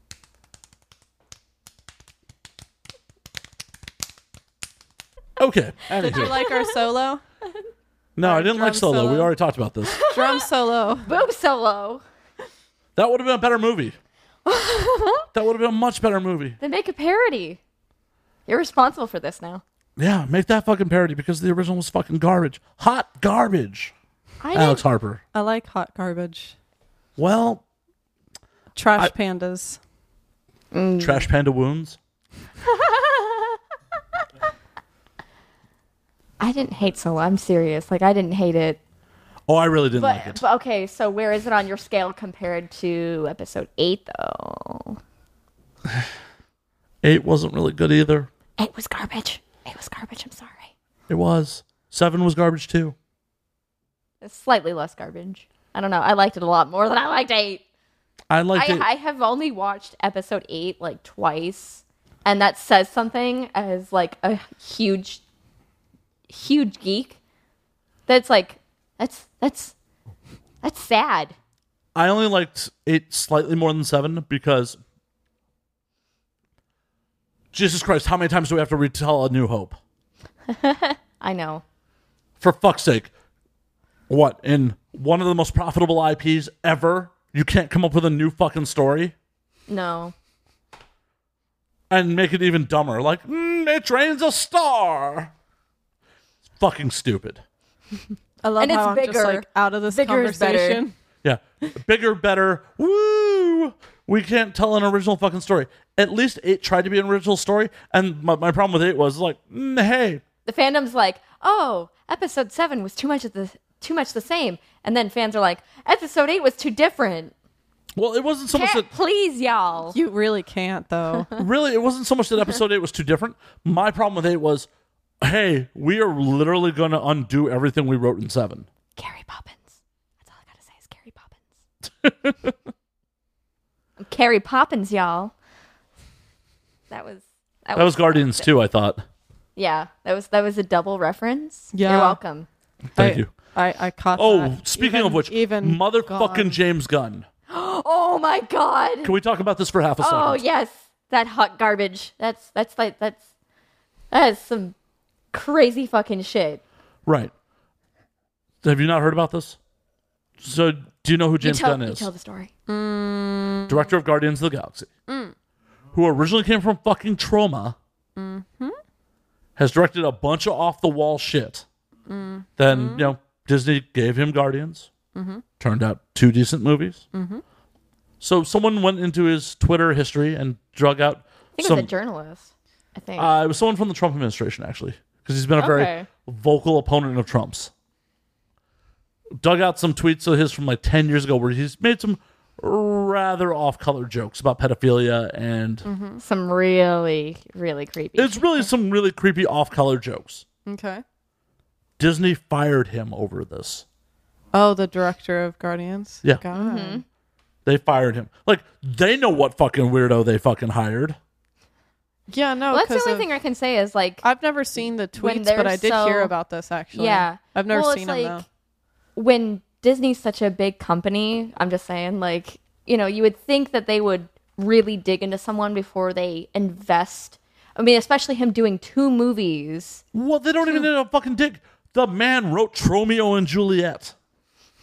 Speaker 1: Okay.
Speaker 3: Did you
Speaker 1: Anywho,
Speaker 3: like our solo?
Speaker 1: no, I didn't
Speaker 3: drum
Speaker 1: like solo. We
Speaker 3: solo?
Speaker 1: already talked about this.
Speaker 3: Drum solo.
Speaker 5: Boob solo.
Speaker 1: That would have been a better movie. that would have been a much better movie.
Speaker 5: Then make a parody. You're responsible for this now.
Speaker 1: Yeah, make that fucking parody because the original was fucking garbage. Hot garbage.
Speaker 5: I
Speaker 1: Alex
Speaker 5: didn't-
Speaker 1: Harper.
Speaker 3: I like hot garbage.
Speaker 1: Well,
Speaker 3: Trash
Speaker 1: I-
Speaker 3: pandas.
Speaker 1: Trash Panda Wounds.
Speaker 5: I didn't hate solo. I'm serious. Like I didn't hate it.
Speaker 1: Oh, I really didn't like
Speaker 5: But,
Speaker 1: it.
Speaker 5: but okay, so where is it on your scale compared to episode eight though?
Speaker 1: Eight wasn't really good either.
Speaker 5: It was garbage. It was garbage. I'm sorry.
Speaker 1: It was. Seven was garbage too.
Speaker 5: It's slightly less garbage. I don't know. I liked it a lot more than I liked eight.
Speaker 1: I liked
Speaker 5: I,
Speaker 1: it.
Speaker 5: I have only watched episode eight like twice, and that says something as like a huge, huge geek. That's like that's that's that's sad.
Speaker 1: I only liked eight slightly more than seven because Jesus Christ, how many times do we have to retell A New Hope?
Speaker 5: I know.
Speaker 1: for fuck's sake, what in one of the most profitable IPs ever, you can't come up with a new fucking story
Speaker 5: No.
Speaker 1: and make it even dumber. Like mm, it rains a star. It's fucking stupid.
Speaker 3: I love
Speaker 5: And it's
Speaker 3: how I'm just
Speaker 5: bigger.
Speaker 3: like out of this
Speaker 5: Bigger is better.
Speaker 3: conversation.
Speaker 1: Yeah, bigger, better. Woo! We can't tell an original fucking story. At least it tried to be an original story, and my, my problem with it was like, mm, hey,
Speaker 5: The fandom's like, oh, episode seven was too much of the too much the same, and then fans are like, episode eight was too different.
Speaker 1: well, it wasn't so much
Speaker 5: Can't
Speaker 1: that
Speaker 5: please y'all.
Speaker 3: You really can't though.
Speaker 1: really, it wasn't so much that episode eight was too different. My problem with eight was, hey, we are literally going to undo everything we wrote in seven.
Speaker 5: Gary Poppins. That's all I gotta say is Gary Poppins. I'm Carrie Poppins, y'all. That was
Speaker 3: Oh,
Speaker 1: That was Guardians too. I thought.
Speaker 5: yeah. That was that was a double reference.
Speaker 3: Yeah.
Speaker 5: You're welcome.
Speaker 1: Thank
Speaker 3: I,
Speaker 1: you.
Speaker 3: I, I caught
Speaker 1: Oh,
Speaker 3: that.
Speaker 1: speaking
Speaker 3: Uh, Even-
Speaker 1: of which,
Speaker 3: even
Speaker 1: motherfucking
Speaker 3: gone.
Speaker 1: James Gunn.
Speaker 5: Oh my god.
Speaker 1: Can we talk about this for half a second?
Speaker 5: Oh yes, that hot garbage. That's that's like that's that is some crazy fucking shit.
Speaker 1: Right. Have you not heard about this? So, do you know who James
Speaker 5: you tell,
Speaker 1: Gunn
Speaker 5: you
Speaker 1: is?
Speaker 5: tell the story.
Speaker 1: Director of Guardians of the Galaxy,
Speaker 5: Mm.
Speaker 1: who originally came from fucking Trauma,
Speaker 5: Mm-hmm.
Speaker 1: has directed a bunch of off the wall shit.
Speaker 5: Mm-hmm.
Speaker 1: Then you know Disney gave him Guardians. Turned out two decent movies.
Speaker 5: Mm-hmm.
Speaker 1: So someone went into his Twitter history and drug out
Speaker 5: I think it
Speaker 1: some
Speaker 5: was a journalist. I think.
Speaker 1: Uh, it was someone from the Trump administration, actually, because he's been a very
Speaker 5: Okay.
Speaker 1: vocal opponent of Trump's. Dug out some tweets of his from like 10 years ago where he's made some rather off color jokes about pedophilia and
Speaker 5: Mm-hmm. Some really, really creepy.
Speaker 1: it's really some really creepy off color jokes.
Speaker 3: Okay.
Speaker 1: Disney fired him over this.
Speaker 3: Oh, the director of Guardians.
Speaker 1: Yeah.
Speaker 3: God.
Speaker 5: Mm-hmm.
Speaker 1: They fired him. Like, they know what fucking weirdo they fucking hired.
Speaker 3: Yeah. No.
Speaker 5: well, that's the
Speaker 3: 'cause
Speaker 5: only
Speaker 3: of-
Speaker 5: thing I can say is like,
Speaker 3: I've never seen the
Speaker 5: When
Speaker 3: tweets, but
Speaker 5: they're
Speaker 3: I did hear
Speaker 5: so-
Speaker 3: about this actually.
Speaker 5: yeah,
Speaker 3: I've never
Speaker 5: Well, it's
Speaker 3: seen them though.
Speaker 5: When Disney's such a big company, I'm just saying, like, you know, you would think that they would really dig into someone before they invest. I mean, especially him doing two movies.
Speaker 1: Well, they don't even need a fucking dick. The man wrote Romeo and Juliet.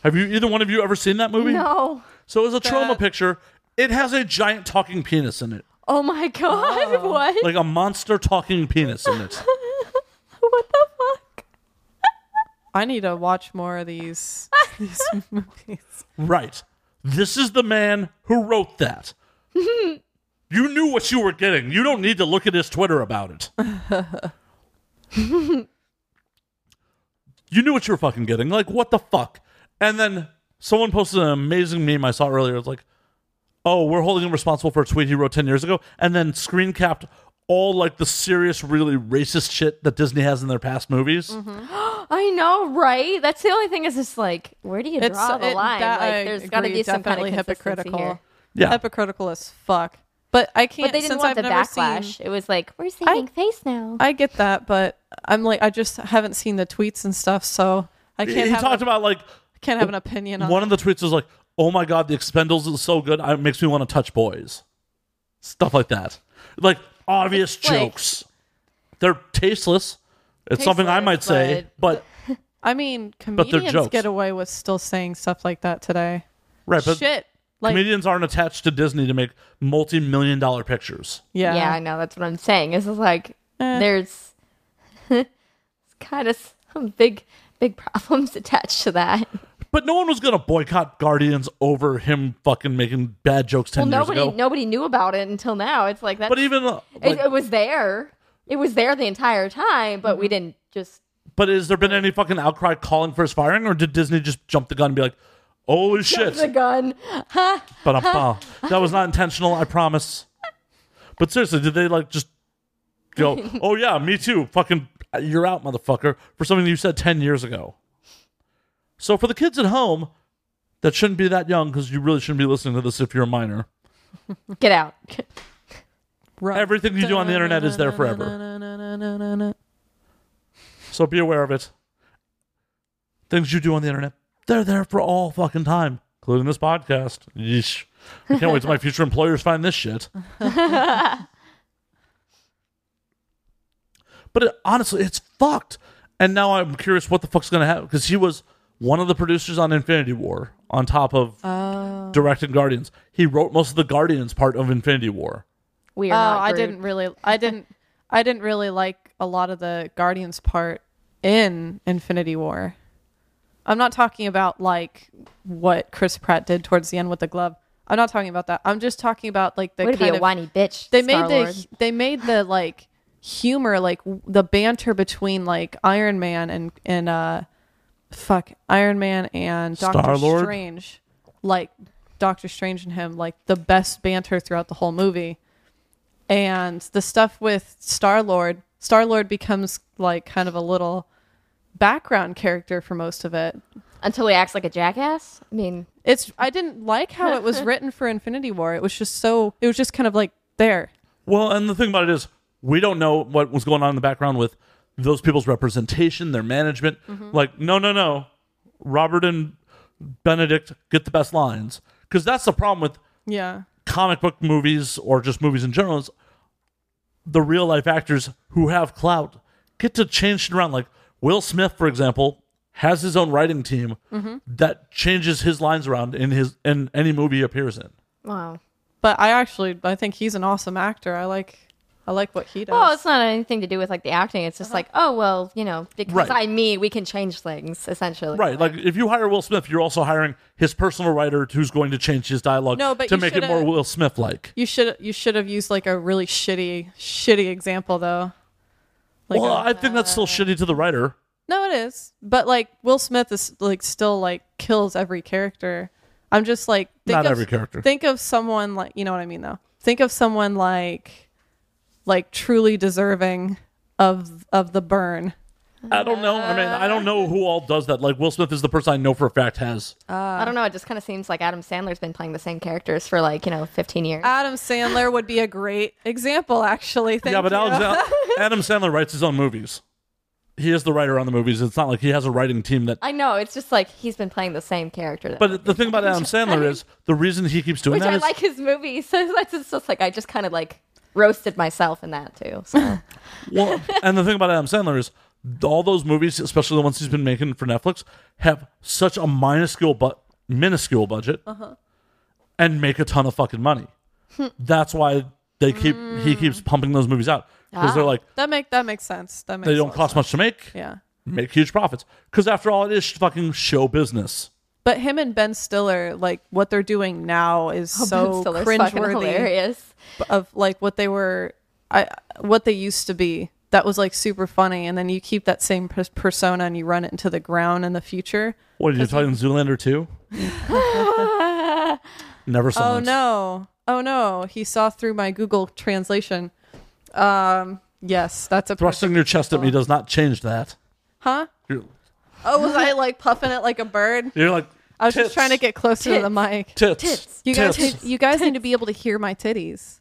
Speaker 1: Have you either one of you ever seen that movie?
Speaker 5: No.
Speaker 1: So it's a trauma picture. It has a giant talking penis in it,
Speaker 5: Oh my god! What?
Speaker 1: like a monster talking penis in it.
Speaker 5: what the fuck?
Speaker 3: I need to watch more of these these movies.
Speaker 1: right. This is the man who wrote that. you knew what you were getting. You don't need to look at his Twitter about it. you knew what you were fucking getting. Like, what the fuck? And then someone posted an amazing meme I saw earlier. It's like, oh, we're holding him responsible for a tweet he wrote 10 years ago, and then screen capped all like the serious, really racist shit that Disney has in their past movies.
Speaker 3: Mm-hmm.
Speaker 5: I know, right? That's the only thing is just like, where do you
Speaker 3: It's-
Speaker 5: draw the
Speaker 3: it-
Speaker 5: line?
Speaker 3: that I
Speaker 5: like, there's got to
Speaker 3: agree,
Speaker 5: be some kind of
Speaker 3: definitely
Speaker 5: consistency
Speaker 3: hypocritical.
Speaker 5: here.
Speaker 1: Yeah.
Speaker 3: Hypocritical as fuck. But I can't.
Speaker 5: But they didn't
Speaker 3: since
Speaker 5: want
Speaker 3: I've
Speaker 5: the
Speaker 3: never
Speaker 5: backlash.
Speaker 3: Seen,
Speaker 5: It was like,
Speaker 6: We're saving face now.
Speaker 3: I get that, but I'm like, I just haven't seen the tweets and stuff, so I
Speaker 1: He,
Speaker 3: can't.
Speaker 1: he
Speaker 3: have
Speaker 1: talked
Speaker 3: an,
Speaker 1: about like
Speaker 3: can't have an opinion on.
Speaker 1: one of the tweets was like, "Oh my god, the Expendables is so good, I- it makes me want to touch boys," stuff like that, like obvious
Speaker 5: It's like-
Speaker 1: jokes. They're tasteless. It's something I
Speaker 5: Tasteless,
Speaker 1: might say, but
Speaker 3: I mean,
Speaker 1: they're
Speaker 3: comedians
Speaker 1: jokes.
Speaker 3: get away with still saying stuff like that today.
Speaker 1: right, but
Speaker 3: Shit. Like,
Speaker 1: comedians aren't attached to Disney to make multi-million dollar pictures.
Speaker 3: yeah.
Speaker 5: yeah, I know. That's what I'm saying. It's just like
Speaker 3: Eh.
Speaker 5: there's kind of some big, big problems attached to that.
Speaker 1: But no one was gonna boycott Guardians over him fucking making bad jokes
Speaker 5: Well,
Speaker 1: ten years
Speaker 5: nobody,
Speaker 1: ago.
Speaker 5: nobody knew about it until now. It's like that.
Speaker 1: But even uh,
Speaker 5: it,
Speaker 1: like,
Speaker 5: it was there. It was there the entire time, but we didn't just.
Speaker 1: But has there been any fucking outcry calling for his firing, or did Disney just jump the gun and be like, "Holy shit!"
Speaker 5: The gun.
Speaker 1: But I'm that was not intentional. I promise. But seriously, did they like just go? Oh yeah, me too. Fucking, you're out, motherfucker, for something you said ten years ago. So for the kids at home that shouldn't be that young, because you really shouldn't be listening to this if you're a minor.
Speaker 5: Get out.
Speaker 3: Run.
Speaker 1: Everything you do on the internet is there forever, so be aware of it. Things you do on the internet, they're there for all fucking time, including this podcast. Yeesh. I can't wait till my future employers find this shit. But it, honestly, it's fucked. And now I'm curious what the fuck's going to happen because he was one of the producers on Infinity War, on top of directing Guardians. He wrote most of the Guardians part of Infinity War.
Speaker 5: We are
Speaker 3: Oh,
Speaker 5: not.
Speaker 3: I
Speaker 5: Groot.
Speaker 3: didn't really. I didn't. I didn't really like a lot of the Guardians part in Infinity War. I'm not talking about like what Chris Pratt did towards the end with the glove. I'm not talking about that. I'm just talking about like the
Speaker 5: Way to be
Speaker 3: kind
Speaker 5: a
Speaker 3: of
Speaker 5: whiny bitch.
Speaker 3: they made
Speaker 5: Star-Lord.
Speaker 3: the they made the like humor like w- the banter between like Iron Man and and uh fuck Iron Man and Doctor
Speaker 1: Star-Lord?
Speaker 3: Strange like Doctor Strange and him like the best banter throughout the whole movie and the stuff with Star Lord Star Lord becomes like kind of a little background character for most of it
Speaker 5: until he acts like a jackass. I mean,
Speaker 3: it's I didn't like how it was written for Infinity War it was just so it was just kind of like there
Speaker 1: Well, and the thing about it is, we don't know what was going on in the background with those people's representation, their management. Like, no, no, no. Robert and Benedict get the best lines because that's the problem with
Speaker 3: yeah
Speaker 1: comic book movies or just movies in general is the real life actors who have clout get to change shit around. Like Will Smith, for example, has his own writing team that changes his lines around in his in any movie he appears in.
Speaker 5: wow.
Speaker 3: but I actually I think he's an awesome actor. I like I I like what he does.
Speaker 5: Well, it's not anything to do with like the acting. It's just like, oh well, you know, because
Speaker 1: Right.
Speaker 5: I'm me, we can change things essentially.
Speaker 1: Right. Like if you hire Will Smith, you're also hiring his personal writer who's going to change his dialogue
Speaker 3: No, but
Speaker 1: to
Speaker 3: you
Speaker 1: make it
Speaker 3: shoulda-
Speaker 1: more Will Smith like.
Speaker 3: you should you should have used like a really shitty shitty example though. Like uh,
Speaker 1: Well,
Speaker 3: a-
Speaker 1: I think that's still shitty to the writer.
Speaker 3: No, it is. But like Will Smith is like still like kills every character. I'm just like think
Speaker 1: Not
Speaker 3: of,
Speaker 1: every character.
Speaker 3: Think of someone like you know what I mean though. Think of someone like like truly deserving of of the burn.
Speaker 1: I don't know. I mean, I don't know who all does that. Like Will Smith is the person I know for a fact has.
Speaker 3: Oh,
Speaker 5: I don't know. It just kind of seems like Adam Sandler's been playing the same characters for like you know 15 years.
Speaker 3: Adam Sandler would be a great example actually. Thank
Speaker 1: yeah, but
Speaker 3: you.
Speaker 1: Alex, Adam Sandler writes his own movies. He is the writer on the movies. It's not like he has a writing team that.
Speaker 5: I know. It's just like he's been playing the same character. that-
Speaker 1: But the thing about Adam Sandler is the reason he keeps doing
Speaker 5: which
Speaker 1: that
Speaker 5: I
Speaker 1: is
Speaker 5: like his movies. So that's it's just like I just kind of like roasted myself in that too. So
Speaker 1: Well, and the thing about Adam Sandler is all those movies, especially the ones he's been making for Netflix, have such a minuscule but minuscule budget,
Speaker 3: Uh-huh.
Speaker 1: and make a ton of fucking money.
Speaker 3: Hmm.
Speaker 1: That's why they keep
Speaker 3: Mm.
Speaker 1: he keeps pumping those movies out because
Speaker 3: Ah.
Speaker 1: they're like
Speaker 3: that make that makes sense. That makes
Speaker 1: they
Speaker 3: a
Speaker 1: don't
Speaker 3: lot of
Speaker 1: cost
Speaker 3: sense.
Speaker 1: much to make,
Speaker 3: Yeah.
Speaker 1: make huge profits. Because after all, it is fucking show business.
Speaker 3: But him and Ben Stiller, like what they're doing now, is so
Speaker 5: Stiller's fucking
Speaker 3: cringeworthy
Speaker 5: hilarious.
Speaker 3: of like what they were, I what they used to be. That was like super funny, and then you keep that same pers- persona and you run it into the ground in the future.
Speaker 1: What are you talking Zoolander two? Never saw.
Speaker 3: Oh
Speaker 1: it.
Speaker 3: no! Oh no! He saw through my Google translation. Um. Yes, that's a perfect-
Speaker 1: Thrusting your chest at me does not change that.
Speaker 3: Oh. huh?
Speaker 1: You're,
Speaker 3: Oh, was I like puffing it like a bird?
Speaker 1: you're like
Speaker 3: I was
Speaker 1: "Tits,
Speaker 3: just trying to get closer to the
Speaker 5: Tits.
Speaker 3: mic.
Speaker 1: tits.
Speaker 5: Tits.
Speaker 3: You guys,
Speaker 1: tits."
Speaker 3: you guys need to be able to hear my titties.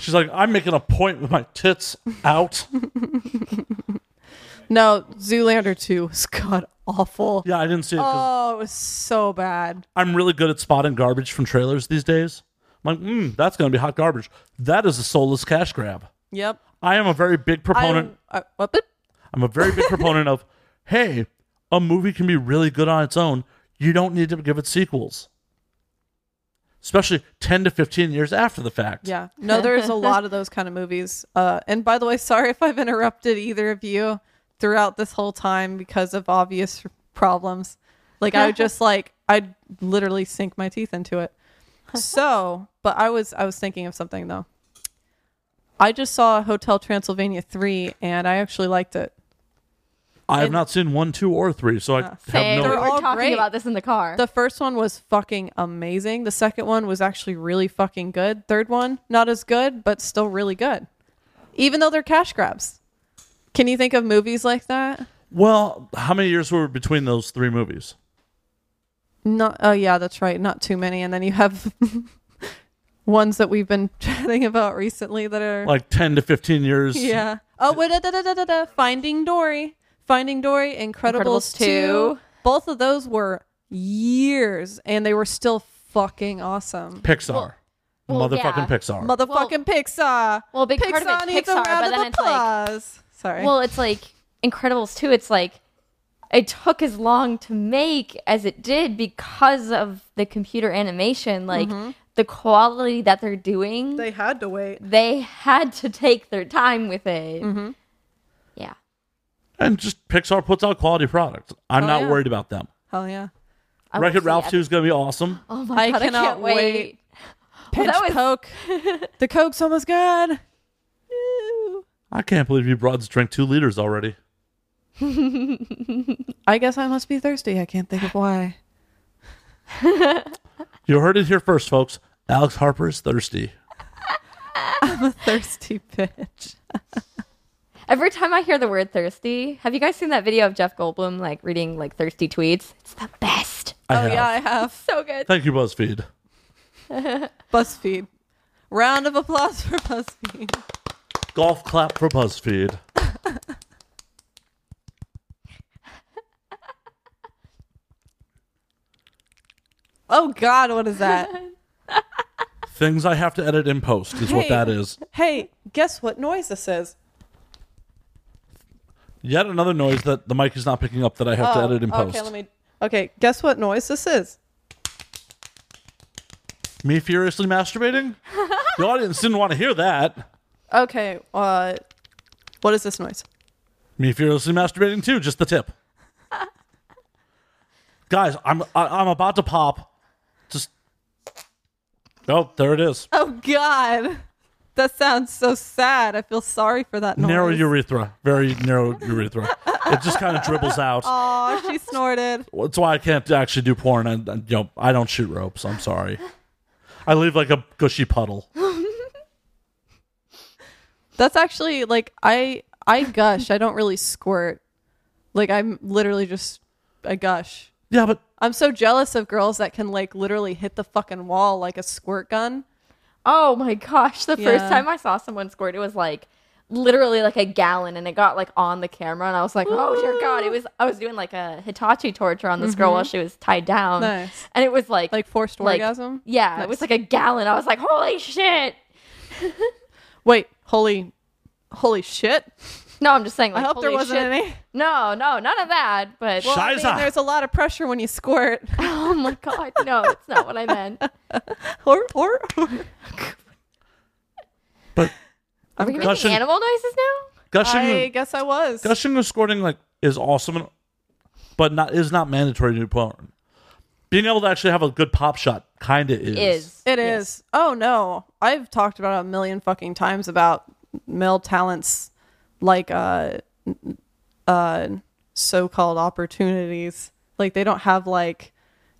Speaker 1: She's like, I'm making a point with my tits out.
Speaker 3: No, Zoolander 2 was god awful.
Speaker 1: yeah, I didn't see it. 'cause
Speaker 3: Oh, it was so bad.
Speaker 1: I'm really good at spotting garbage from trailers these days. I'm like, mm, that's going to be hot garbage. That is a soulless cash grab.
Speaker 3: Yep.
Speaker 1: I am a very big proponent.
Speaker 3: I, uh, boop.
Speaker 1: I'm a very big proponent of, hey, a movie can be really good on its own. You don't need to give it sequels, especially 10 to 15 years after the fact.
Speaker 3: yeah. No, there's a lot of those kind of movies. Uh, and by the way, sorry if I've interrupted either of you throughout this whole time because of obvious problems. Like I would just like I'd literally sink my teeth into it. So, but I was I was thinking of something though. I just saw Hotel Transylvania 3 and I actually liked it.
Speaker 1: I have not seen one, two, or three, so I
Speaker 5: Same.
Speaker 1: have
Speaker 5: we
Speaker 1: no
Speaker 5: were
Speaker 3: They're all
Speaker 5: talking
Speaker 3: great.
Speaker 5: about this in the car.
Speaker 3: The first one was fucking amazing. The second one was actually really fucking good. Third one, not as good, but still really good. Even though they're cash grabs. Can you think of movies like that?
Speaker 1: Well, how many years were between those three movies?
Speaker 3: Not oh yeah, that's right. Not too many. And then you have ones that we've been chatting about recently that are
Speaker 1: Like 10 to 15 years.
Speaker 3: Yeah. Oh wait, da, da, da, da, da, da. Finding Dory. Finding Dory, Incredibles,
Speaker 5: Incredibles
Speaker 3: 2.
Speaker 5: 2.
Speaker 3: Both of those were years and they were still fucking awesome.
Speaker 1: Pixar.
Speaker 5: well,
Speaker 1: Motherfucking
Speaker 5: yeah.
Speaker 1: Pixar.
Speaker 3: Motherfucking Pixar.
Speaker 5: well, a big part of
Speaker 3: Pixar
Speaker 5: it's
Speaker 3: needs a
Speaker 5: Pixar,
Speaker 3: round
Speaker 5: but
Speaker 3: of
Speaker 5: then it's like-
Speaker 3: applause. Sorry.
Speaker 5: Well, it's like Incredibles too. It's like it took as long to make as it did because of the computer animation, like
Speaker 3: Mm-hmm.
Speaker 5: the quality that they're doing. They,
Speaker 3: had to wait.
Speaker 5: had to take their time with it.
Speaker 3: Mm-hmm.
Speaker 5: Yeah.
Speaker 1: and just Pixar puts out quality products. I'm
Speaker 3: Oh,
Speaker 1: not
Speaker 3: yeah.
Speaker 1: worried about them.
Speaker 3: Hell yeah.
Speaker 5: I
Speaker 1: Wreck It
Speaker 5: wanna see
Speaker 1: Ralph
Speaker 5: it.
Speaker 1: 2 is going to be awesome.
Speaker 5: Oh
Speaker 3: I
Speaker 5: my god!
Speaker 3: cannot
Speaker 5: I can't wait.
Speaker 3: wait.
Speaker 5: Well,
Speaker 3: Pinch
Speaker 5: that was-
Speaker 3: Coke. the Coke's almost good.
Speaker 1: I can't believe you broads drank two liters already.
Speaker 3: I guess I must be thirsty. I can't think of why.
Speaker 1: You heard it here first, folks. Alex Harper is thirsty.
Speaker 3: Thirsty bitch.
Speaker 5: Every time I hear the word thirsty, have you guys seen that video of Jeff Goldblum like reading like thirsty tweets? It's the best.
Speaker 1: I
Speaker 3: oh
Speaker 1: have.
Speaker 3: yeah, I have.
Speaker 5: So good.
Speaker 1: Thank you, BuzzFeed.
Speaker 3: BuzzFeed. Round of applause for BuzzFeed.
Speaker 1: Golf clap for BuzzFeed.
Speaker 3: Oh God, what is that?
Speaker 1: Things I have to edit in post is what
Speaker 3: Hey.
Speaker 1: that is.
Speaker 3: hey, guess what noise this is?
Speaker 1: Yet another noise that the mic is not picking up that I have to edit in post.
Speaker 3: Oh, okay, let me. Okay, guess what noise this is?
Speaker 1: me furiously masturbating? the audience didn't want to hear that.
Speaker 3: Okay. Uh, what is this noise?
Speaker 1: Me furiously masturbating too, just the tip. Guys, I'm I, I'm about to pop. Just Oh, there it is.
Speaker 3: Oh God, that sounds so sad. I feel sorry for that noise.
Speaker 1: Narrow urethra. Very narrow urethra. It just kind of dribbles out.
Speaker 3: Oh, she snorted.
Speaker 1: That's why I can't actually do porn. And and, you know, I don't shoot ropes. I'm sorry. I leave like a gushy puddle.
Speaker 3: That's actually like I I gush. I don't really squirt. Like I'm literally just I gush.
Speaker 1: Yeah, but
Speaker 3: I'm so jealous of girls that can like literally hit the fucking wall like a squirt gun.
Speaker 5: Oh my gosh. The first
Speaker 3: Yeah.
Speaker 5: time I saw someone squirt, it was like literally like a gallon and it got like on the camera and I was like, oh dear God. It was, I was doing like a Hitachi torture on this girl while she was tied down.
Speaker 3: Mm-hmm. Nice.
Speaker 5: And it was like,
Speaker 3: Like forced
Speaker 5: like-
Speaker 3: orgasm.
Speaker 5: Yeah.
Speaker 3: Nice.
Speaker 5: It was like a gallon. I was like, holy shit.
Speaker 3: Wait, holy, holy shit!
Speaker 5: No, I'm just saying.
Speaker 3: I
Speaker 5: Like,
Speaker 3: hope there
Speaker 5: holy
Speaker 3: wasn't
Speaker 5: shit.
Speaker 3: any.
Speaker 5: No, no, none of that. But
Speaker 1: Well, I mean, Shiza.
Speaker 3: there's
Speaker 1: there's
Speaker 3: a lot of pressure when you squirt.
Speaker 5: oh my god, no, it's not what I meant.
Speaker 3: or or.
Speaker 1: but
Speaker 5: Are we making
Speaker 1: Gushing-
Speaker 5: animal noises now?
Speaker 1: gushing
Speaker 3: I guess I was.
Speaker 1: gushing and squirting like is awesome, and- but not is not mandatory to do porn. Being able to actually have a good pop shot kind of is.
Speaker 5: Is
Speaker 3: It is. Oh no. I've talked about it a million fucking times about male talents like uh n- uh so-called opportunities. Like they don't have like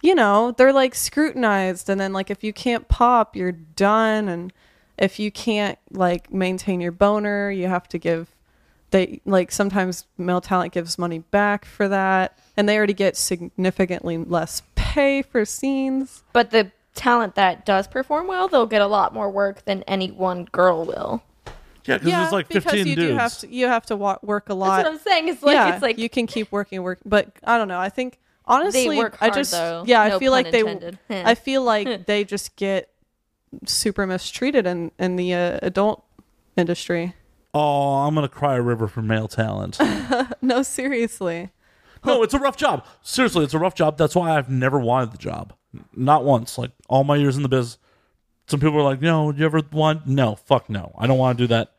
Speaker 3: you know, they're like scrutinized and then like if you can't pop, you're done and if you can't like maintain your boner, you have to give they like sometimes male talent gives money back for that and they already get significantly less pay for scenes.
Speaker 5: but the talent that does perform well, they'll get a lot more work than any one girl will.
Speaker 1: Yeah, because there's like 15
Speaker 3: because you
Speaker 1: dudes.
Speaker 3: do have to you have to wa- work a lot.
Speaker 5: That's what I'm saying. It's like
Speaker 3: yeah,
Speaker 5: it's like
Speaker 3: you can keep working work, but I don't know. I think honestly,
Speaker 5: work
Speaker 3: I
Speaker 5: hard,
Speaker 3: just
Speaker 5: though.
Speaker 3: yeah, I
Speaker 5: No
Speaker 3: feel
Speaker 5: pun
Speaker 3: like they
Speaker 5: intended.
Speaker 3: I feel like they just get super mistreated in in the uh, adult industry.
Speaker 1: oh, I'm gonna cry a river for male talent.
Speaker 3: No, seriously.
Speaker 1: no, it's a rough job. Seriously, it's a rough job. That's why I've never wanted the job. Not once. Like all my years in the biz, some people are like, "No, you ever want?" No, fuck no. I don't want to do that.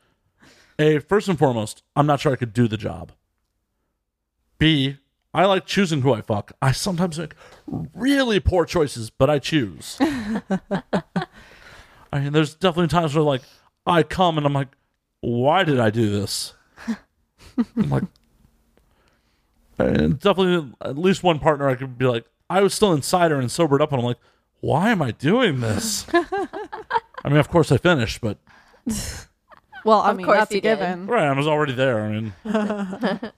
Speaker 1: A first and foremost, I'm not sure I could do the job. B, I like choosing who I fuck. I sometimes make really poor choices, but I choose. I mean, there's definitely times where like I come and I'm like, "Why did I do this?" I'm like, and definitely at least one partner I could be like, I was still in cider and sobered up, and I'm like, why am I doing this? I mean, of course I finished, but
Speaker 3: Well, I
Speaker 5: Of
Speaker 3: mean,
Speaker 5: course
Speaker 3: that's a
Speaker 5: you did.
Speaker 3: given.
Speaker 1: right, I was already there. I mean,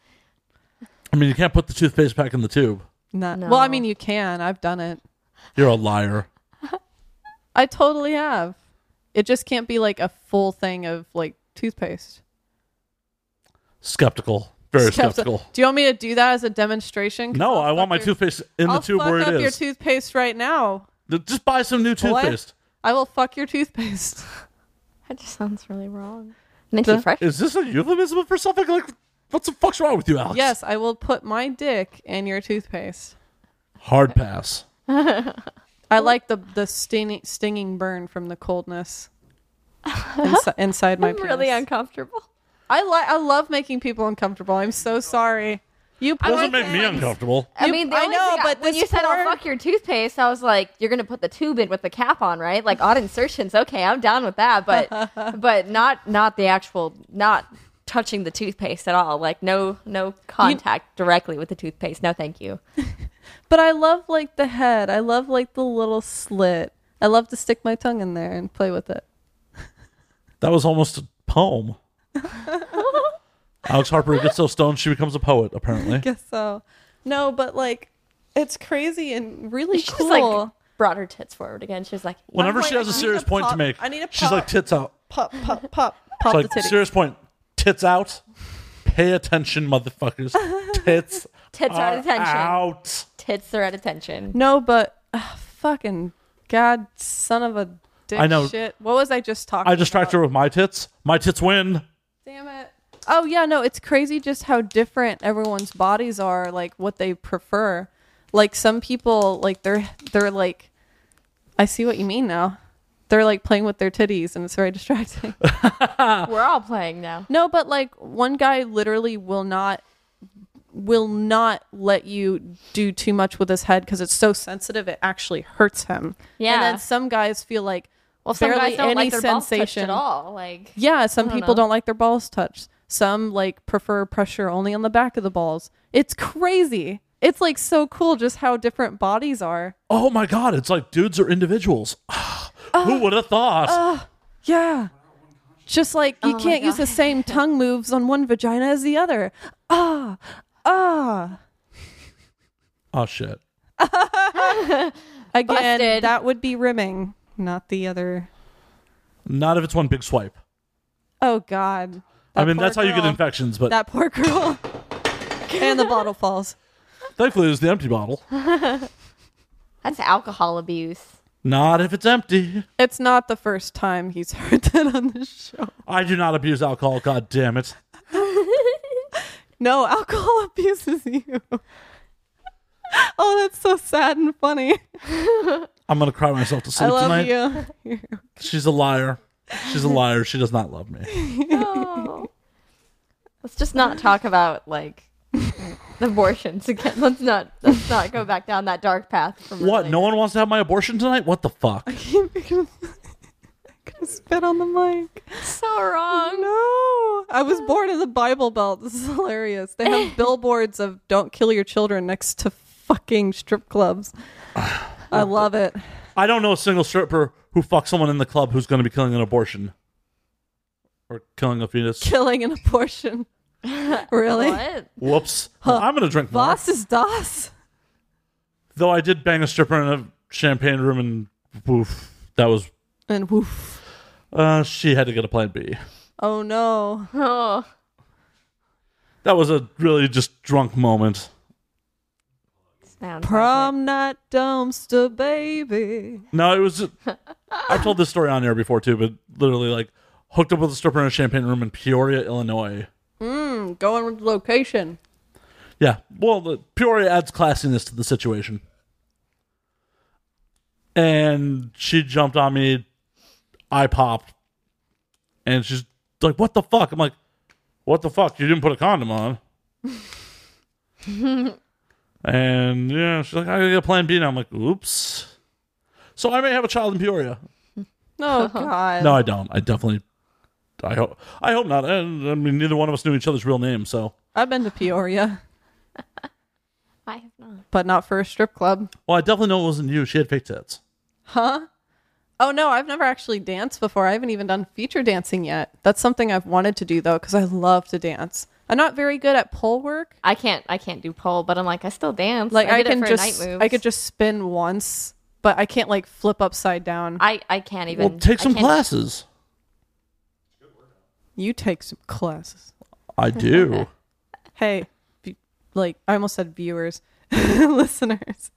Speaker 1: I mean, you can't put the toothpaste back in the tube.
Speaker 3: Not-
Speaker 5: No.
Speaker 3: Well, I mean, you can. I've done it.
Speaker 1: You're a liar.
Speaker 3: I totally have. It just can't be like a full thing of like toothpaste.
Speaker 1: Skeptical. Very
Speaker 3: Skepti-
Speaker 1: skeptical.
Speaker 3: Do you want me to do that as a demonstration? 'Cause
Speaker 1: No,
Speaker 3: I'll
Speaker 1: I want
Speaker 3: fuck
Speaker 1: my
Speaker 3: your-
Speaker 1: toothpaste in
Speaker 3: I'll
Speaker 1: the tube
Speaker 3: fuck
Speaker 1: where
Speaker 3: up
Speaker 1: it
Speaker 3: your
Speaker 1: is.
Speaker 3: toothpaste right now.
Speaker 1: Th- Just buy some new
Speaker 3: What?
Speaker 1: toothpaste.
Speaker 3: I will fuck your toothpaste.
Speaker 5: that just sounds really wrong. Minty fresh.
Speaker 1: Is this a euphemism for something? Like, what the fuck's wrong with you, Alex?
Speaker 3: yes, I will put my dick in your toothpaste.
Speaker 1: Hard pass.
Speaker 3: I like the the stinging, stinging burn from the coldness insi- inside my
Speaker 5: I'm really
Speaker 3: penis.
Speaker 5: uncomfortable.
Speaker 3: I like I love making people uncomfortable. I'm so sorry. You
Speaker 5: I
Speaker 1: Doesn't
Speaker 5: like
Speaker 1: make me
Speaker 5: that.
Speaker 1: uncomfortable.
Speaker 5: I
Speaker 3: You-
Speaker 5: mean, the
Speaker 3: I
Speaker 5: only
Speaker 3: know,
Speaker 5: thing
Speaker 3: but
Speaker 5: when
Speaker 3: this
Speaker 5: you said "I'll
Speaker 3: poor-
Speaker 5: fuck your toothpaste," I was like, "You're gonna put the tube in with the cap on, right? Like odd insertions. Okay, I'm down with that, but but not not the actual not touching the toothpaste at all. Like no no contact directly with the toothpaste. No, thank you.
Speaker 3: But I love like the head. I love like the little slit. I love to stick my tongue in there and play with it.
Speaker 1: That was almost a poem. Alex Harper gets so stoned she becomes a poet, apparently.
Speaker 3: Guess so. No, but like it's crazy and really
Speaker 5: She
Speaker 3: cool.
Speaker 5: just like brought her tits forward again. She was like,
Speaker 1: Whenever
Speaker 3: I'm
Speaker 1: she
Speaker 3: like,
Speaker 1: has a
Speaker 3: I need
Speaker 1: serious
Speaker 3: a
Speaker 1: point to
Speaker 3: pop-
Speaker 1: make,
Speaker 3: I need a
Speaker 1: she's like
Speaker 3: pop.
Speaker 1: tits out.
Speaker 3: pop, pop, pop, pop
Speaker 1: It's like
Speaker 3: the titty.
Speaker 1: serious point. Tits out. Pay attention, motherfuckers. Tits.
Speaker 5: "Tits are
Speaker 1: are
Speaker 5: at attention.
Speaker 1: Out.
Speaker 5: Tits are at attention."
Speaker 3: No, but ugh, fucking god, son of a dick
Speaker 1: I know.
Speaker 3: shit. What was I just talking?
Speaker 1: I distract her with my tits. My tits win.
Speaker 3: Damn it. Oh yeah, no, it's crazy just how different everyone's bodies are, like what they prefer. Like some people, like they're they're like, I see what you mean now. they're like playing with their titties and it's very distracting.
Speaker 5: We're all playing now.
Speaker 3: no, but like one guy literally will not will not let you do too much with his head because it's so sensitive it actually hurts him.
Speaker 5: Yeah.
Speaker 3: And then some guys feel like
Speaker 5: Well, some
Speaker 3: barely
Speaker 5: guys don't
Speaker 3: any
Speaker 5: like their balls touched
Speaker 3: sensation
Speaker 5: at all. Like,
Speaker 3: Yeah, some
Speaker 5: don't
Speaker 3: people
Speaker 5: know.
Speaker 3: don't like their balls touched. Some like prefer pressure only on the back of the balls. It's crazy. It's like so cool just how different bodies are.
Speaker 1: Oh my God, it's like dudes are individuals. Who would have thought?
Speaker 3: Yeah. Just like
Speaker 5: Oh
Speaker 3: you can't use the same tongue moves on one vagina as the other. Ah, ah.
Speaker 1: oh shit.
Speaker 3: Again,
Speaker 5: Busted.
Speaker 3: that would be rimming, not the other.
Speaker 1: Not if it's one big swipe.
Speaker 3: Oh God.
Speaker 1: I
Speaker 3: That
Speaker 1: mean,
Speaker 3: poor
Speaker 1: that's how you get
Speaker 3: girl.
Speaker 1: infections, but
Speaker 3: That poor girl. and the bottle falls.
Speaker 1: thankfully it was the empty bottle.
Speaker 5: that's alcohol abuse.
Speaker 1: Not if it's empty.
Speaker 3: It's not the first time he's heard that on this show.
Speaker 1: I do not abuse alcohol, god damn it.
Speaker 3: No, alcohol abuses you. oh, that's so sad and funny.
Speaker 1: I'm gonna cry myself to
Speaker 3: I
Speaker 1: sleep
Speaker 3: love
Speaker 1: tonight.
Speaker 3: you.
Speaker 1: She's a liar. She's a liar. She does not love me.
Speaker 3: Oh.
Speaker 5: Let's just not talk about like abortions again. Let's not let's not go back down that dark path. From
Speaker 1: What?
Speaker 5: earlier.
Speaker 1: No one wants to have my abortion tonight? What the fuck?
Speaker 3: I spit on the mic.
Speaker 5: so wrong.
Speaker 3: No. I was born in the Bible Belt. This is hilarious. They have billboards of don't kill your children next to fucking strip clubs. I love it.
Speaker 1: I don't know a single stripper who fucks someone in the club who's gonna be killing an abortion. Or killing a fetus.
Speaker 3: Killing an abortion. Really?
Speaker 5: What?
Speaker 1: Whoops. I'm gonna drink more.
Speaker 3: Boss is DOS.
Speaker 1: Though I did bang a stripper in a champagne room and woof. That was
Speaker 3: And woof.
Speaker 1: uh she had to get a plan B.
Speaker 3: Oh no.
Speaker 5: Oh,
Speaker 1: That was a really just drunk moment.
Speaker 5: sounds Like
Speaker 3: Prom night dumpster baby.
Speaker 1: No, it was. I've told this story on air before too, but literally like hooked up with a stripper in a champagne room in Peoria, Illinois.
Speaker 3: Hmm, Going with location.
Speaker 1: Yeah, well, the, Peoria adds classiness to the situation. And she jumped on me. I popped, and she's like, "What the fuck?" I'm like, "What the fuck? You didn't put a condom on." and yeah, she's like, "I gotta get a plan B now." I'm like, "Oops." So I may have a child in Peoria.
Speaker 3: Oh god.
Speaker 1: No, I don't. I definitely. I hope. I hope not. I, I mean, neither one of us knew each other's real name, so.
Speaker 3: I've been to Peoria,
Speaker 5: it. I have not.
Speaker 3: but not for a strip club.
Speaker 1: Well, I definitely know it wasn't you. She had fake tits.
Speaker 3: Oh no, I've never actually danced before. I haven't even done feature dancing yet. That's something I've wanted to do though, because I love to dance. I'm not very good at pole work.
Speaker 5: I can't. I can't do pole, but I'm like I still dance.
Speaker 3: Like I,
Speaker 5: did
Speaker 3: can
Speaker 5: it for
Speaker 3: just
Speaker 5: night moves.
Speaker 3: I could just spin once, but I can't like flip upside down.
Speaker 5: I I can't even.
Speaker 1: Well, take
Speaker 5: I
Speaker 1: some
Speaker 5: can't-
Speaker 1: classes.
Speaker 3: you take some classes.
Speaker 1: I do.
Speaker 3: Hey, v- like I almost said viewers, listeners.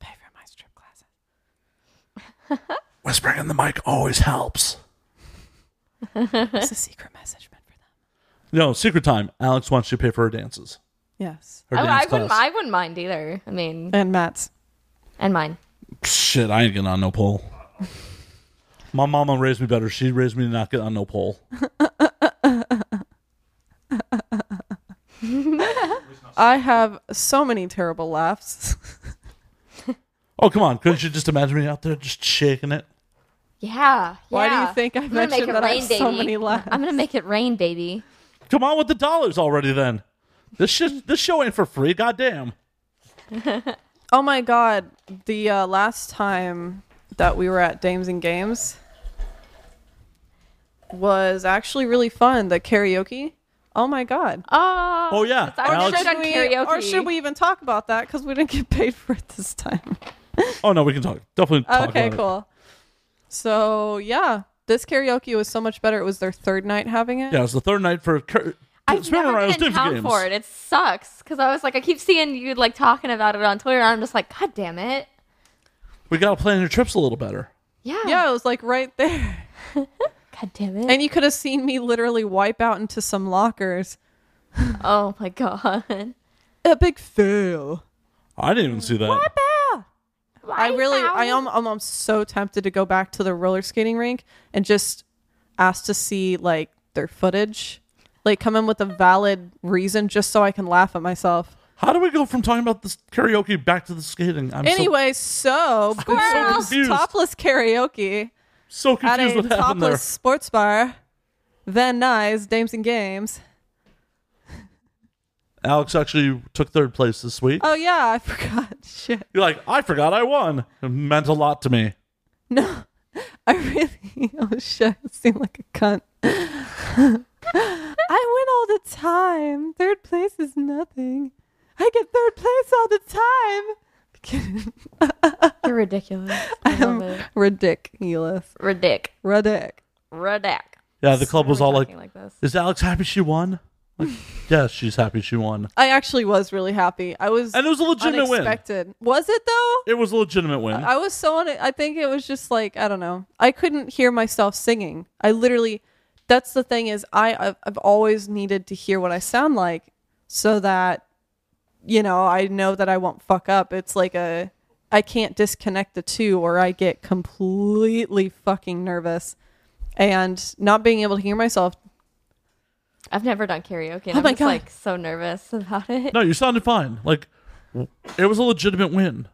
Speaker 3: Pay for my strip classes.
Speaker 1: Whispering in the mic always helps.
Speaker 3: It's a secret message meant for them.
Speaker 1: No, secret time. Alex wants you to pay for her dances.
Speaker 3: Yes.
Speaker 1: Her
Speaker 5: I, Oh, I
Speaker 1: dance
Speaker 5: wouldn't.
Speaker 1: class.
Speaker 5: I wouldn't mind either. I mean,
Speaker 3: And Matt's.
Speaker 5: and mine.
Speaker 1: Shit, I ain't getting on no pole. My mama raised me better. She raised me to not get on no pole.
Speaker 3: I have so many terrible laughs.
Speaker 1: Oh come on! Couldn't you just imagine me out there just shaking it?
Speaker 5: Yeah.
Speaker 3: Why do
Speaker 5: yeah.
Speaker 3: you think I
Speaker 5: I'm gonna make
Speaker 3: mentioned
Speaker 5: it
Speaker 3: that I
Speaker 5: rain,
Speaker 3: have
Speaker 5: baby.
Speaker 3: so many laughs?
Speaker 5: I'm gonna make it rain, baby.
Speaker 1: Come on with the dollars already, then. This shit, this show ain't for free. Goddamn.
Speaker 3: Oh my god, the uh, last time that we were at Dames and Games was actually really fun. The karaoke. Oh my god.
Speaker 5: Oh.
Speaker 1: Oh yeah,
Speaker 5: our
Speaker 1: Alex.
Speaker 5: should- Good on
Speaker 3: we,
Speaker 5: karaoke.
Speaker 3: or should we even talk about that? Because we didn't get paid for it this time.
Speaker 1: Oh no, we can talk. Definitely talk
Speaker 3: okay,
Speaker 1: about it.
Speaker 3: cool. So yeah, this karaoke was so much better. It was their third night having it.
Speaker 1: Yeah, it was the third night for Cur-
Speaker 5: I've never
Speaker 1: Rounds,
Speaker 5: been in
Speaker 1: Dave's
Speaker 5: town
Speaker 1: games.
Speaker 5: for it. It sucks because I was like, I keep seeing you like talking about it on Twitter. And I'm just like, God damn it!
Speaker 1: We gotta plan your trips a little better.
Speaker 5: Yeah,
Speaker 3: Yeah, it was like right there.
Speaker 5: God damn it!
Speaker 3: And you could have seen me literally wipe out into some lockers.
Speaker 5: oh my god,
Speaker 3: Epic fail.
Speaker 1: I didn't even see that.
Speaker 6: Why
Speaker 3: I really, I
Speaker 6: now?
Speaker 3: am, I'm, I'm so tempted to go back to the roller skating rink and just ask to see like their footage, like come in with a valid reason, just so I can laugh at myself.
Speaker 1: How do we go from talking about this karaoke back to the skating? I'm so-
Speaker 3: anyway, so, girls
Speaker 1: confused.
Speaker 3: topless karaoke
Speaker 1: so,
Speaker 3: at
Speaker 1: confused
Speaker 3: a
Speaker 1: what happened there.
Speaker 3: topless sports bar, Van Nuys Dames and Games.
Speaker 1: Alex actually took third place this week.
Speaker 3: Oh yeah, I forgot. Shit.
Speaker 1: You're like, I forgot I won. It meant a lot to me.
Speaker 3: No, I really. Oh shit! I seem like a cunt. I win all the time. Third place is nothing. I get third place all the time. Kidding.
Speaker 5: You're ridiculous. I love it.
Speaker 3: Ridiculous.
Speaker 5: Ridic.
Speaker 3: Ridic.
Speaker 5: Ridic.
Speaker 1: Yeah, the club was all like,
Speaker 5: Talking like this.
Speaker 1: Is Alex happy she won? Like, yes, she's happy she won.
Speaker 3: I actually was really happy. I was
Speaker 1: And it was a legitimate
Speaker 3: unexpected. Was it though?
Speaker 1: win. It was a legitimate win.
Speaker 5: Uh,
Speaker 3: I was so on it. I think it was just like I don't know. I couldn't hear myself singing. I literally. That's the thing is I I've- I've always needed to hear what I sound like so that you know I know that I won't fuck up. It's like a I can't disconnect the two or I get completely fucking nervous and not being able to hear myself.
Speaker 5: I've never done karaoke. And
Speaker 3: Oh
Speaker 5: I'm
Speaker 3: my
Speaker 5: just
Speaker 3: God.
Speaker 5: like so nervous about it.
Speaker 1: no, you sounded fine. Like, it was a legitimate win.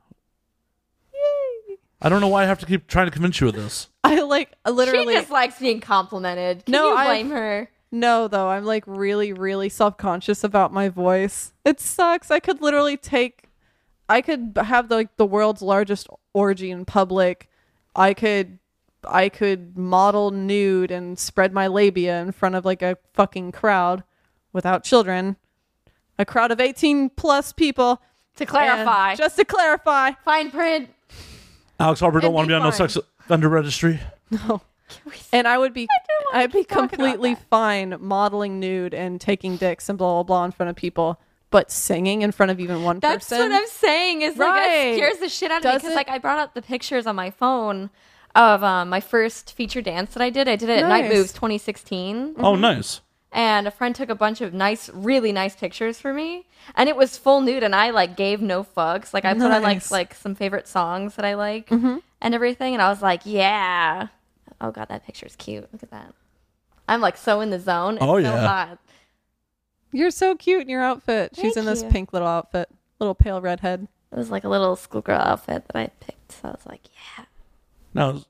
Speaker 1: I don't know why I have to keep trying to convince you of this.
Speaker 3: I like literally
Speaker 5: She just likes being complimented. Can
Speaker 3: No,
Speaker 5: you
Speaker 3: I've-
Speaker 5: blame her?
Speaker 3: No, though, I'm like really, really self conscious about my voice. It sucks. I could literally take, I could b- have the, like the world's largest orgy in public. I could, I could model nude and spread my labia in front of like a fucking crowd without children, a crowd of 18 plus people.
Speaker 5: To
Speaker 3: And
Speaker 5: clarify,
Speaker 3: just to clarify,
Speaker 5: fine print.
Speaker 1: Alex Harper don't
Speaker 3: And
Speaker 1: want to
Speaker 3: be
Speaker 1: be on no
Speaker 3: fine.
Speaker 1: sex offender registry.
Speaker 3: and I would be,
Speaker 5: wanna
Speaker 3: I'd be
Speaker 5: keep talking about
Speaker 3: completely fine modeling nude and taking dicks and blah blah blah in front of people, but singing in front of even one
Speaker 5: That's
Speaker 3: person.
Speaker 5: what I'm saying. Is like
Speaker 3: Right.
Speaker 5: that scares the shit out of me
Speaker 3: Doesn't-
Speaker 5: because like I brought up the pictures on my phone of um, my first feature dance that I did. I did it at Night
Speaker 3: Nice.
Speaker 5: Moves 2016.
Speaker 1: Oh,
Speaker 3: Mm-hmm.
Speaker 1: nice.
Speaker 5: and a friend took a bunch of nice, really nice pictures for me, and it was full nude, and I like gave no fucks. Like I put on like
Speaker 3: Nice. Mm-hmm.
Speaker 5: like some favorite songs that I like and everything, and I was like, yeah. Oh god, that picture's cute. Look at that. I'm like so in the zone. It's
Speaker 1: Oh,
Speaker 5: so
Speaker 1: yeah.
Speaker 5: hot.
Speaker 3: You're so cute in your outfit. She's in this
Speaker 5: you.
Speaker 3: pink little outfit, little pale redhead.
Speaker 5: It was like a little schoolgirl outfit that I picked, so I was like, yeah.
Speaker 1: No,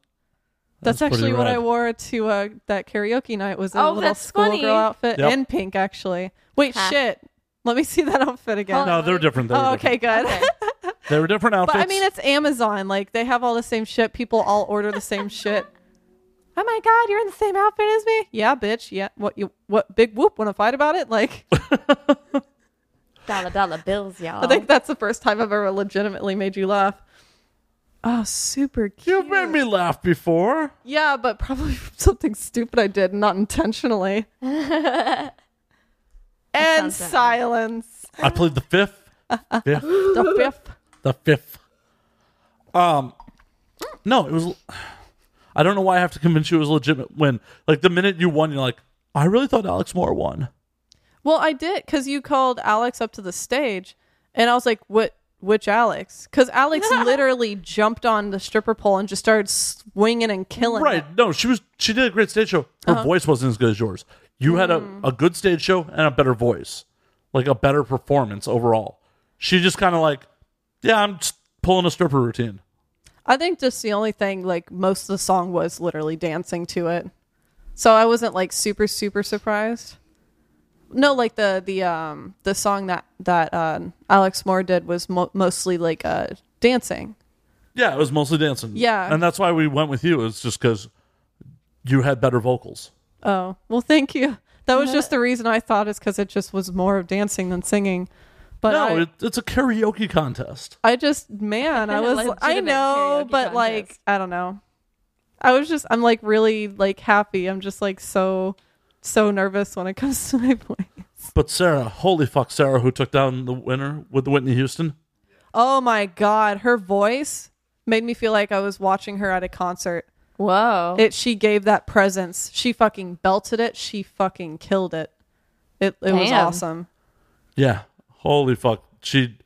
Speaker 1: That's
Speaker 3: That's,
Speaker 1: pretty
Speaker 3: actually what
Speaker 1: rad.
Speaker 3: I wore to uh, that karaoke night. Was a
Speaker 5: Oh,
Speaker 3: little
Speaker 5: that's
Speaker 3: schoolgirl
Speaker 5: funny.
Speaker 3: outfit
Speaker 1: Yep.
Speaker 3: and pink. Actually, wait,
Speaker 5: Huh.
Speaker 3: shit. Let me see that outfit again.
Speaker 1: no, they're different. They were
Speaker 3: oh,
Speaker 1: different.
Speaker 3: okay, good.
Speaker 5: Okay.
Speaker 1: They were different outfits.
Speaker 3: but I mean, it's Amazon. Like they have all the same shit. People all order the same shit. Oh my god, you're in the same outfit as me. Yeah, bitch. Yeah. What you? What big whoop? Want to fight about it? Like
Speaker 5: Dollar dollar bills, y'all.
Speaker 3: I think that's the first time I've ever legitimately made you laugh. Oh, super cute.
Speaker 1: you made me laugh before.
Speaker 3: Yeah, but probably from something stupid I did, not intentionally. and
Speaker 5: sounds about right.
Speaker 3: silence.
Speaker 1: I played the fifth. Fifth.
Speaker 3: The fifth.
Speaker 1: The fifth. Um, no, it was. I don't know why I have to convince you it was a legitimate win. Like the minute you won, you're like, I really thought Alex Moore won.
Speaker 3: Well, I did because you called Alex up to the stage, and I was like, "What? Which Alex?" Because Alex literally jumped on the stripper pole and just started swinging and killing.
Speaker 1: Right?
Speaker 3: it.
Speaker 1: No, she was. She did a great stage show. Her
Speaker 3: Uh-huh.
Speaker 1: voice wasn't as good as yours. You had
Speaker 3: Mm.
Speaker 1: a, a good stage show and a better voice, like a better performance overall. She just kind of like, yeah, I'm just pulling a stripper routine.
Speaker 3: I think just the only thing, like most of the song was literally dancing to it, so I wasn't like super super surprised. No, like the the um the song that that uh, Alex Moore did was mo- mostly like uh dancing.
Speaker 1: Yeah, it was mostly dancing.
Speaker 3: Yeah.
Speaker 1: and that's why we went with you. It's just because you had better vocals.
Speaker 3: Oh well, thank you. That was just the reason I thought is because it just was more of dancing than singing. But
Speaker 1: no,
Speaker 3: I,
Speaker 1: it, it's a karaoke contest.
Speaker 3: I just man, I was
Speaker 5: Legitimate
Speaker 3: I know,
Speaker 5: karaoke
Speaker 3: but like
Speaker 5: contest.
Speaker 3: I don't know. I was just I'm like really like happy. I'm just like so so nervous when it comes to my voice.
Speaker 1: But Sarah, holy fuck, Sarah, who took down the winner with the Whitney Houston.
Speaker 3: Oh my god, her voice made me feel like I was watching her at a concert.
Speaker 5: Whoa.
Speaker 3: It she gave that presence. She fucking belted it. She fucking killed it. It it was
Speaker 5: Damn.
Speaker 3: awesome.
Speaker 1: Yeah, holy fuck, she.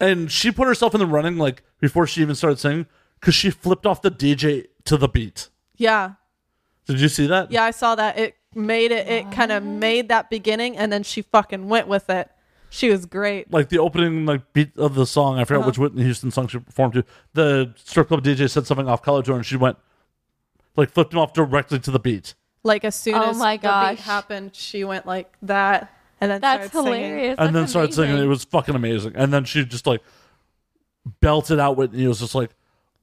Speaker 1: And she put herself in the running like before she even started singing because she flipped off the DJ to the beat.
Speaker 3: Yeah.
Speaker 1: Did you see that?
Speaker 3: Yeah, I saw that. It made it it kind of made that beginning and then she fucking went with it. She was great.
Speaker 1: Like the opening like beat of the song, I forgot
Speaker 5: Uh-huh.
Speaker 1: which Whitney Houston song she performed to. The strip club DJ said something off color to her, and she went like flipped him off directly to the beat.
Speaker 3: Like as soon
Speaker 5: Oh
Speaker 3: as
Speaker 5: my
Speaker 3: the
Speaker 5: gosh.
Speaker 3: beat happened, she went like that and then
Speaker 5: That's
Speaker 3: started singing.
Speaker 5: hilarious.
Speaker 1: and then
Speaker 5: That's
Speaker 1: started singing.
Speaker 5: amazing.
Speaker 1: It was fucking amazing. And then she just like belted out Whitney. It was just like,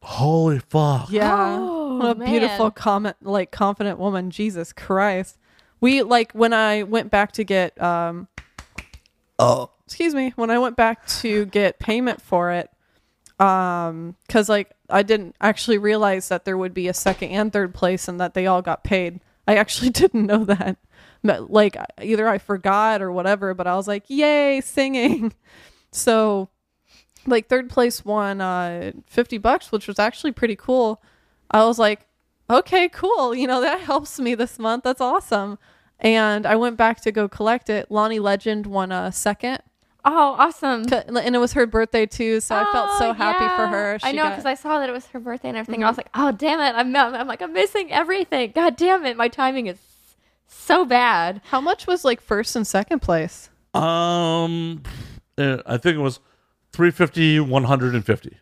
Speaker 1: holy fuck.
Speaker 3: Yeah.
Speaker 5: Oh,
Speaker 3: what a beautiful
Speaker 5: man.
Speaker 3: comment like confident woman. Jesus Christ. We like when I went back to get um Oh. Excuse me. When I went back to get payment for it, um cuz like I didn't actually realize that there would be a second and third place and that they all got paid. I actually didn't know that. But, Like either I forgot or whatever, but I was like, "Yay, singing." So like third place won uh 50 bucks which was actually pretty cool i was like okay cool you know that helps me this month that's awesome and i went back to go collect it lonnie legend won a second
Speaker 5: Oh, awesome.
Speaker 3: C- and it was her birthday too so i felt so
Speaker 5: Oh,
Speaker 3: happy for
Speaker 5: yeah.
Speaker 3: her
Speaker 5: I
Speaker 3: She
Speaker 5: know
Speaker 3: got- Mm-hmm.
Speaker 5: because I saw that it was her birthday and everything. I was like, oh damn it! I'm I'm like I'm missing everything. God damn it! My timing is so bad.
Speaker 3: how much was like first and second place
Speaker 1: Um, eh, I think it was 350, 150.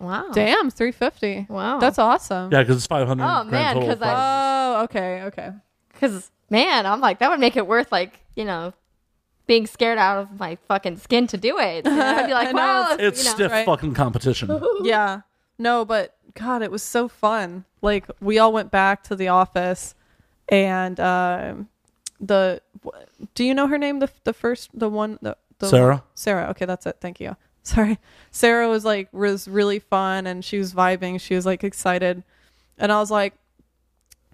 Speaker 5: Wow.
Speaker 3: Oh. damn 350
Speaker 5: Wow.
Speaker 3: that's awesome
Speaker 1: Yeah, because it's 500.
Speaker 5: Oh,
Speaker 1: grand
Speaker 5: man,
Speaker 1: total
Speaker 5: 'cause I-
Speaker 1: prizes.
Speaker 3: oh okay okay
Speaker 5: Because man, I'm like that would make it worth like you know being scared out of my fucking skin to do it. And I'd be
Speaker 3: I
Speaker 5: like,
Speaker 3: know,
Speaker 5: wow,
Speaker 3: it's-
Speaker 1: it's
Speaker 3: you know,
Speaker 1: stiff
Speaker 3: right?
Speaker 1: fucking competition.
Speaker 3: yeah no but god it was so fun like we all went back to the office and um the wh- do you know her name the the first the one the, the
Speaker 1: Sarah?
Speaker 3: sarah okay that's it thank you sorry sarah was like was really fun and she was vibing she was like excited and i was like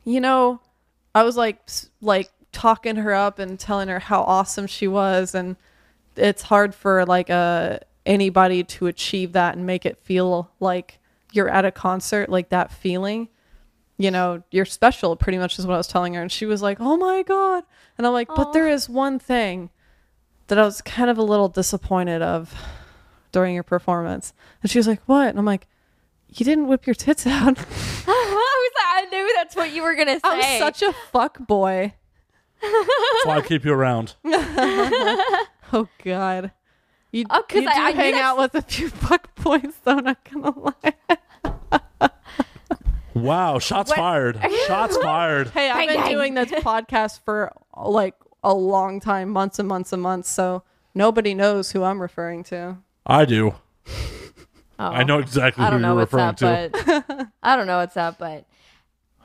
Speaker 3: you know i was like s- like talking her up and telling her how awesome she was and it's hard for like a anybody to achieve that and make it feel like you're at a concert like that feeling you know you're special pretty much is what i was telling her and she was like oh my god and i'm like but there is one thing that i was kind of a little disappointed of during your performance and she was like what and i'm like you didn't whip your tits out
Speaker 5: I was like, I knew that's what you were gonna say.
Speaker 3: i was such a fuck boy
Speaker 1: That's why I keep you around.
Speaker 3: oh god you,
Speaker 5: Oh,
Speaker 3: you
Speaker 5: 'cause
Speaker 3: do
Speaker 5: I- I knew
Speaker 3: hang
Speaker 5: that's-
Speaker 3: out with a few fuck boys though not gonna lie
Speaker 1: Wow, shots fired. Shots fired.
Speaker 3: Hey, I've
Speaker 5: Bang,
Speaker 3: been
Speaker 5: bang.
Speaker 3: doing this podcast for like a long time, months and months and months, so nobody knows who I'm referring to.
Speaker 1: I do.
Speaker 5: Oh.
Speaker 1: I know exactly
Speaker 5: I
Speaker 1: who
Speaker 5: don't know
Speaker 1: you're
Speaker 5: what's
Speaker 1: referring
Speaker 5: up,
Speaker 1: to.
Speaker 5: but I don't know what's up, but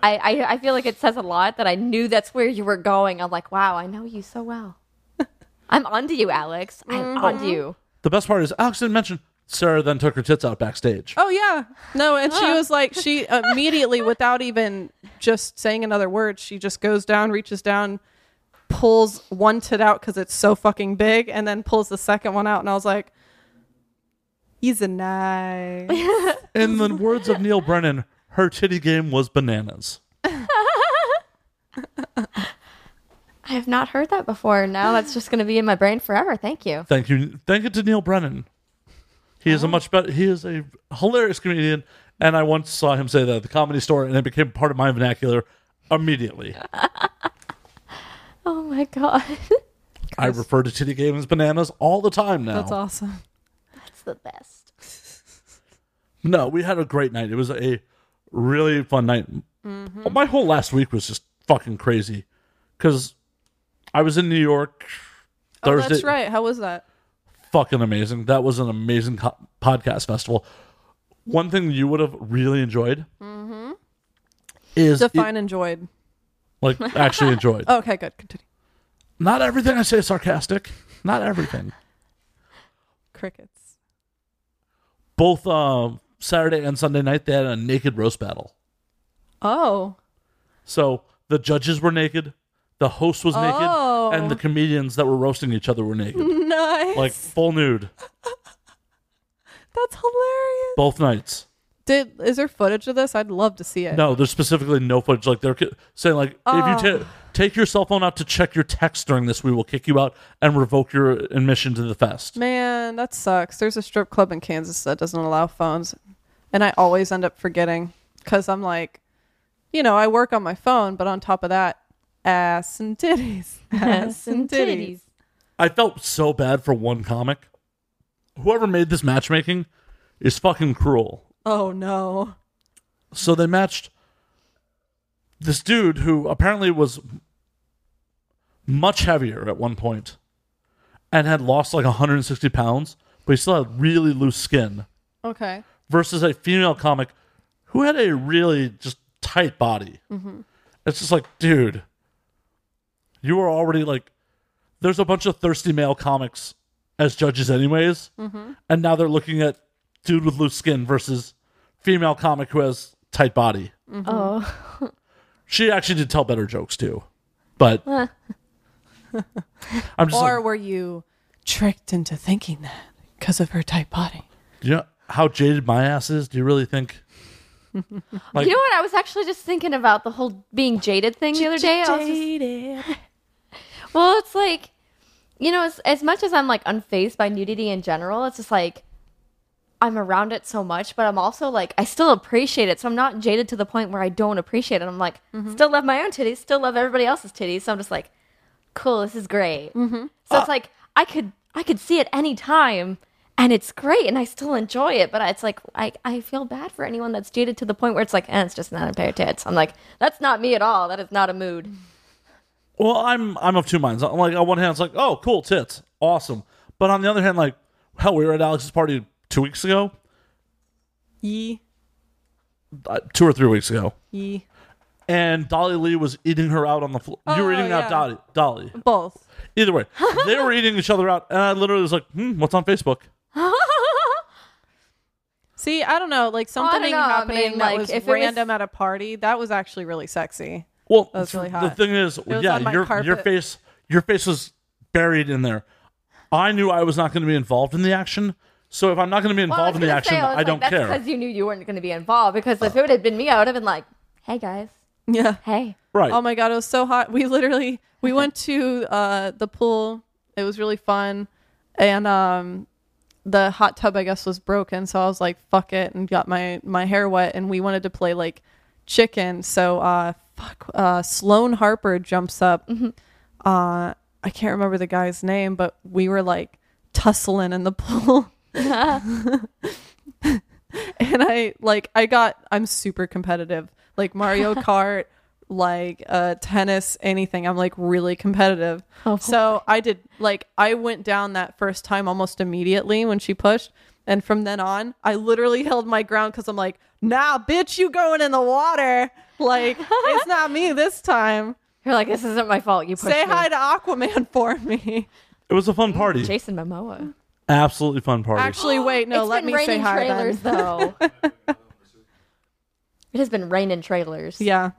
Speaker 5: I, I I feel like it says a lot that I knew that's where you were going. I'm like, wow, I know you so well. I'm onto you, Alex. I'm onto you.
Speaker 1: The best part is Alex didn't mention Sarah then took her tits out backstage.
Speaker 3: Oh yeah. No, and she was like she immediately without even just saying another word, she just goes down, reaches down, pulls one tit out cuz it's so fucking big and then pulls the second one out and I was like He's a nice.
Speaker 1: In the words of Neil Brennan, her titty game was bananas.
Speaker 5: I have not heard that before. Now that's just going to be in my brain forever. Thank you.
Speaker 1: Thank you. Thank you to Neil Brennan. He
Speaker 3: Oh.
Speaker 1: is a much better. He is a hilarious comedian, and I once saw him say that at the comedy store, and it became part of my vernacular immediately.
Speaker 5: Oh my god,
Speaker 1: I refer to titty game as bananas all the time now.
Speaker 3: That's awesome.
Speaker 5: it's the best.
Speaker 1: No, we had a great night. It was a really fun night.
Speaker 3: Mm-hmm.
Speaker 1: My whole last week was just fucking crazy because I was in New York
Speaker 3: Oh,
Speaker 1: Thursday.
Speaker 3: that's right. How was that?
Speaker 1: fucking amazing. That was an amazing co- podcast festival. One thing you would have really enjoyed is it-
Speaker 3: Define enjoyed. Oh,
Speaker 1: like actually enjoyed.
Speaker 3: Okay, good. Continue.
Speaker 1: Not everything I say is sarcastic. Not everything.
Speaker 3: Crickets.
Speaker 1: Both uh, Saturday and Sunday night they had a naked roast battle.
Speaker 3: Oh.
Speaker 1: So the judges were naked, the host was naked,
Speaker 3: Oh.
Speaker 1: and the comedians that were roasting each other were naked,
Speaker 3: Nice.
Speaker 1: like full nude,
Speaker 3: That's hilarious.
Speaker 1: both nights.
Speaker 3: Did is there footage of this? I'd love to see it.
Speaker 1: No, there's specifically no footage. Like they're ki- saying, like if you ta- take your cell phone out to check your text during this, we will kick you out and revoke your admission to the fest.
Speaker 3: Man, that sucks. There's a strip club in Kansas that doesn't allow phones, and I always end up forgetting because I'm like, you know, I work on my phone, but on top of that, ass and titties, ass and titties.
Speaker 1: I felt so bad for one comic. Whoever made this matchmaking is fucking cruel.
Speaker 3: Oh no.
Speaker 1: So they matched this dude who apparently was much heavier at one point and had lost like 160 pounds, but he still had really loose skin
Speaker 3: Okay.
Speaker 1: versus a female comic who had a really just tight body. It's just like, dude, you are already like, there's a bunch of thirsty male comics as judges, anyways, and now they're looking at dude with loose skin versus female comic who has tight body.
Speaker 5: Oh,
Speaker 1: She actually did tell better jokes too, but I'm just
Speaker 3: Or
Speaker 1: like,
Speaker 3: were you tricked into thinking that because of her tight body?
Speaker 1: you know how jaded my ass is. Do you really think? Like-
Speaker 5: you know what? I was actually just thinking about the whole being jaded thing the other day. I was just- Well, it's like, you know, as, as much as I'm like unfazed by nudity in general, it's just like I'm around it so much, but I'm also like, I still appreciate it. So I'm not jaded to the point where I don't appreciate it. I'm like, still love my own titties, still love everybody else's titties. So I'm just like, cool, this is great. So
Speaker 1: Uh,
Speaker 5: it's like, I could, I could see it any time and it's great and I still enjoy it, but it's like, I, I feel bad for anyone that's jaded to the point where it's like, eh, it's just not a pair of tits. I'm like, that's not me at all. That is not a mood.
Speaker 1: Well, I'm I'm of two minds. I'm like on one hand, it's like, oh, cool tits, awesome. But on the other hand, like, hell, we were at Alex's party two weeks ago,
Speaker 3: Yee,
Speaker 1: uh, two or three weeks ago,
Speaker 3: yee.
Speaker 1: and Dolly Lee was eating her out on the floor. you were
Speaker 3: Oh,
Speaker 1: eating
Speaker 3: yeah.
Speaker 1: out Dolly. Dolly.
Speaker 3: Both.
Speaker 1: Either way, they were eating each other out, and I literally was like, hmm, what's on Facebook?
Speaker 3: See, I don't know, like
Speaker 5: I
Speaker 3: something
Speaker 5: don't know. I
Speaker 3: happening
Speaker 5: mean,
Speaker 3: that
Speaker 5: like,
Speaker 3: was
Speaker 5: if it was-
Speaker 3: random at a party that was actually really sexy.
Speaker 1: Well,
Speaker 3: That's really
Speaker 1: the
Speaker 3: hot.
Speaker 1: thing is,
Speaker 3: was
Speaker 1: yeah,
Speaker 3: on my
Speaker 1: your your
Speaker 3: carpet.
Speaker 1: face your face was buried in there. I knew I was not going to be involved in the action, so if I'm not going to be
Speaker 5: Well, I
Speaker 1: involved
Speaker 5: was
Speaker 1: in the
Speaker 5: gonna
Speaker 1: action,
Speaker 5: say,
Speaker 1: I,
Speaker 5: was like,
Speaker 1: don't
Speaker 5: that's
Speaker 1: care.
Speaker 5: Because you knew you weren't going to be involved. Because if it had been me, I would have been like, "Hey guys,
Speaker 3: Yeah.
Speaker 5: hey."
Speaker 1: Right.
Speaker 3: Oh my god, it was so hot. We literally we went to uh, the pool. It was really fun, and um, the hot tub I guess was broken, so I was like, "Fuck it," and got my my hair wet. And we wanted to play like chicken, so uh, fuck. Uh, Sloan Harper jumps up. Uh, I can't remember the guy's name, but we were like tussling in the pool. and I like I got I'm super competitive. Like Mario Kart, like uh tennis, anything. I'm like really competitive.
Speaker 5: Oh,
Speaker 3: so I did like I went down that first time almost immediately when she pushed. And from then on, I literally held my ground because I'm like, nah, bitch, you going in the water. Like, it's not me this time.
Speaker 5: You're like, "This isn't my fault." You pushed
Speaker 3: Say
Speaker 5: me.
Speaker 3: hi to Aquaman for me.
Speaker 1: it was a fun party.
Speaker 5: Jason Momoa.
Speaker 1: Absolutely fun party.
Speaker 3: Actually, wait, no,
Speaker 5: It's
Speaker 3: let
Speaker 5: been
Speaker 3: me say
Speaker 5: raining
Speaker 3: hi
Speaker 5: trailers
Speaker 3: then.
Speaker 5: though. it has been raining trailers.
Speaker 3: Yeah.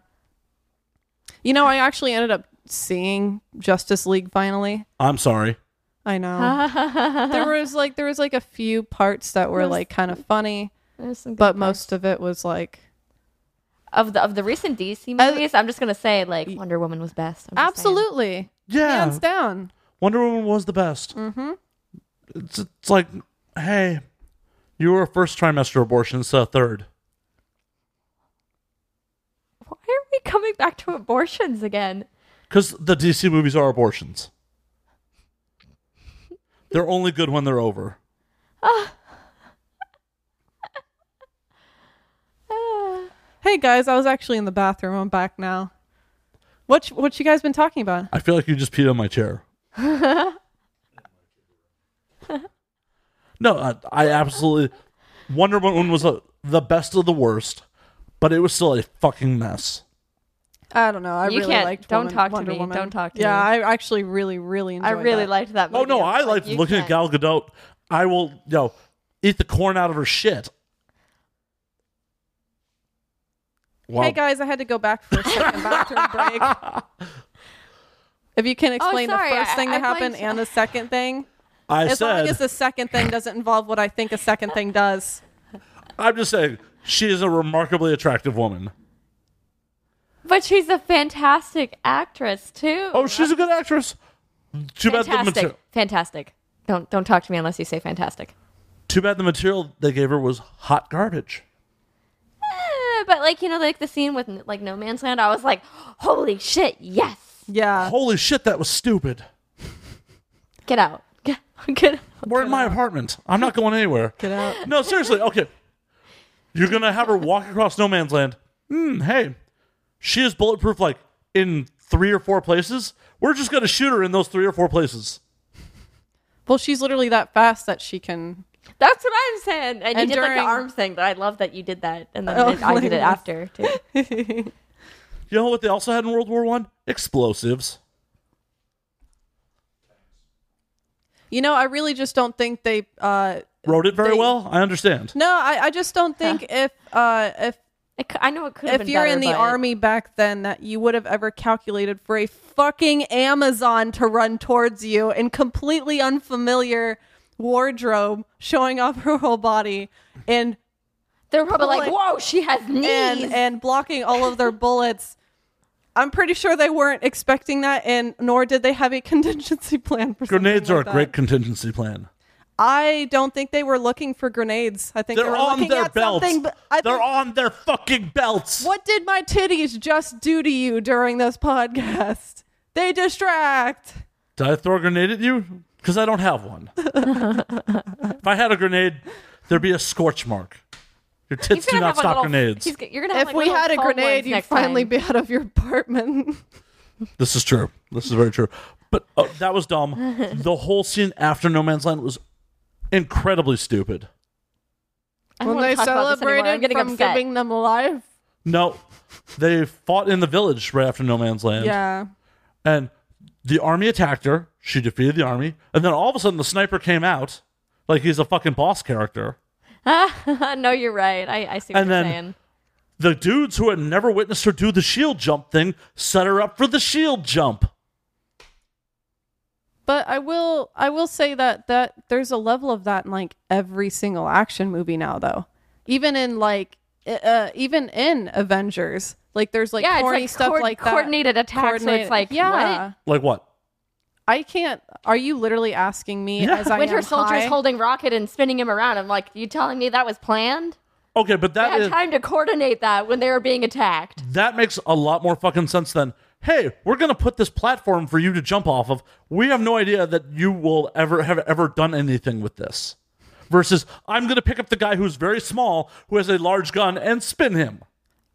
Speaker 3: You know, I actually ended up seeing Justice League finally.
Speaker 1: I'm sorry.
Speaker 3: I know. there was like there was like a few parts that were like kind of funny,
Speaker 5: There's some good
Speaker 3: but
Speaker 5: parts.
Speaker 3: most of it was like
Speaker 5: of the of the recent DC movies, I'm just gonna say like Wonder Woman was best. I'm just saying.
Speaker 3: absolutely
Speaker 1: Yeah.
Speaker 3: hands down.
Speaker 1: Wonder Woman was the best. Mm-hmm. It's, it's like, hey, you were a first trimester abortion instead of third.
Speaker 5: Why are we coming back to abortions again?
Speaker 1: Because the DC movies are abortions. They're only good when they're over.
Speaker 5: Ah,
Speaker 3: Hey guys, I was actually in the bathroom. I'm back now. What you- what you guys been talking about?
Speaker 1: I feel like you just peed on my chair. no, I, I absolutely. Wonder Woman was a, the best of the worst, but it was still a fucking mess.
Speaker 3: I don't know. I
Speaker 5: You
Speaker 3: really
Speaker 5: can't-
Speaker 3: liked.
Speaker 5: don't
Speaker 3: Woman-
Speaker 5: talk to
Speaker 3: Wonder
Speaker 5: me.
Speaker 3: Woman.
Speaker 5: Don't talk to
Speaker 3: yeah,
Speaker 5: me.
Speaker 3: I actually really really
Speaker 5: I
Speaker 3: enjoyed.
Speaker 5: really
Speaker 3: that.
Speaker 5: liked that movie.
Speaker 1: Oh no,
Speaker 5: was
Speaker 1: I
Speaker 5: like,
Speaker 1: liked
Speaker 5: you
Speaker 1: looking at Gal
Speaker 5: can't.
Speaker 1: Gadot. I will, you know, eat the corn out of her shit. Wow.
Speaker 3: Hey guys, I had to go back for a second bathroom break. If you can explain
Speaker 5: Oh, sorry,
Speaker 3: the first
Speaker 5: I-
Speaker 3: thing
Speaker 5: I
Speaker 3: that happened
Speaker 5: blanked.
Speaker 3: and the second thing,
Speaker 1: I
Speaker 3: as long
Speaker 1: said,
Speaker 3: as the second thing doesn't involve what I think a second thing does.
Speaker 1: I'm just saying, She is a remarkably attractive woman.
Speaker 5: But she's a fantastic actress too.
Speaker 1: Oh, she's a good actress. Too bad the material.
Speaker 5: fantastic. Fantastic. Don't don't talk to me unless you say fantastic.
Speaker 1: Too bad the material they gave her was hot garbage.
Speaker 5: Eh, But like you know, like the scene with like No Man's Land, I was like, "Holy shit, yes!
Speaker 3: Yeah.
Speaker 1: Holy shit, that was stupid.
Speaker 5: Get out, get, get out.
Speaker 1: We're in my apartment. I'm not going anywhere.
Speaker 3: Get out.
Speaker 1: No, seriously. Okay. You're going to have her walk across no man's land. Hmm, hey, she is bulletproof like in three or four places. We're just going to shoot her in those three or four places.
Speaker 3: Well, she's literally that fast that she can.
Speaker 5: That's what I'm saying. And,
Speaker 3: And
Speaker 5: you did like
Speaker 3: during-
Speaker 5: the arm thing, but I love that you did that, and then
Speaker 3: Oh,
Speaker 5: I did it
Speaker 3: please.
Speaker 5: after too.
Speaker 1: You know what they also had in World War One? Explosives.
Speaker 3: You know, I really just don't think they. Uh,
Speaker 1: Wrote it very
Speaker 3: They-
Speaker 1: well. I understand.
Speaker 3: no, I, I just don't think if uh, if
Speaker 5: I, cou- I know it could.
Speaker 3: if you're in the
Speaker 5: but...
Speaker 3: army back then that you would have ever calculated for a fucking Amazon to run towards you in completely unfamiliar wardrobe, showing off her whole body and
Speaker 5: they're probably
Speaker 3: like-
Speaker 5: like, "Whoa, she has knees."
Speaker 3: and and blocking all of their bullets. I'm pretty sure they weren't expecting that, and nor did they have a contingency plan for something
Speaker 1: Grenades
Speaker 3: like
Speaker 1: are a
Speaker 3: that.
Speaker 1: great contingency plan.
Speaker 3: I don't think they were looking for grenades. I think they
Speaker 1: They're
Speaker 3: were
Speaker 1: on
Speaker 3: looking
Speaker 1: their
Speaker 3: at
Speaker 1: belts.
Speaker 3: something. but I
Speaker 1: They're
Speaker 3: think-
Speaker 1: on their fucking belts.
Speaker 3: What did my titties just do to you during this podcast? They distract.
Speaker 1: Did I throw a grenade at you? Because I don't have one. if I had a grenade, there'd be a scorch mark. Your tits
Speaker 5: He's
Speaker 1: do
Speaker 5: gonna
Speaker 1: not
Speaker 5: have, like,
Speaker 1: stop
Speaker 5: little-
Speaker 1: grenades.
Speaker 5: he's g- you're gonna have,
Speaker 3: if
Speaker 5: like,
Speaker 3: we
Speaker 5: little
Speaker 3: had a
Speaker 5: foam ones
Speaker 3: grenade, you'd
Speaker 5: next
Speaker 3: finally
Speaker 5: time.
Speaker 3: be out of your apartment.
Speaker 1: This is true. This is very true. But oh, that was dumb. the whole scene after No Man's Land was incredibly stupid.
Speaker 5: I don't
Speaker 3: when
Speaker 5: wanna
Speaker 3: they
Speaker 5: talk about this anymore. I'm
Speaker 3: celebrated
Speaker 5: getting
Speaker 3: from
Speaker 5: upset.
Speaker 3: giving them life.
Speaker 1: No, they fought in the village right after No Man's Land.
Speaker 3: Yeah.
Speaker 1: And the army attacked her. She defeated the army. And then all of a sudden, the sniper came out like he's a fucking boss character.
Speaker 5: no, you're right. I, I see what
Speaker 1: And
Speaker 5: you're
Speaker 1: then-
Speaker 5: saying.
Speaker 1: The dudes who had never witnessed her do the shield jump thing set her up for the shield jump.
Speaker 3: But I will I will say that that there's a level of that in like every single action movie now though. Even in like uh, uh, even in Avengers, like there's like
Speaker 5: Yeah, it's,
Speaker 3: corny
Speaker 5: like,
Speaker 3: stuff
Speaker 5: coord-
Speaker 3: like that.
Speaker 5: coordinated attacks where it's,
Speaker 3: Coordinate-
Speaker 5: like,
Speaker 3: yeah.
Speaker 1: Like what?
Speaker 3: I can't. Are you literally asking me
Speaker 1: Yeah.
Speaker 3: as I
Speaker 5: Winter
Speaker 3: am
Speaker 5: Soldier's
Speaker 3: high?
Speaker 5: holding rocket and spinning him around. I'm like, you telling me that was planned?
Speaker 1: Okay, but
Speaker 5: They
Speaker 1: that
Speaker 5: had
Speaker 1: is-
Speaker 5: time to coordinate that when they were being attacked.
Speaker 1: that makes a lot more fucking sense than hey we're gonna put this platform for you to jump off of we have no idea that you will ever have ever done anything with this versus i'm gonna pick up the guy who's very small who has a large gun and spin him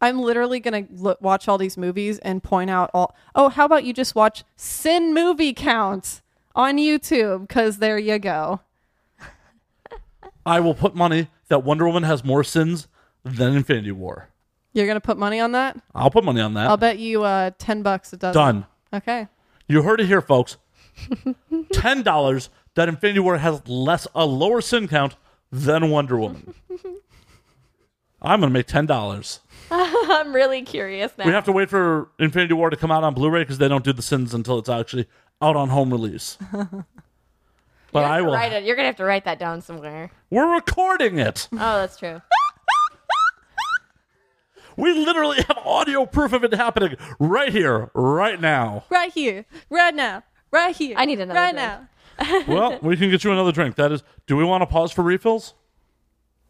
Speaker 3: I'm literally gonna lo- watch all these movies and point out all. Oh, how about you just watch Sin Movie Count on YouTube? Because there you go.
Speaker 1: i will put money that wonder woman has more sins than infinity war
Speaker 3: You're gonna put money on that?
Speaker 1: i'll put money on that
Speaker 3: I'll bet you uh, ten bucks it does.
Speaker 1: done
Speaker 3: Okay.
Speaker 1: you heard it here folks ten dollars that infinity war has less a lower sin count than wonder woman i'm gonna make ten dollars
Speaker 5: I'm really curious now.
Speaker 1: We have to wait for Infinity War to come out on Blu-ray because they don't do the sins until it's actually out on home release. but I will.
Speaker 5: write it. You're gonna have to write that down somewhere.
Speaker 1: We're recording it.
Speaker 5: Oh, that's true.
Speaker 1: We literally have audio proof of it happening right here, right now.
Speaker 3: Right here, right now, right here.
Speaker 5: I need another
Speaker 3: Right now.
Speaker 5: drink.
Speaker 1: well, we can get you another drink. That is. Do we want to pause for refills?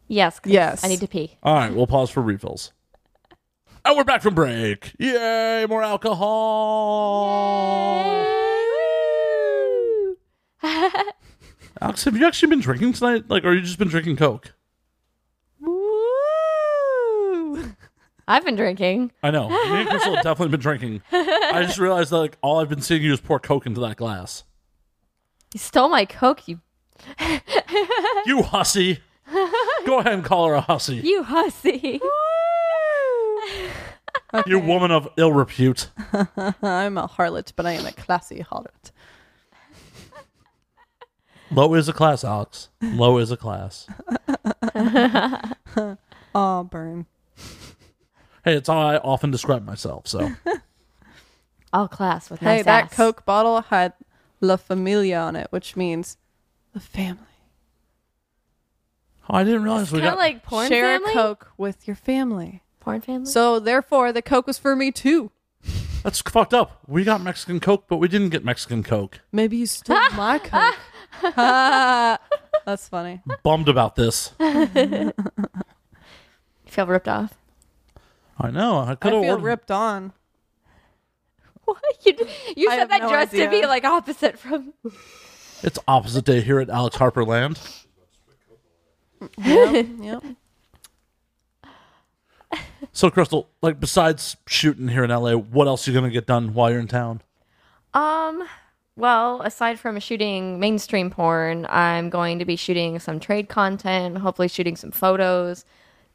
Speaker 5: Yes. 'cause
Speaker 3: Yes.
Speaker 5: I need to pee.
Speaker 1: All right, we'll pause for refills. And we're back from break. Yay! More alcohol. Alex, have you actually been drinking tonight? Like, or you just been drinking Coke?
Speaker 3: Woo!
Speaker 5: I've been drinking.
Speaker 1: I know. Me and Crystal have definitely been drinking. I just realized that like all I've been seeing you is pour Coke into that glass.
Speaker 5: You stole my coke. You
Speaker 1: You hussy. Go ahead and call her a hussy.
Speaker 5: you hussy.
Speaker 1: You woman of ill repute.
Speaker 3: I'm a harlot, but I am a classy harlot.
Speaker 1: Low is a class, Alex. Low is a class.
Speaker 3: Auburn.
Speaker 1: Hey, it's how I often describe myself, so
Speaker 5: All class with
Speaker 3: Hey,
Speaker 5: nice
Speaker 3: that
Speaker 5: ass.
Speaker 3: Coke bottle had La Familia on it, which means the family.
Speaker 1: Oh, I didn't realize we
Speaker 4: Kind
Speaker 1: got
Speaker 4: of like porn
Speaker 3: Share
Speaker 4: family.
Speaker 3: a Coke with your family.
Speaker 5: Porn family.
Speaker 3: So therefore, the Coke was for me too.
Speaker 1: that's fucked up. We got Mexican Coke, but we didn't get Mexican Coke.
Speaker 3: Maybe you stole my Coke. Ah, That's funny.
Speaker 1: Bummed about this.
Speaker 5: You feel ripped off.
Speaker 1: I know. I
Speaker 3: I
Speaker 1: could have
Speaker 3: feel
Speaker 1: ordered.
Speaker 3: ripped on.
Speaker 5: What? You, you
Speaker 3: I
Speaker 5: said
Speaker 3: have
Speaker 5: that
Speaker 3: no
Speaker 5: dressed to be
Speaker 3: idea.
Speaker 5: like opposite from.
Speaker 1: It's opposite day here at Alex Harper Land.
Speaker 3: Yep, yep.
Speaker 1: So, Crystal, like besides shooting here in LA, what else are you gonna get done while you're in town?
Speaker 5: Um. Well, aside from shooting mainstream porn, I'm going to be shooting some trade content, hopefully shooting some photos,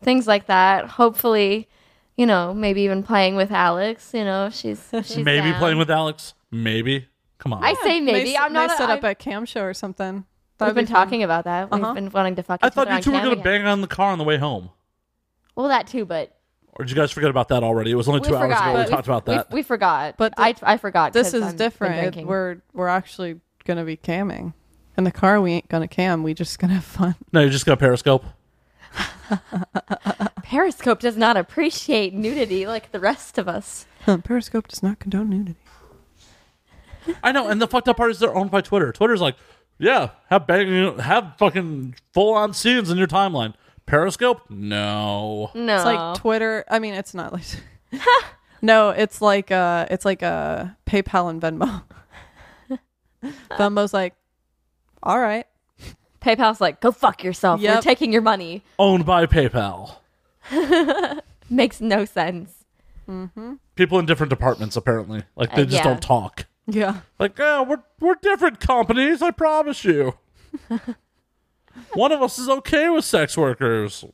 Speaker 5: things like that. Hopefully, you know, maybe even playing with Alex. You know, she's she's
Speaker 1: Maybe
Speaker 5: down.
Speaker 1: playing with Alex. Maybe. Come on.
Speaker 5: I say
Speaker 3: May
Speaker 5: maybe.
Speaker 3: s-
Speaker 5: I'm not.
Speaker 3: may set
Speaker 5: I-
Speaker 3: up a cam show or something.
Speaker 5: We've
Speaker 3: That'd
Speaker 5: been
Speaker 3: be fun.
Speaker 5: talking about that. We've
Speaker 3: Uh-huh.
Speaker 5: been wanting to fuck.
Speaker 1: I
Speaker 5: each
Speaker 1: thought
Speaker 5: other
Speaker 1: you
Speaker 5: on
Speaker 1: two were
Speaker 5: camera
Speaker 1: gonna
Speaker 5: again.
Speaker 1: bang on the car on the way home.
Speaker 5: Well, that too, but
Speaker 1: Or did you guys forget about that already? It was only
Speaker 5: we
Speaker 1: Oh, two hours
Speaker 5: forgot.
Speaker 1: ago. We
Speaker 5: We-
Speaker 1: talked about
Speaker 5: we-
Speaker 1: that.
Speaker 5: We, forgot, but
Speaker 3: But
Speaker 5: I I forgot.
Speaker 3: This
Speaker 5: 'cause
Speaker 3: is
Speaker 5: I'm- been
Speaker 3: different.
Speaker 5: drinking.
Speaker 3: It- we're we're actually gonna be camming. In the car, we ain't gonna cam. We just gonna have fun.
Speaker 1: no, you just got Periscope.
Speaker 5: Periscope does not appreciate nudity like the rest of us.
Speaker 3: Periscope does not condone nudity.
Speaker 1: I know, and the fucked up part is they're owned by Twitter. Twitter's like, yeah, have banging, have fucking full on scenes in your timeline. Periscope? No.
Speaker 5: No,
Speaker 3: It's like Twitter. I mean, it's not like. no, it's like uh, it's like uh, PayPal and Venmo. Venmo's like, all right,
Speaker 5: PayPal's like, go fuck yourself. We're
Speaker 3: Yep.
Speaker 5: taking your money.
Speaker 1: Owned by PayPal.
Speaker 5: Makes no sense.
Speaker 1: People in different departments apparently. Like they
Speaker 5: Uh,
Speaker 1: just
Speaker 5: yeah.
Speaker 1: don't talk.
Speaker 3: yeah,
Speaker 1: Like, oh, we're we're different companies. I promise you. One of us is okay with sex workers.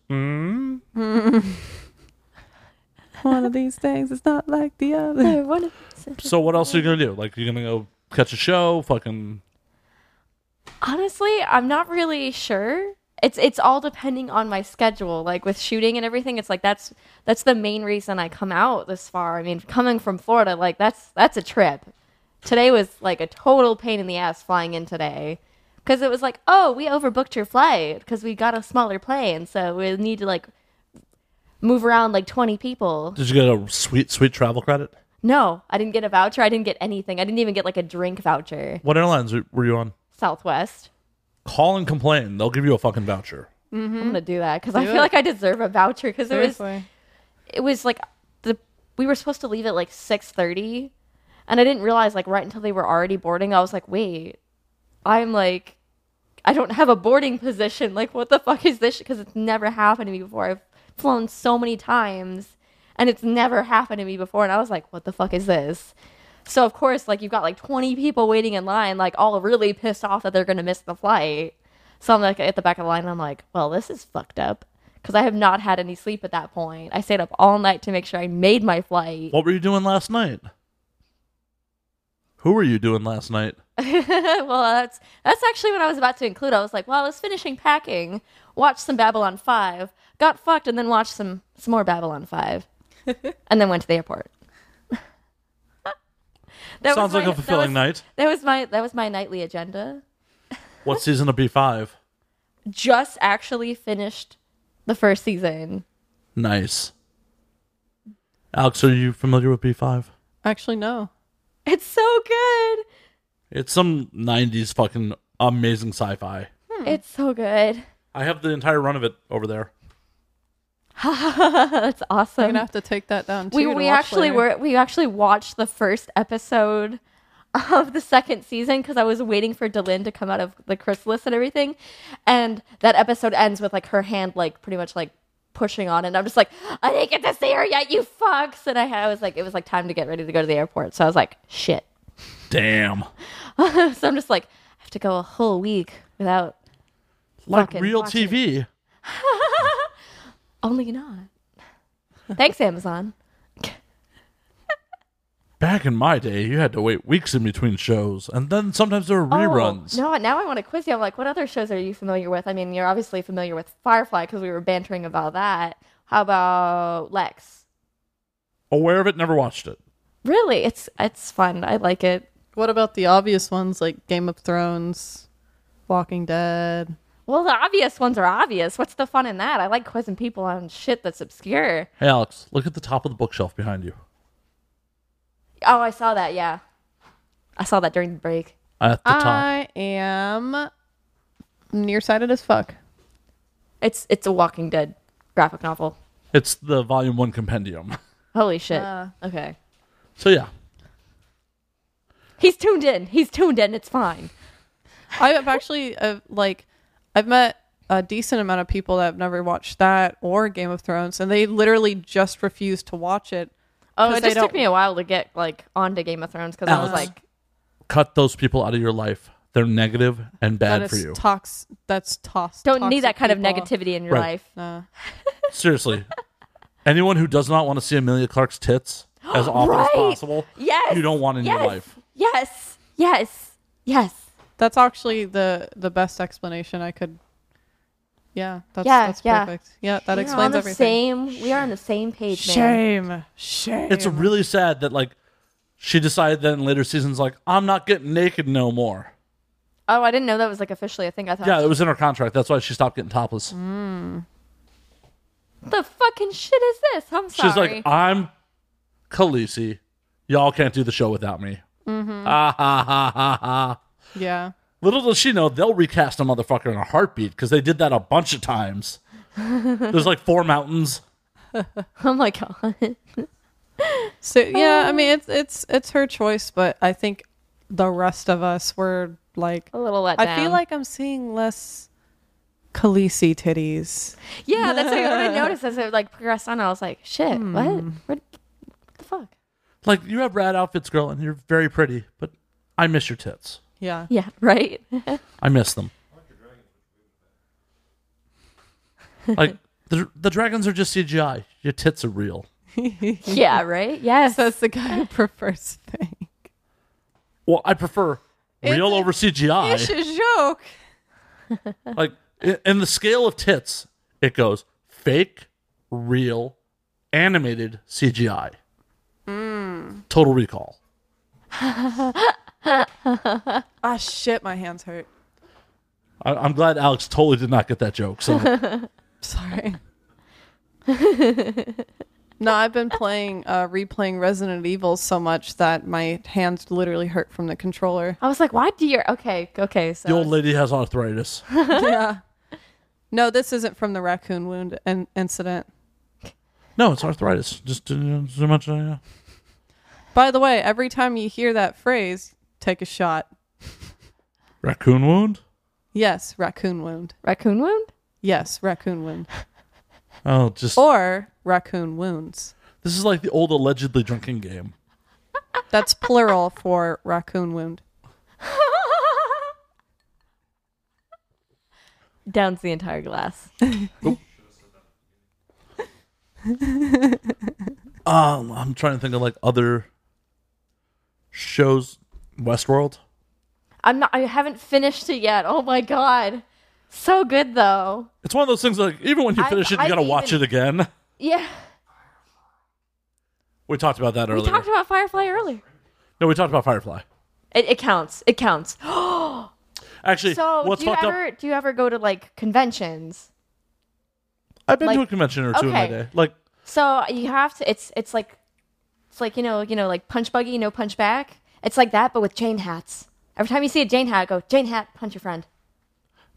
Speaker 3: one of these things is not like the other.
Speaker 1: So what else are you gonna do? Like, you gonna go catch a show? Fucking
Speaker 5: Honestly, I'm not really sure. It's it's all depending on my schedule. Like with shooting and everything, it's like that's that's the main reason I come out this far. I mean, coming from Florida, like that's that's a trip. Today was like a total pain in the ass flying in today. Cuz it was like, "Oh, we overbooked your flight cuz we got a smaller plane, so we need to like move around like 20 people."
Speaker 1: did you get a sweet sweet travel credit?
Speaker 5: No, I didn't get a voucher. I didn't get anything. I didn't even get like a drink voucher.
Speaker 1: What airlines were- were you on?
Speaker 5: Southwest.
Speaker 1: Call and complain. They'll give you a fucking voucher.
Speaker 5: I'm gonna do that because I
Speaker 3: Do
Speaker 5: feel
Speaker 3: it.
Speaker 5: like I deserve a voucher because it was
Speaker 3: Seriously,
Speaker 5: it was like the we were supposed to leave at like 6:30, and I didn't realize like right until they were already boarding. I was like, wait, I'm like, I don't have a boarding position. Like, what the fuck is this? Because it's never happened to me before. I've flown so many times, and it's never happened to me before. And I was like, what the fuck is this? So of course, like you've got like 20 people waiting in line, like all really pissed off that they're gonna miss the flight. So I'm like at the back of the line, and I'm like, well, this is fucked up because I have not had any sleep at that point. I stayed up all night to make sure I made my flight.
Speaker 1: What were you doing last night? Who were you doing last night?
Speaker 5: well, that's that's actually what I was about to include. I was like, well, I was finishing packing, watched some Babylon Five, got fucked, and then watched some some more Babylon Five, and then went to the airport. That was
Speaker 1: Sounds like
Speaker 5: my-
Speaker 1: a fulfilling
Speaker 5: that was,
Speaker 1: night.
Speaker 5: That was my that was my nightly agenda.
Speaker 1: What season of B five?
Speaker 5: Just actually finished the first season.
Speaker 1: Nice. Alex, are you familiar with B five?
Speaker 3: actually, no.
Speaker 5: It's so good.
Speaker 1: It's some '90s fucking amazing sci-fi.
Speaker 5: It's so good.
Speaker 1: I have the entire run of it over there.
Speaker 5: that's awesome.
Speaker 3: I'm gonna have to take that down. Too
Speaker 5: we
Speaker 3: to
Speaker 5: we
Speaker 3: watch
Speaker 5: actually
Speaker 3: later.
Speaker 5: were we actually watched the first episode of the second season because I was waiting for Delin to come out of the chrysalis and everything, and that episode ends with like her hand like pretty much like pushing on, and I'm just like I didn't get to see her yet, you fucks, and I, had- I was like it was like time to get ready to go to the airport, so I was like shit,
Speaker 1: Damn,
Speaker 5: so I'm just like I have to go a whole week without
Speaker 1: like
Speaker 5: Fucking
Speaker 1: real
Speaker 5: watch it.
Speaker 1: TV.
Speaker 5: only not. Thanks Amazon.
Speaker 1: Back in my day, you had to wait weeks in between shows, and then sometimes there were reruns.
Speaker 5: Oh, no, now I want to quiz you. I'm like, what other shows are you familiar with? I mean, you're obviously familiar with Firefly because we were bantering about that. How about Lex?
Speaker 1: Aware of it, never watched it.
Speaker 5: Really, it's it's fun. I like it.
Speaker 3: What about the obvious ones like Game of Thrones, Walking Dead?
Speaker 5: Well, the obvious ones are obvious. What's the fun in that? I like quizzing people on shit that's obscure.
Speaker 1: Hey, Alex, look at the top of the bookshelf behind you.
Speaker 5: Oh, I saw that. Yeah, I saw that during the break.
Speaker 1: At the top.
Speaker 3: I am nearsighted as fuck.
Speaker 5: It's it's a Walking Dead graphic novel.
Speaker 1: It's the volume one compendium.
Speaker 5: Holy shit.
Speaker 3: Ah.
Speaker 5: Uh, okay.
Speaker 1: So, yeah.
Speaker 5: He's tuned in. He's tuned in. It's fine.
Speaker 3: I've actually uh, like I've met a decent amount of people that have never watched that or Game of Thrones, and they literally just refuse to watch it.
Speaker 5: Oh,
Speaker 3: 'Cause
Speaker 5: it
Speaker 3: they
Speaker 5: just took
Speaker 3: don't-
Speaker 5: me a while to get like onto Game of Thrones because I was
Speaker 1: Alex.
Speaker 5: like,
Speaker 1: Cut those people out of your life. They're negative and
Speaker 3: That
Speaker 1: bad
Speaker 3: is
Speaker 1: for you.
Speaker 3: tox- that's toss.
Speaker 5: don't need that
Speaker 3: toxic
Speaker 5: kind
Speaker 3: people.
Speaker 5: of negativity in your
Speaker 1: Right.
Speaker 5: life.
Speaker 3: No.
Speaker 1: Seriously. Anyone who does not want to see Amelia Clark's tits as often as
Speaker 5: Right.
Speaker 1: possible,
Speaker 5: Yes.
Speaker 1: you don't want in
Speaker 5: yes.
Speaker 1: your life.
Speaker 5: Yes. Yes. Yes.
Speaker 3: That's actually the the best explanation I could. Yeah, that's
Speaker 5: Yeah,
Speaker 3: that's
Speaker 5: yeah.
Speaker 3: perfect. Yeah, that
Speaker 5: We are on
Speaker 3: explains
Speaker 5: the
Speaker 3: everything.
Speaker 5: Same. We are on the same page, man.
Speaker 3: Shame, shame.
Speaker 1: It's really sad that, like, she decided that in later seasons, like, I'm not getting naked no more.
Speaker 5: Oh, I didn't know that was like officially a thing. I thought.
Speaker 1: Yeah, it was in her contract. That's why she stopped getting topless.
Speaker 5: the fucking shit is this? I'm sorry.
Speaker 1: She's like, I'm Khaleesi. Y'all can't do the show without me. Ha ha ha ha ha.
Speaker 3: yeah.
Speaker 1: Little does she know, they'll recast a motherfucker in a heartbeat because they did that a bunch of times. There's like four mountains.
Speaker 5: oh my god.
Speaker 3: So yeah, I mean it's it's it's her choice, but I think the rest of us were like
Speaker 5: a little let
Speaker 3: I feel like I'm seeing less Khaleesi titties.
Speaker 5: yeah, that's like, what I noticed as it like progressed on. I was like, shit,
Speaker 3: Hmm.
Speaker 5: what? what? What the fuck?
Speaker 1: Like, you have rad outfits, girl, and you're very pretty, but I miss your tits.
Speaker 3: Yeah.
Speaker 5: Yeah, right.
Speaker 1: I miss them. Like, the, the dragons are just CGI. Your tits are real.
Speaker 5: yeah, right. Yes.
Speaker 3: Says the guy who prefers thing.
Speaker 1: Well, I prefer real over CGI.
Speaker 3: a joke.
Speaker 1: like i- in the scale of tits, it goes fake, real, animated CGI. Total Recall.
Speaker 3: Ah shit, my hands hurt.
Speaker 1: I- I'm glad Alex totally did not get that joke. So
Speaker 3: Sorry. no, I've been playing uh replaying Resident Evil so much that my hands literally hurt from the controller.
Speaker 5: I was like, why do you? Okay, okay. So
Speaker 1: the old lady has arthritis.
Speaker 3: yeah. No, this isn't from the raccoon wound in- incident.
Speaker 1: No, it's arthritis. Just uh, you know, so much. Uh, yeah.
Speaker 3: By the way, every time you hear that phrase, take a shot.
Speaker 1: Raccoon wound.
Speaker 3: Yes, raccoon wound.
Speaker 5: raccoon wound.
Speaker 3: Yes, raccoon wound.
Speaker 1: Oh, just
Speaker 3: Or raccoon wounds.
Speaker 1: this is like the old allegedly drinking game.
Speaker 3: That's plural for raccoon wound.
Speaker 5: Downs the entire glass.
Speaker 1: Um, I'm trying to think of like other shows. Westworld.
Speaker 5: I'm not. I haven't finished it yet. Oh my god, so good though.
Speaker 1: It's one of those things like even when you
Speaker 5: I've-
Speaker 1: finish it, you
Speaker 5: I've
Speaker 1: gotta watch
Speaker 5: even-
Speaker 1: it again.
Speaker 5: Yeah,
Speaker 1: We talked about that
Speaker 5: we
Speaker 1: earlier.
Speaker 5: talked about Firefly earlier.
Speaker 1: no, we talked about Firefly.
Speaker 5: It, it counts. It counts.
Speaker 1: Actually,
Speaker 5: So
Speaker 1: what's
Speaker 5: do you
Speaker 1: fucked
Speaker 5: ever
Speaker 1: up?
Speaker 5: do you ever go to like conventions?
Speaker 1: I've been to a
Speaker 5: like-
Speaker 1: convention or two in my
Speaker 5: okay.
Speaker 1: day. Like,
Speaker 5: So you have to. It's it's like it's like you know you know like punch buggy no punch back. It's like that but with Jane hats. Every time you see a Jane hat, go Jane hat punch your friend.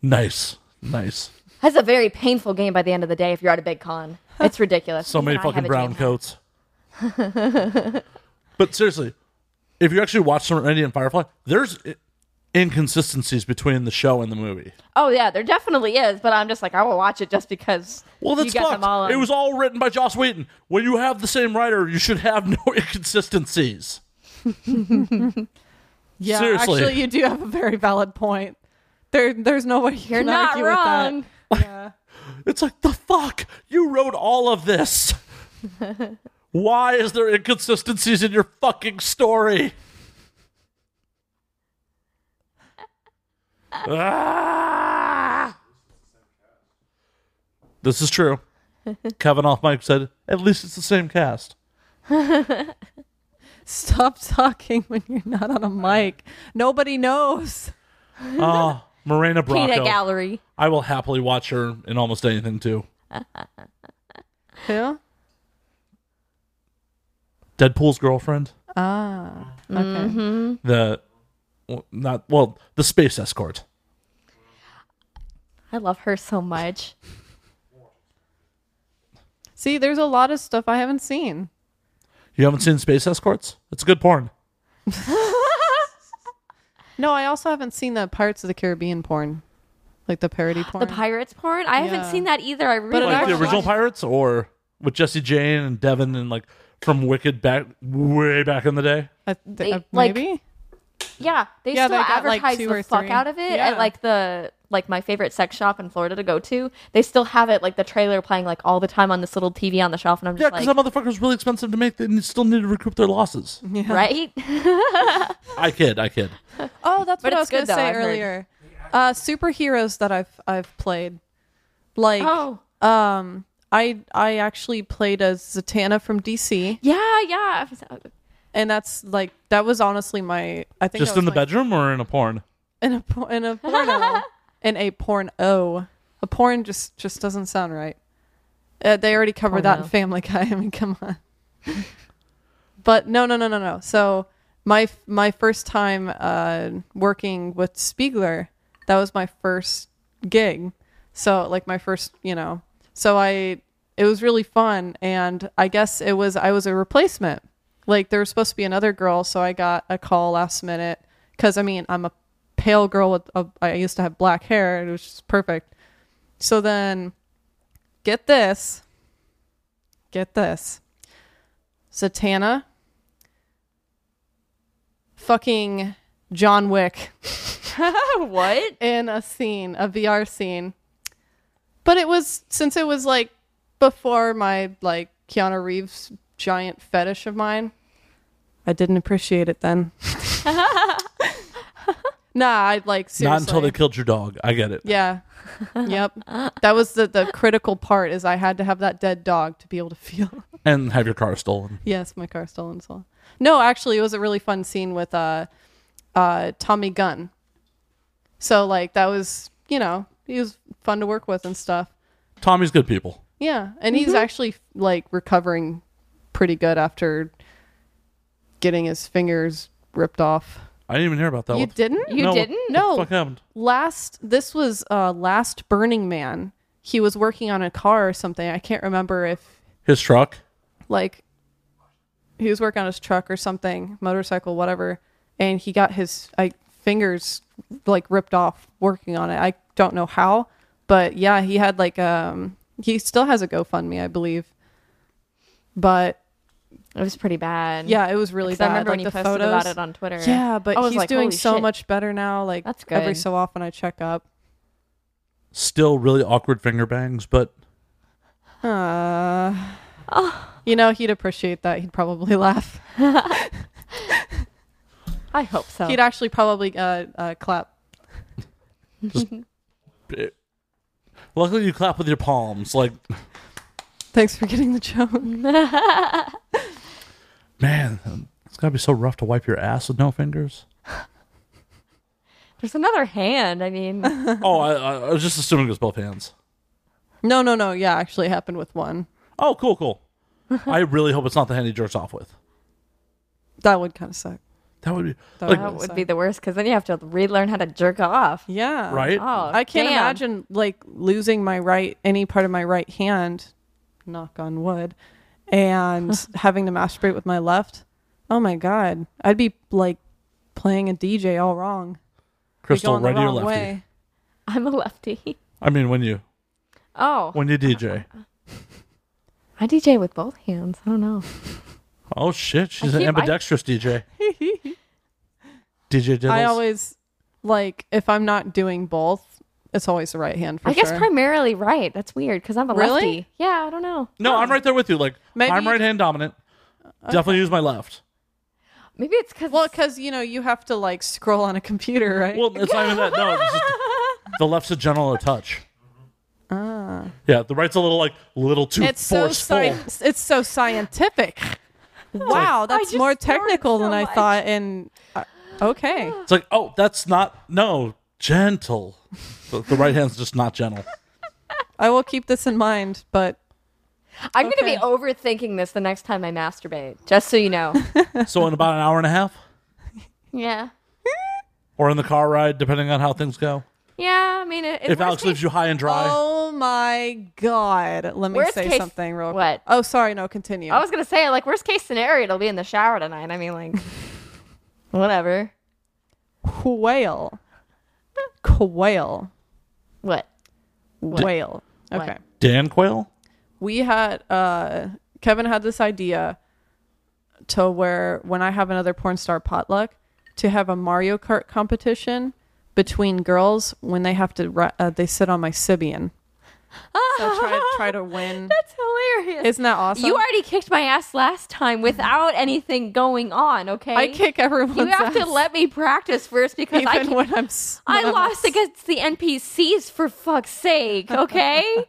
Speaker 1: nice, nice.
Speaker 5: That's a very painful game by the end of the day if you're at a big con. It's ridiculous.
Speaker 1: So many
Speaker 5: Even I have
Speaker 1: fucking
Speaker 5: a
Speaker 1: brown
Speaker 5: Jane hat.
Speaker 1: coats. but seriously, if you actually watch Serenity and Firefly, there's i- inconsistencies between the show and the movie.
Speaker 5: Oh yeah, there definitely is. But I'm just like I will watch it just because.
Speaker 1: Well,
Speaker 5: you
Speaker 1: that's
Speaker 5: got
Speaker 1: fucked.
Speaker 5: them all. on-
Speaker 1: It was all written by Joss Whedon. When you have the same writer, you should have no inconsistencies.
Speaker 3: Yeah,
Speaker 1: Seriously.
Speaker 3: actually, you do have a very valid point. There, there's no way you
Speaker 5: You're
Speaker 3: can
Speaker 5: not
Speaker 3: argue
Speaker 5: wrong.
Speaker 3: with
Speaker 1: It's like, the fuck? You wrote all of this. Why is there inconsistencies in your fucking story? Ah! This is true. Kevin off mic said, at least it's the same cast.
Speaker 3: that. Stop talking when you're not on a mic. Nobody knows.
Speaker 1: Oh, Morena
Speaker 5: peanut
Speaker 1: Bracco.
Speaker 5: gallery.
Speaker 1: I will happily watch her in almost anything too.
Speaker 3: Who?
Speaker 1: Deadpool's girlfriend,
Speaker 3: Ah. Okay.
Speaker 5: Mm-hmm.
Speaker 1: the well, not well, the space escort.
Speaker 5: I love her so much.
Speaker 3: See, there's a lot of stuff I haven't seen.
Speaker 1: You haven't seen Space Escorts? It's good porn.
Speaker 3: No, I also haven't seen the Pirates of the Caribbean porn, like the parody porn.
Speaker 5: The pirates porn. I haven't
Speaker 3: Yeah.
Speaker 5: seen that either. I really
Speaker 3: it
Speaker 1: Like the
Speaker 3: actually-
Speaker 1: original Pirates or with Jesse Jane and Devin and like from Wicked back way back in the day.
Speaker 3: I th-
Speaker 5: They,
Speaker 3: uh,
Speaker 5: like-
Speaker 3: maybe.
Speaker 5: Yeah, they
Speaker 3: Yeah,
Speaker 5: still
Speaker 3: they got, like,
Speaker 5: advertise
Speaker 3: two or
Speaker 5: the fuck
Speaker 3: three.
Speaker 5: out of it
Speaker 3: Yeah.
Speaker 5: at like the like my favorite sex shop in Florida to go to. They still have it like the trailer playing like all the time on this little TV on the shelf, and I'm
Speaker 1: Yeah,
Speaker 5: just
Speaker 1: because
Speaker 5: like,
Speaker 1: that motherfucker's really expensive to make. They need- still need to recoup their losses.
Speaker 5: right?
Speaker 1: I kid, I kid.
Speaker 3: Oh, that's what
Speaker 5: But
Speaker 3: I was
Speaker 5: it's
Speaker 3: going
Speaker 5: good,
Speaker 3: to
Speaker 5: though,
Speaker 3: say
Speaker 5: I've heard.
Speaker 3: earlier. Uh, superheroes that I've I've played, like
Speaker 5: oh,
Speaker 3: um, I I actually played a Zatanna from DC,
Speaker 5: yeah, yeah.
Speaker 3: and that's like that was honestly my I think
Speaker 1: Just
Speaker 3: that was
Speaker 1: in the
Speaker 3: my-
Speaker 1: bedroom or in a porn?
Speaker 3: in a por- in a porno in a porno. A porn just just doesn't sound right. Uh, they already covered that in Family
Speaker 5: Porno.
Speaker 3: Guy. I mean, come on. but no, no, no, no, no. So my f- my first time uh, working with Spiegler, that was my first gig. So like my first, you know. So I it was really fun, and I guess it was I was a replacement. Like there was supposed to be another girl, so I got a call last minute because I mean I'm a pale girl with a, I used to have black hair, and it was just perfect. So then, get this, get this, Satana, fucking John Wick
Speaker 5: what?
Speaker 3: in a scene, a VR scene. But it was since it was like before my like Keanu Reeves giant fetish of mine. I didn't appreciate it then. nah, I like seriously.
Speaker 1: Not until they killed your dog. I get it.
Speaker 3: Yeah. yep. That was the the critical part is I had to have that dead dog to be able to feel.
Speaker 1: And have your car stolen.
Speaker 3: Yes, my car stolen so. No, actually, it was a really fun scene with uh, uh, Tommy Gunn. So like that was you know he was fun to work with and stuff.
Speaker 1: Tommy's good people.
Speaker 3: Yeah, and he's actually like recovering pretty good after getting his fingers ripped off.
Speaker 1: I didn't even hear about that
Speaker 3: You
Speaker 1: one.
Speaker 3: didn't?
Speaker 5: You
Speaker 1: No, what
Speaker 5: didn't?
Speaker 1: the
Speaker 3: No.
Speaker 1: fuck happened?
Speaker 3: last this was uh last Burning Man. He was working on a car or something. I can't remember if
Speaker 1: His truck.
Speaker 3: like he was working on his truck or something, motorcycle, whatever, and he got his I, fingers like ripped off working on it. I don't know how, but yeah, he had like um he still has a GoFundMe, I believe. But
Speaker 5: It was pretty bad.
Speaker 3: yeah, it was really
Speaker 5: 'Cause
Speaker 3: bad.
Speaker 5: I remember
Speaker 3: like,
Speaker 5: when you
Speaker 3: the
Speaker 5: posted
Speaker 3: photos.
Speaker 5: about it on Twitter.
Speaker 3: yeah, but
Speaker 5: I was
Speaker 3: he's
Speaker 5: like,
Speaker 3: doing
Speaker 5: holy
Speaker 3: so
Speaker 5: shit.
Speaker 3: much better now. Like
Speaker 5: That's
Speaker 3: every
Speaker 5: good.
Speaker 3: so often I check up.
Speaker 1: Still really awkward finger bangs, but
Speaker 3: Uh,
Speaker 5: Oh.
Speaker 3: You know, he'd appreciate that. He'd probably laugh.
Speaker 5: I hope so.
Speaker 3: He'd actually probably uh, uh, clap.
Speaker 1: it- luckily you clap with your palms. Like,
Speaker 3: Thanks for getting the joke.
Speaker 1: man, it's got to be so rough to wipe your ass with no fingers.
Speaker 5: There's another hand. I mean,
Speaker 1: oh, I, I, I was just assuming it was both hands.
Speaker 3: No, no, no. Yeah, actually happened with one.
Speaker 1: Oh, cool, cool. I really hope it's not the hand he jerks off with.
Speaker 3: That would kind of suck.
Speaker 1: That would be
Speaker 3: That
Speaker 1: like,
Speaker 5: that would
Speaker 3: sorry.
Speaker 5: be the worst because then you have to relearn how to jerk off.
Speaker 3: Yeah.
Speaker 1: right?
Speaker 5: Oh,
Speaker 3: I can't
Speaker 5: damn.
Speaker 3: imagine like losing my right, any part of my right hand, knock on wood, and having to masturbate with my left. Oh my God. I'd be like playing a DJ all wrong. Be
Speaker 1: Crystal,
Speaker 3: going the
Speaker 1: righty or
Speaker 3: wrong
Speaker 1: lefty?
Speaker 3: way.
Speaker 5: I'm a lefty.
Speaker 1: I mean, when you
Speaker 5: Oh,
Speaker 1: when you DJ.
Speaker 5: I DJ with both hands. I don't know.
Speaker 1: Oh shit, she's an
Speaker 5: keep- I-
Speaker 1: ambidextrous DJ. DJ Diddles.
Speaker 3: I always like if I'm not doing both, it's always the right hand for
Speaker 5: I guess
Speaker 3: sure.
Speaker 5: primarily right. That's weird because I'm a
Speaker 3: Really?
Speaker 5: lefty. Yeah, I don't know.
Speaker 1: no, I'm right there with you. Like
Speaker 3: Maybe
Speaker 1: I'm
Speaker 3: you-
Speaker 1: right hand dominant. Definitely use my left.
Speaker 5: Maybe it's because
Speaker 3: well, because you know you have to like scroll on a computer, right?
Speaker 1: Well, it's not even that. No, it's just, the left's a general touch. Ah. Yeah, the right's a little like little too
Speaker 3: it's so
Speaker 1: forceful.
Speaker 3: sci- it's so scientific. wow, that's
Speaker 5: just
Speaker 3: more
Speaker 5: snorted
Speaker 3: technical
Speaker 5: so
Speaker 3: than I
Speaker 5: much.
Speaker 3: thought. And uh, okay,
Speaker 1: It's like, oh, that's not no. gentle. The, the right hand's just not gentle.
Speaker 3: I will keep this in mind, but
Speaker 5: I'm
Speaker 3: Okay.
Speaker 5: going to be overthinking this the next time I masturbate, just so you know.
Speaker 1: So in about an hour and a half,
Speaker 5: yeah.
Speaker 1: or in the car ride, depending on how things go.
Speaker 5: Yeah, I mean, it,
Speaker 1: if Alex leaves you high and dry,
Speaker 3: oh my god, let me
Speaker 5: Worst
Speaker 3: say
Speaker 5: case-
Speaker 3: something real
Speaker 5: what?
Speaker 3: quick. Oh, sorry, no, continue.
Speaker 5: I was going to say, like, worst case scenario, it'll be in the shower tonight. I mean, like, whatever.
Speaker 3: quail. Quail.
Speaker 5: What?
Speaker 3: Whale.
Speaker 5: What?
Speaker 3: Okay.
Speaker 1: Dan Quayle.
Speaker 3: we had uh Kevin had this idea to where when I have another porn star potluck to have a Mario Kart competition between girls when they have to ri- uh, they sit on my Sibian. So try try to win.
Speaker 5: That's hilarious.
Speaker 3: Isn't that awesome?
Speaker 5: You already kicked my ass last time without anything going on, okay?
Speaker 3: I kick everyone's
Speaker 5: You have
Speaker 3: ass,
Speaker 5: to let me practice first because
Speaker 3: even
Speaker 5: I can-
Speaker 3: when I'm s-
Speaker 5: I
Speaker 3: when I'm
Speaker 5: lost
Speaker 3: s-
Speaker 5: against the NPCs for fuck's sake, okay?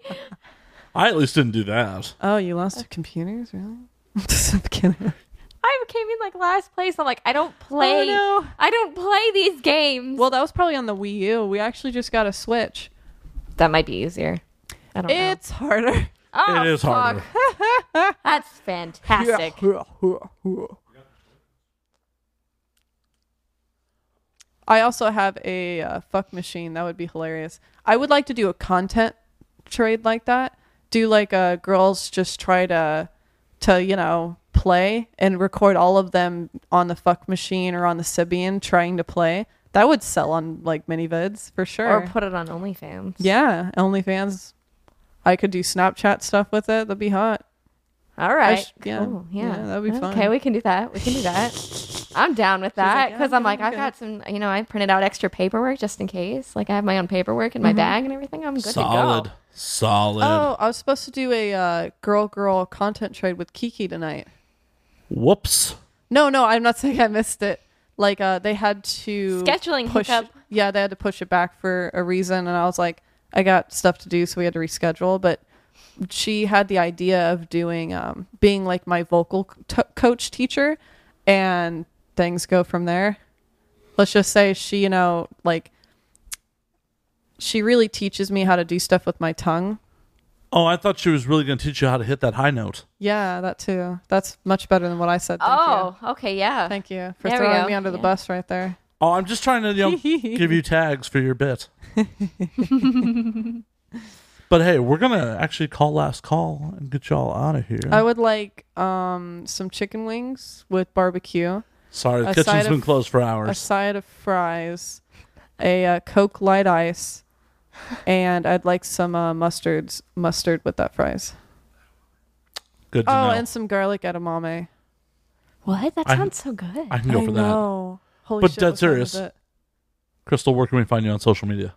Speaker 1: I at least didn't do that.
Speaker 3: Oh, you lost to computers, really? I'm kidding.
Speaker 5: I came in like last place. I'm like, I don't play.
Speaker 3: Oh, no.
Speaker 5: I don't play these games.
Speaker 3: Well, that was probably on the Wii U. We actually just got a Switch.
Speaker 5: that might be easier. I don't know.
Speaker 3: It's harder.
Speaker 5: Oh,
Speaker 1: it is
Speaker 5: fuck.
Speaker 1: harder.
Speaker 5: That's fantastic.
Speaker 3: I also have a uh, fuck machine. That would be hilarious. I would like to do a content trade like that. Do like uh, girls just try to, to you know, play and record all of them on the fuck machine or on the Sibian trying to play. That would sell on like mini vids for sure.
Speaker 5: Or put it on OnlyFans.
Speaker 3: yeah, OnlyFans. I could do Snapchat stuff with it. That'd be hot.
Speaker 5: All right.
Speaker 3: sh- yeah.
Speaker 5: Cool. Yeah.
Speaker 3: Yeah, that'd be fun.
Speaker 5: Okay, we can do that. We can do that. I'm down with that
Speaker 3: like,
Speaker 5: because
Speaker 3: "Yeah,
Speaker 5: I'm like,
Speaker 3: yeah,
Speaker 5: I've
Speaker 3: okay."
Speaker 5: got some, you know, I printed out extra paperwork just in case. Like, I have my own paperwork in
Speaker 3: Mm-hmm.
Speaker 5: my bag and everything. I'm good to
Speaker 1: Solid,
Speaker 5: go.
Speaker 1: solid.
Speaker 3: Oh, I was supposed to do a uh, girl girl content trade with Kiki tonight.
Speaker 1: Whoops.
Speaker 3: No, no, I'm not saying I missed it. Like uh, they had to
Speaker 5: Scheduling
Speaker 3: push.
Speaker 5: hiccup.
Speaker 3: Yeah, they had to push it back for a reason, and I was like, I got stuff to do, so we had to reschedule. But she had the idea of doing um, being like my vocal t- coach teacher, and things go from there. Let's just say she, you know, like she really teaches me how to do stuff with my tongue.
Speaker 1: Oh, I thought she was really going to teach you how to hit that high note.
Speaker 3: Yeah, that too. That's much better than what I said. Thank
Speaker 5: Oh,
Speaker 3: you.
Speaker 5: okay. Yeah.
Speaker 3: Thank you for
Speaker 5: There we
Speaker 3: throwing
Speaker 5: go.
Speaker 3: me under the
Speaker 5: Yeah.
Speaker 3: bus right there.
Speaker 1: Oh, I'm just trying to you know, give you tags for your bit. but hey, we're going to actually call last call and get y'all out of here.
Speaker 3: I would like um some chicken wings with barbecue,
Speaker 1: Sorry, the
Speaker 3: a
Speaker 1: kitchen's
Speaker 3: side
Speaker 1: been
Speaker 3: of-
Speaker 1: closed for
Speaker 3: a
Speaker 1: hours.
Speaker 3: side of fries, a uh, Coke light ice, and I'd like some uh, mustards mustard with that fries.
Speaker 1: Good to
Speaker 3: Oh,
Speaker 1: know.
Speaker 3: and some garlic edamame.
Speaker 5: What? That
Speaker 1: I'm-
Speaker 5: sounds so good.
Speaker 1: I can go
Speaker 3: I
Speaker 1: for that.
Speaker 3: know. Holy
Speaker 1: But
Speaker 3: shit,
Speaker 1: dead
Speaker 3: what time is
Speaker 1: serious.
Speaker 3: it?
Speaker 1: Crystal, where can we find you on social media?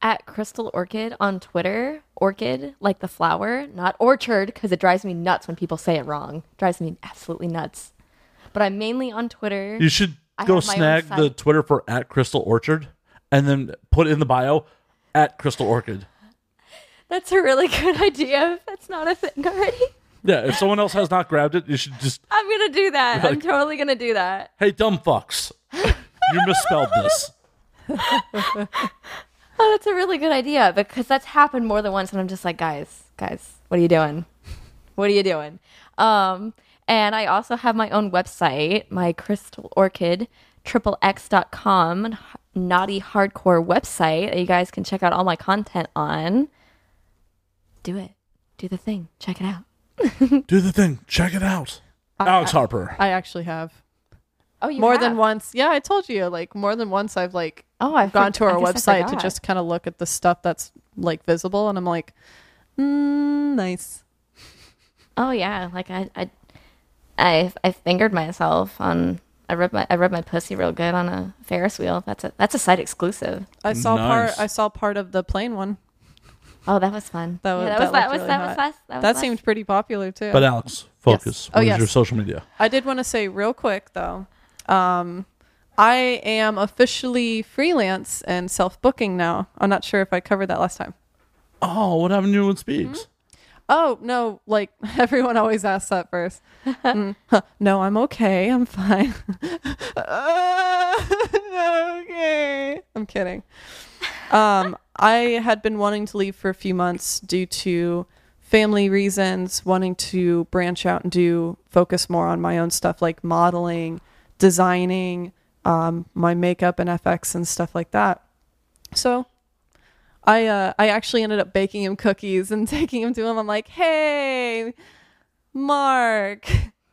Speaker 5: At Crystal Orchid on Twitter. Orchid, like the flower, not orchard, because it drives me nuts when people say it wrong. drives me absolutely nuts. But I'm mainly on Twitter.
Speaker 1: You should
Speaker 5: I
Speaker 1: go
Speaker 5: have my own
Speaker 1: snag the
Speaker 5: site.
Speaker 1: Twitter for at Crystal Orchard and then put in the bio at Crystal Orchid.
Speaker 5: That's a really good idea. If that's not a thing already,
Speaker 1: Yeah, if someone else has not grabbed it, you should just,
Speaker 5: I'm gonna do that. I'm
Speaker 1: Like-
Speaker 5: totally gonna do that.
Speaker 1: hey, dumb fucks, you misspelled this.
Speaker 5: Oh, that's a really good idea because that's happened more than once, and I'm just like, guys, guys, what are you doing? What are you doing? Um, and I also have my own website, my Crystal Orchid triple x.com and h- naughty hardcore website that you guys can check out all my content on. Do it. Do the thing. Check it out.
Speaker 1: Do the thing. Check it out.
Speaker 3: Uh,
Speaker 1: Alex Harper.
Speaker 3: I actually have
Speaker 5: Oh, you
Speaker 3: more
Speaker 5: have?
Speaker 3: than once. Yeah, I told you. Like more than once, I've like
Speaker 5: Oh, I've
Speaker 3: gone to
Speaker 5: for-
Speaker 3: our
Speaker 5: I guess I
Speaker 3: website to
Speaker 5: forgot.
Speaker 3: just kind of look at the stuff that's like visible, and I'm like, mm, nice.
Speaker 5: Oh yeah, like I I I, I fingered myself on I rubbed my I rubbed my pussy real good on a Ferris wheel. That's a that's a site exclusive.
Speaker 3: I saw
Speaker 1: Nice.
Speaker 3: part. I saw part of the plane one.
Speaker 5: Oh, that was fun.
Speaker 3: That was that,
Speaker 5: Yeah, that
Speaker 3: looked
Speaker 5: was
Speaker 3: really
Speaker 5: that was
Speaker 3: hot.
Speaker 5: last that was
Speaker 3: That
Speaker 5: last-
Speaker 3: seemed pretty popular too.
Speaker 1: But Alex, focus.
Speaker 5: Yes.
Speaker 1: What
Speaker 3: Oh,
Speaker 1: is
Speaker 3: yes.
Speaker 1: your social media?
Speaker 3: I did want to say real quick though, um, I am officially freelance and self booking now. I'm not sure if I covered that last time.
Speaker 1: Oh, what happened to you and Speaks?
Speaker 3: Oh no! Like everyone always asks that first. Mm, huh, no, I'm okay. I'm fine. Uh, okay, I'm kidding. Um, I had been wanting to leave for a few months due to family reasons, wanting to branch out and do focus more on my own stuff like modeling, designing, um, my makeup and FX and stuff like that. So I uh, I actually ended up baking him cookies and taking him to him. I'm like, hey, Mark.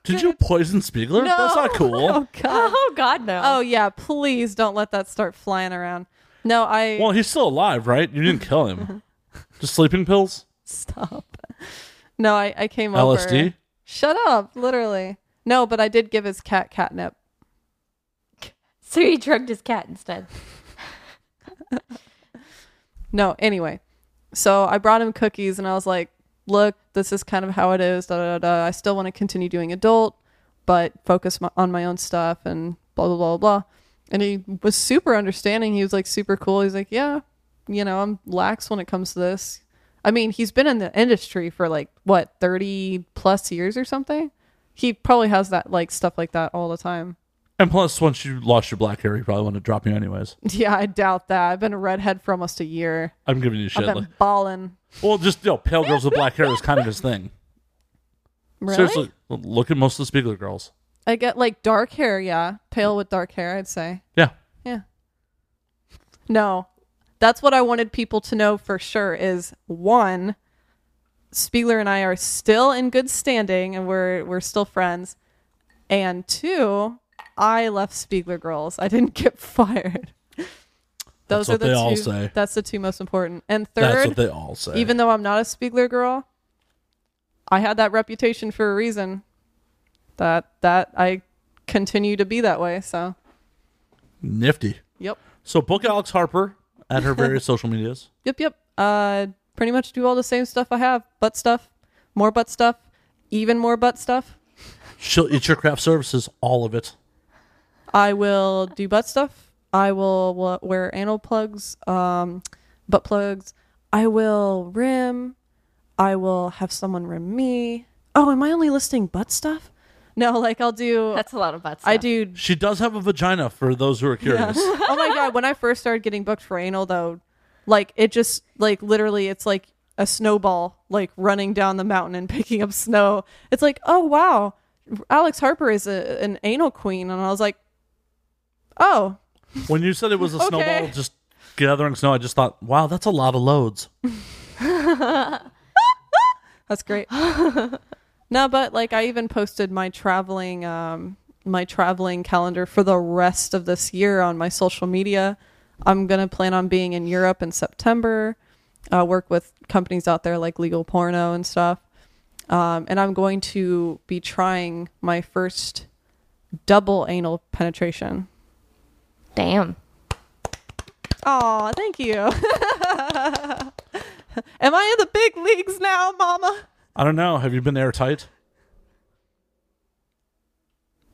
Speaker 1: Did you poison Spiegler? That's not cool.
Speaker 3: God.
Speaker 5: Oh God, no.
Speaker 3: Oh yeah, please don't let that start flying around. No, I
Speaker 1: Well, he's still alive, right? You didn't kill him. Just sleeping pills?
Speaker 3: stop. No, I, I came over.
Speaker 1: LSD?
Speaker 3: Shut up, literally. No, but I did give his cat catnip.
Speaker 5: So he drugged his cat instead.
Speaker 3: No, anyway. So I brought him cookies and I was like, look, this is kind of how it is. Da, da, da, da. I still want to continue doing adult, but focus my, on my own stuff and blah, blah, blah, blah. And he was super understanding. He was like super cool. He's like, yeah, you know, I'm lax when it comes to this. I mean, he's been in the industry for like, what, 30 plus years or something? He probably has that, like, stuff like that all the time.
Speaker 1: And plus, once you lost your black hair, you probably want to drop you anyways.
Speaker 3: Yeah, I doubt that. I've been a redhead for almost a year.
Speaker 1: I'm giving you shit. Like,
Speaker 3: I've been balling.
Speaker 1: well, just, you know, pale girls with black hair is kind of his thing.
Speaker 3: Really?
Speaker 1: Seriously, l- look at most of the Spiegler girls.
Speaker 3: I get like dark hair, yeah. Pale with dark hair, I'd say.
Speaker 1: Yeah.
Speaker 3: Yeah. No. That's what I wanted people to know for sure is one, Spiegler and I are still in good standing and we're we're still friends. And two, I left Spiegler Girls. I didn't get fired. Those
Speaker 1: That's
Speaker 3: are
Speaker 1: what
Speaker 3: the
Speaker 1: they
Speaker 3: two
Speaker 1: all say.
Speaker 3: that's the two most important. And
Speaker 1: That's
Speaker 3: third,
Speaker 1: what they all say.
Speaker 3: even though I'm not a Spiegler girl, I had that reputation for a reason. That that I continue to be that way. So,
Speaker 1: Nifty.
Speaker 3: yep,
Speaker 1: So book Alex Harper at her various social medias.
Speaker 3: yep, yep. Uh, pretty much do all the same stuff I have: butt stuff, more butt stuff, even more butt stuff.
Speaker 1: She'll eat your craft services, all of it.
Speaker 3: I will do butt stuff. I will wa- wear anal plugs, um, butt plugs. I will rim. I will have someone rim me. Oh, am I only listing butt stuff? No, like I'll do.
Speaker 5: That's a lot of butts.
Speaker 3: I do.
Speaker 1: She does have a vagina for those who are curious.
Speaker 3: oh my god! When I first started getting booked for anal, though, like it just like literally, it's like a snowball like running down the mountain and picking up snow. It's like, oh wow, Alex Harper is a, an anal queen, and I was like, oh
Speaker 1: When you said it was a
Speaker 3: Okay.
Speaker 1: snowball just gathering snow, I just thought, wow, that's a lot of loads.
Speaker 3: That's great. no, but like I even posted my traveling um my traveling calendar for the rest of this year on my social media. I'm going to plan on being in Europe in September. Uh, work with companies out there like Legal Porno and stuff. Um, and I'm going to be trying my first double anal penetration.
Speaker 5: Damn.
Speaker 3: Oh, thank you. Am I in the big leagues now, mama?
Speaker 1: I don't know. Have you been airtight?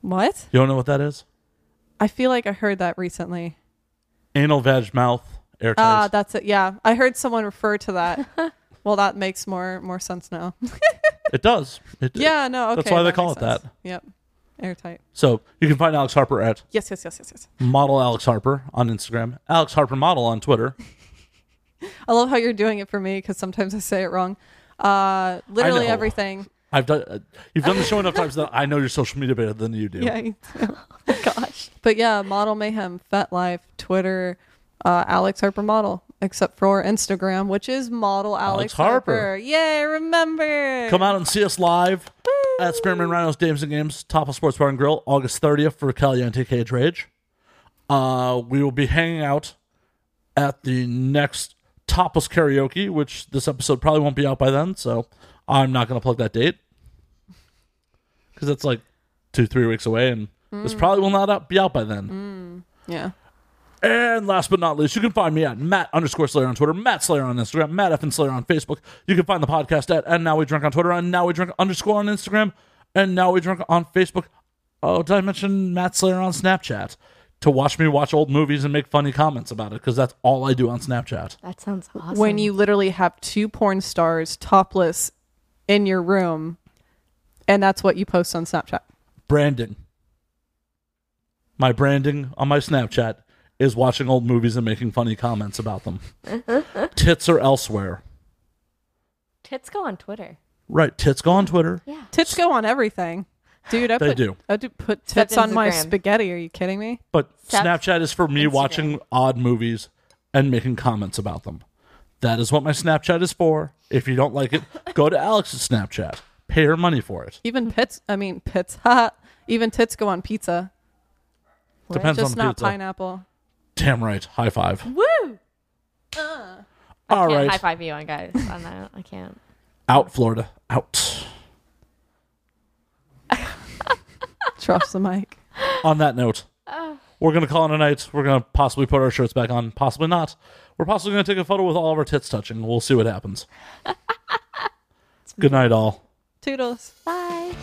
Speaker 3: What?
Speaker 1: You don't know what that is?
Speaker 3: I feel like I heard that recently.
Speaker 1: Anal, vag, mouth, airtight.
Speaker 3: Ah, that's it. Yeah, I heard someone refer to that. well, that makes more more sense now.
Speaker 1: it does. It,
Speaker 3: yeah, no, okay.
Speaker 1: That's why they
Speaker 3: that
Speaker 1: call
Speaker 3: makes
Speaker 1: it that.
Speaker 3: sense. Yep, airtight.
Speaker 1: So you can find Alex Harper at
Speaker 3: Yes, yes, yes, yes, yes.
Speaker 1: model Alex Harper on Instagram, Alex Harper model on Twitter.
Speaker 3: I love how you're doing it for me because sometimes I say it wrong. Uh, literally
Speaker 1: know.
Speaker 3: everything.
Speaker 1: I've done. Uh, you've done the show enough times that I know your social media better than you do.
Speaker 3: Yeah. you do.
Speaker 5: Gosh.
Speaker 3: but yeah, model mayhem, FetLife, Twitter, uh, Alex Harper model, except for Instagram, which is model Alex,
Speaker 1: Alex Harper.
Speaker 3: Yay! Remember.
Speaker 1: Come out and see us live at Spearman Rhinos Dames and Games, Topple Sports Bar and Grill, August 30th for Caliente Cage Rage. Uh, we will be hanging out at the next Topless Karaoke, which this episode probably won't be out by then, so I'm not going to plug that date because that's like two, three weeks away, and this probably will not out- be out by then.
Speaker 3: Yeah.
Speaker 1: And last but not least, you can find me at Matt underscore Slayer on Twitter, Matt Slayer on Instagram, Matt F and Slayer on Facebook. You can find the podcast at And Now We Drink on Twitter, and Now We Drink underscore on Instagram, and Now We Drink on Facebook. Oh, did I mention Matt Slayer on Snapchat? To watch me watch old movies and make funny comments about it, because that's all I do on Snapchat.
Speaker 5: That sounds awesome.
Speaker 3: when you literally have two porn stars topless in your room and that's what you post on snapchat
Speaker 1: Branding. My branding on my Snapchat is watching old movies and making funny comments about them. tits are elsewhere.
Speaker 5: Tits go on Twitter.
Speaker 1: Right, tits go on Twitter.
Speaker 3: Tits go on everything. Dude, I
Speaker 1: They
Speaker 3: put,
Speaker 1: do.
Speaker 3: I do put
Speaker 5: Except
Speaker 3: tits on my
Speaker 5: Instagram.
Speaker 3: spaghetti. Are you kidding me?
Speaker 1: But
Speaker 5: Seth,
Speaker 1: Snapchat is for me
Speaker 5: Instagram.
Speaker 1: watching odd movies and making comments about them. That is what my Snapchat is for. If you don't like it, go to Alex's Snapchat. Pay her money for it.
Speaker 3: Even pits. I mean, pits. Ha. Even tits go on pizza.
Speaker 1: Depends
Speaker 3: Just
Speaker 1: on the
Speaker 3: not
Speaker 1: pizza.
Speaker 3: pineapple.
Speaker 1: Damn right. High five.
Speaker 5: Woo!
Speaker 1: All
Speaker 5: Can't
Speaker 1: right.
Speaker 5: high five you on guys on that. I can't.
Speaker 1: Out, Florida. Out.
Speaker 3: Trust the mic.
Speaker 1: on that note, we're going to call it a night. We're going to possibly put our shirts back on, possibly not. We're possibly going to take a photo with all of our tits touching. We'll see what happens. Good night, all.
Speaker 3: Toodles.
Speaker 6: Bye.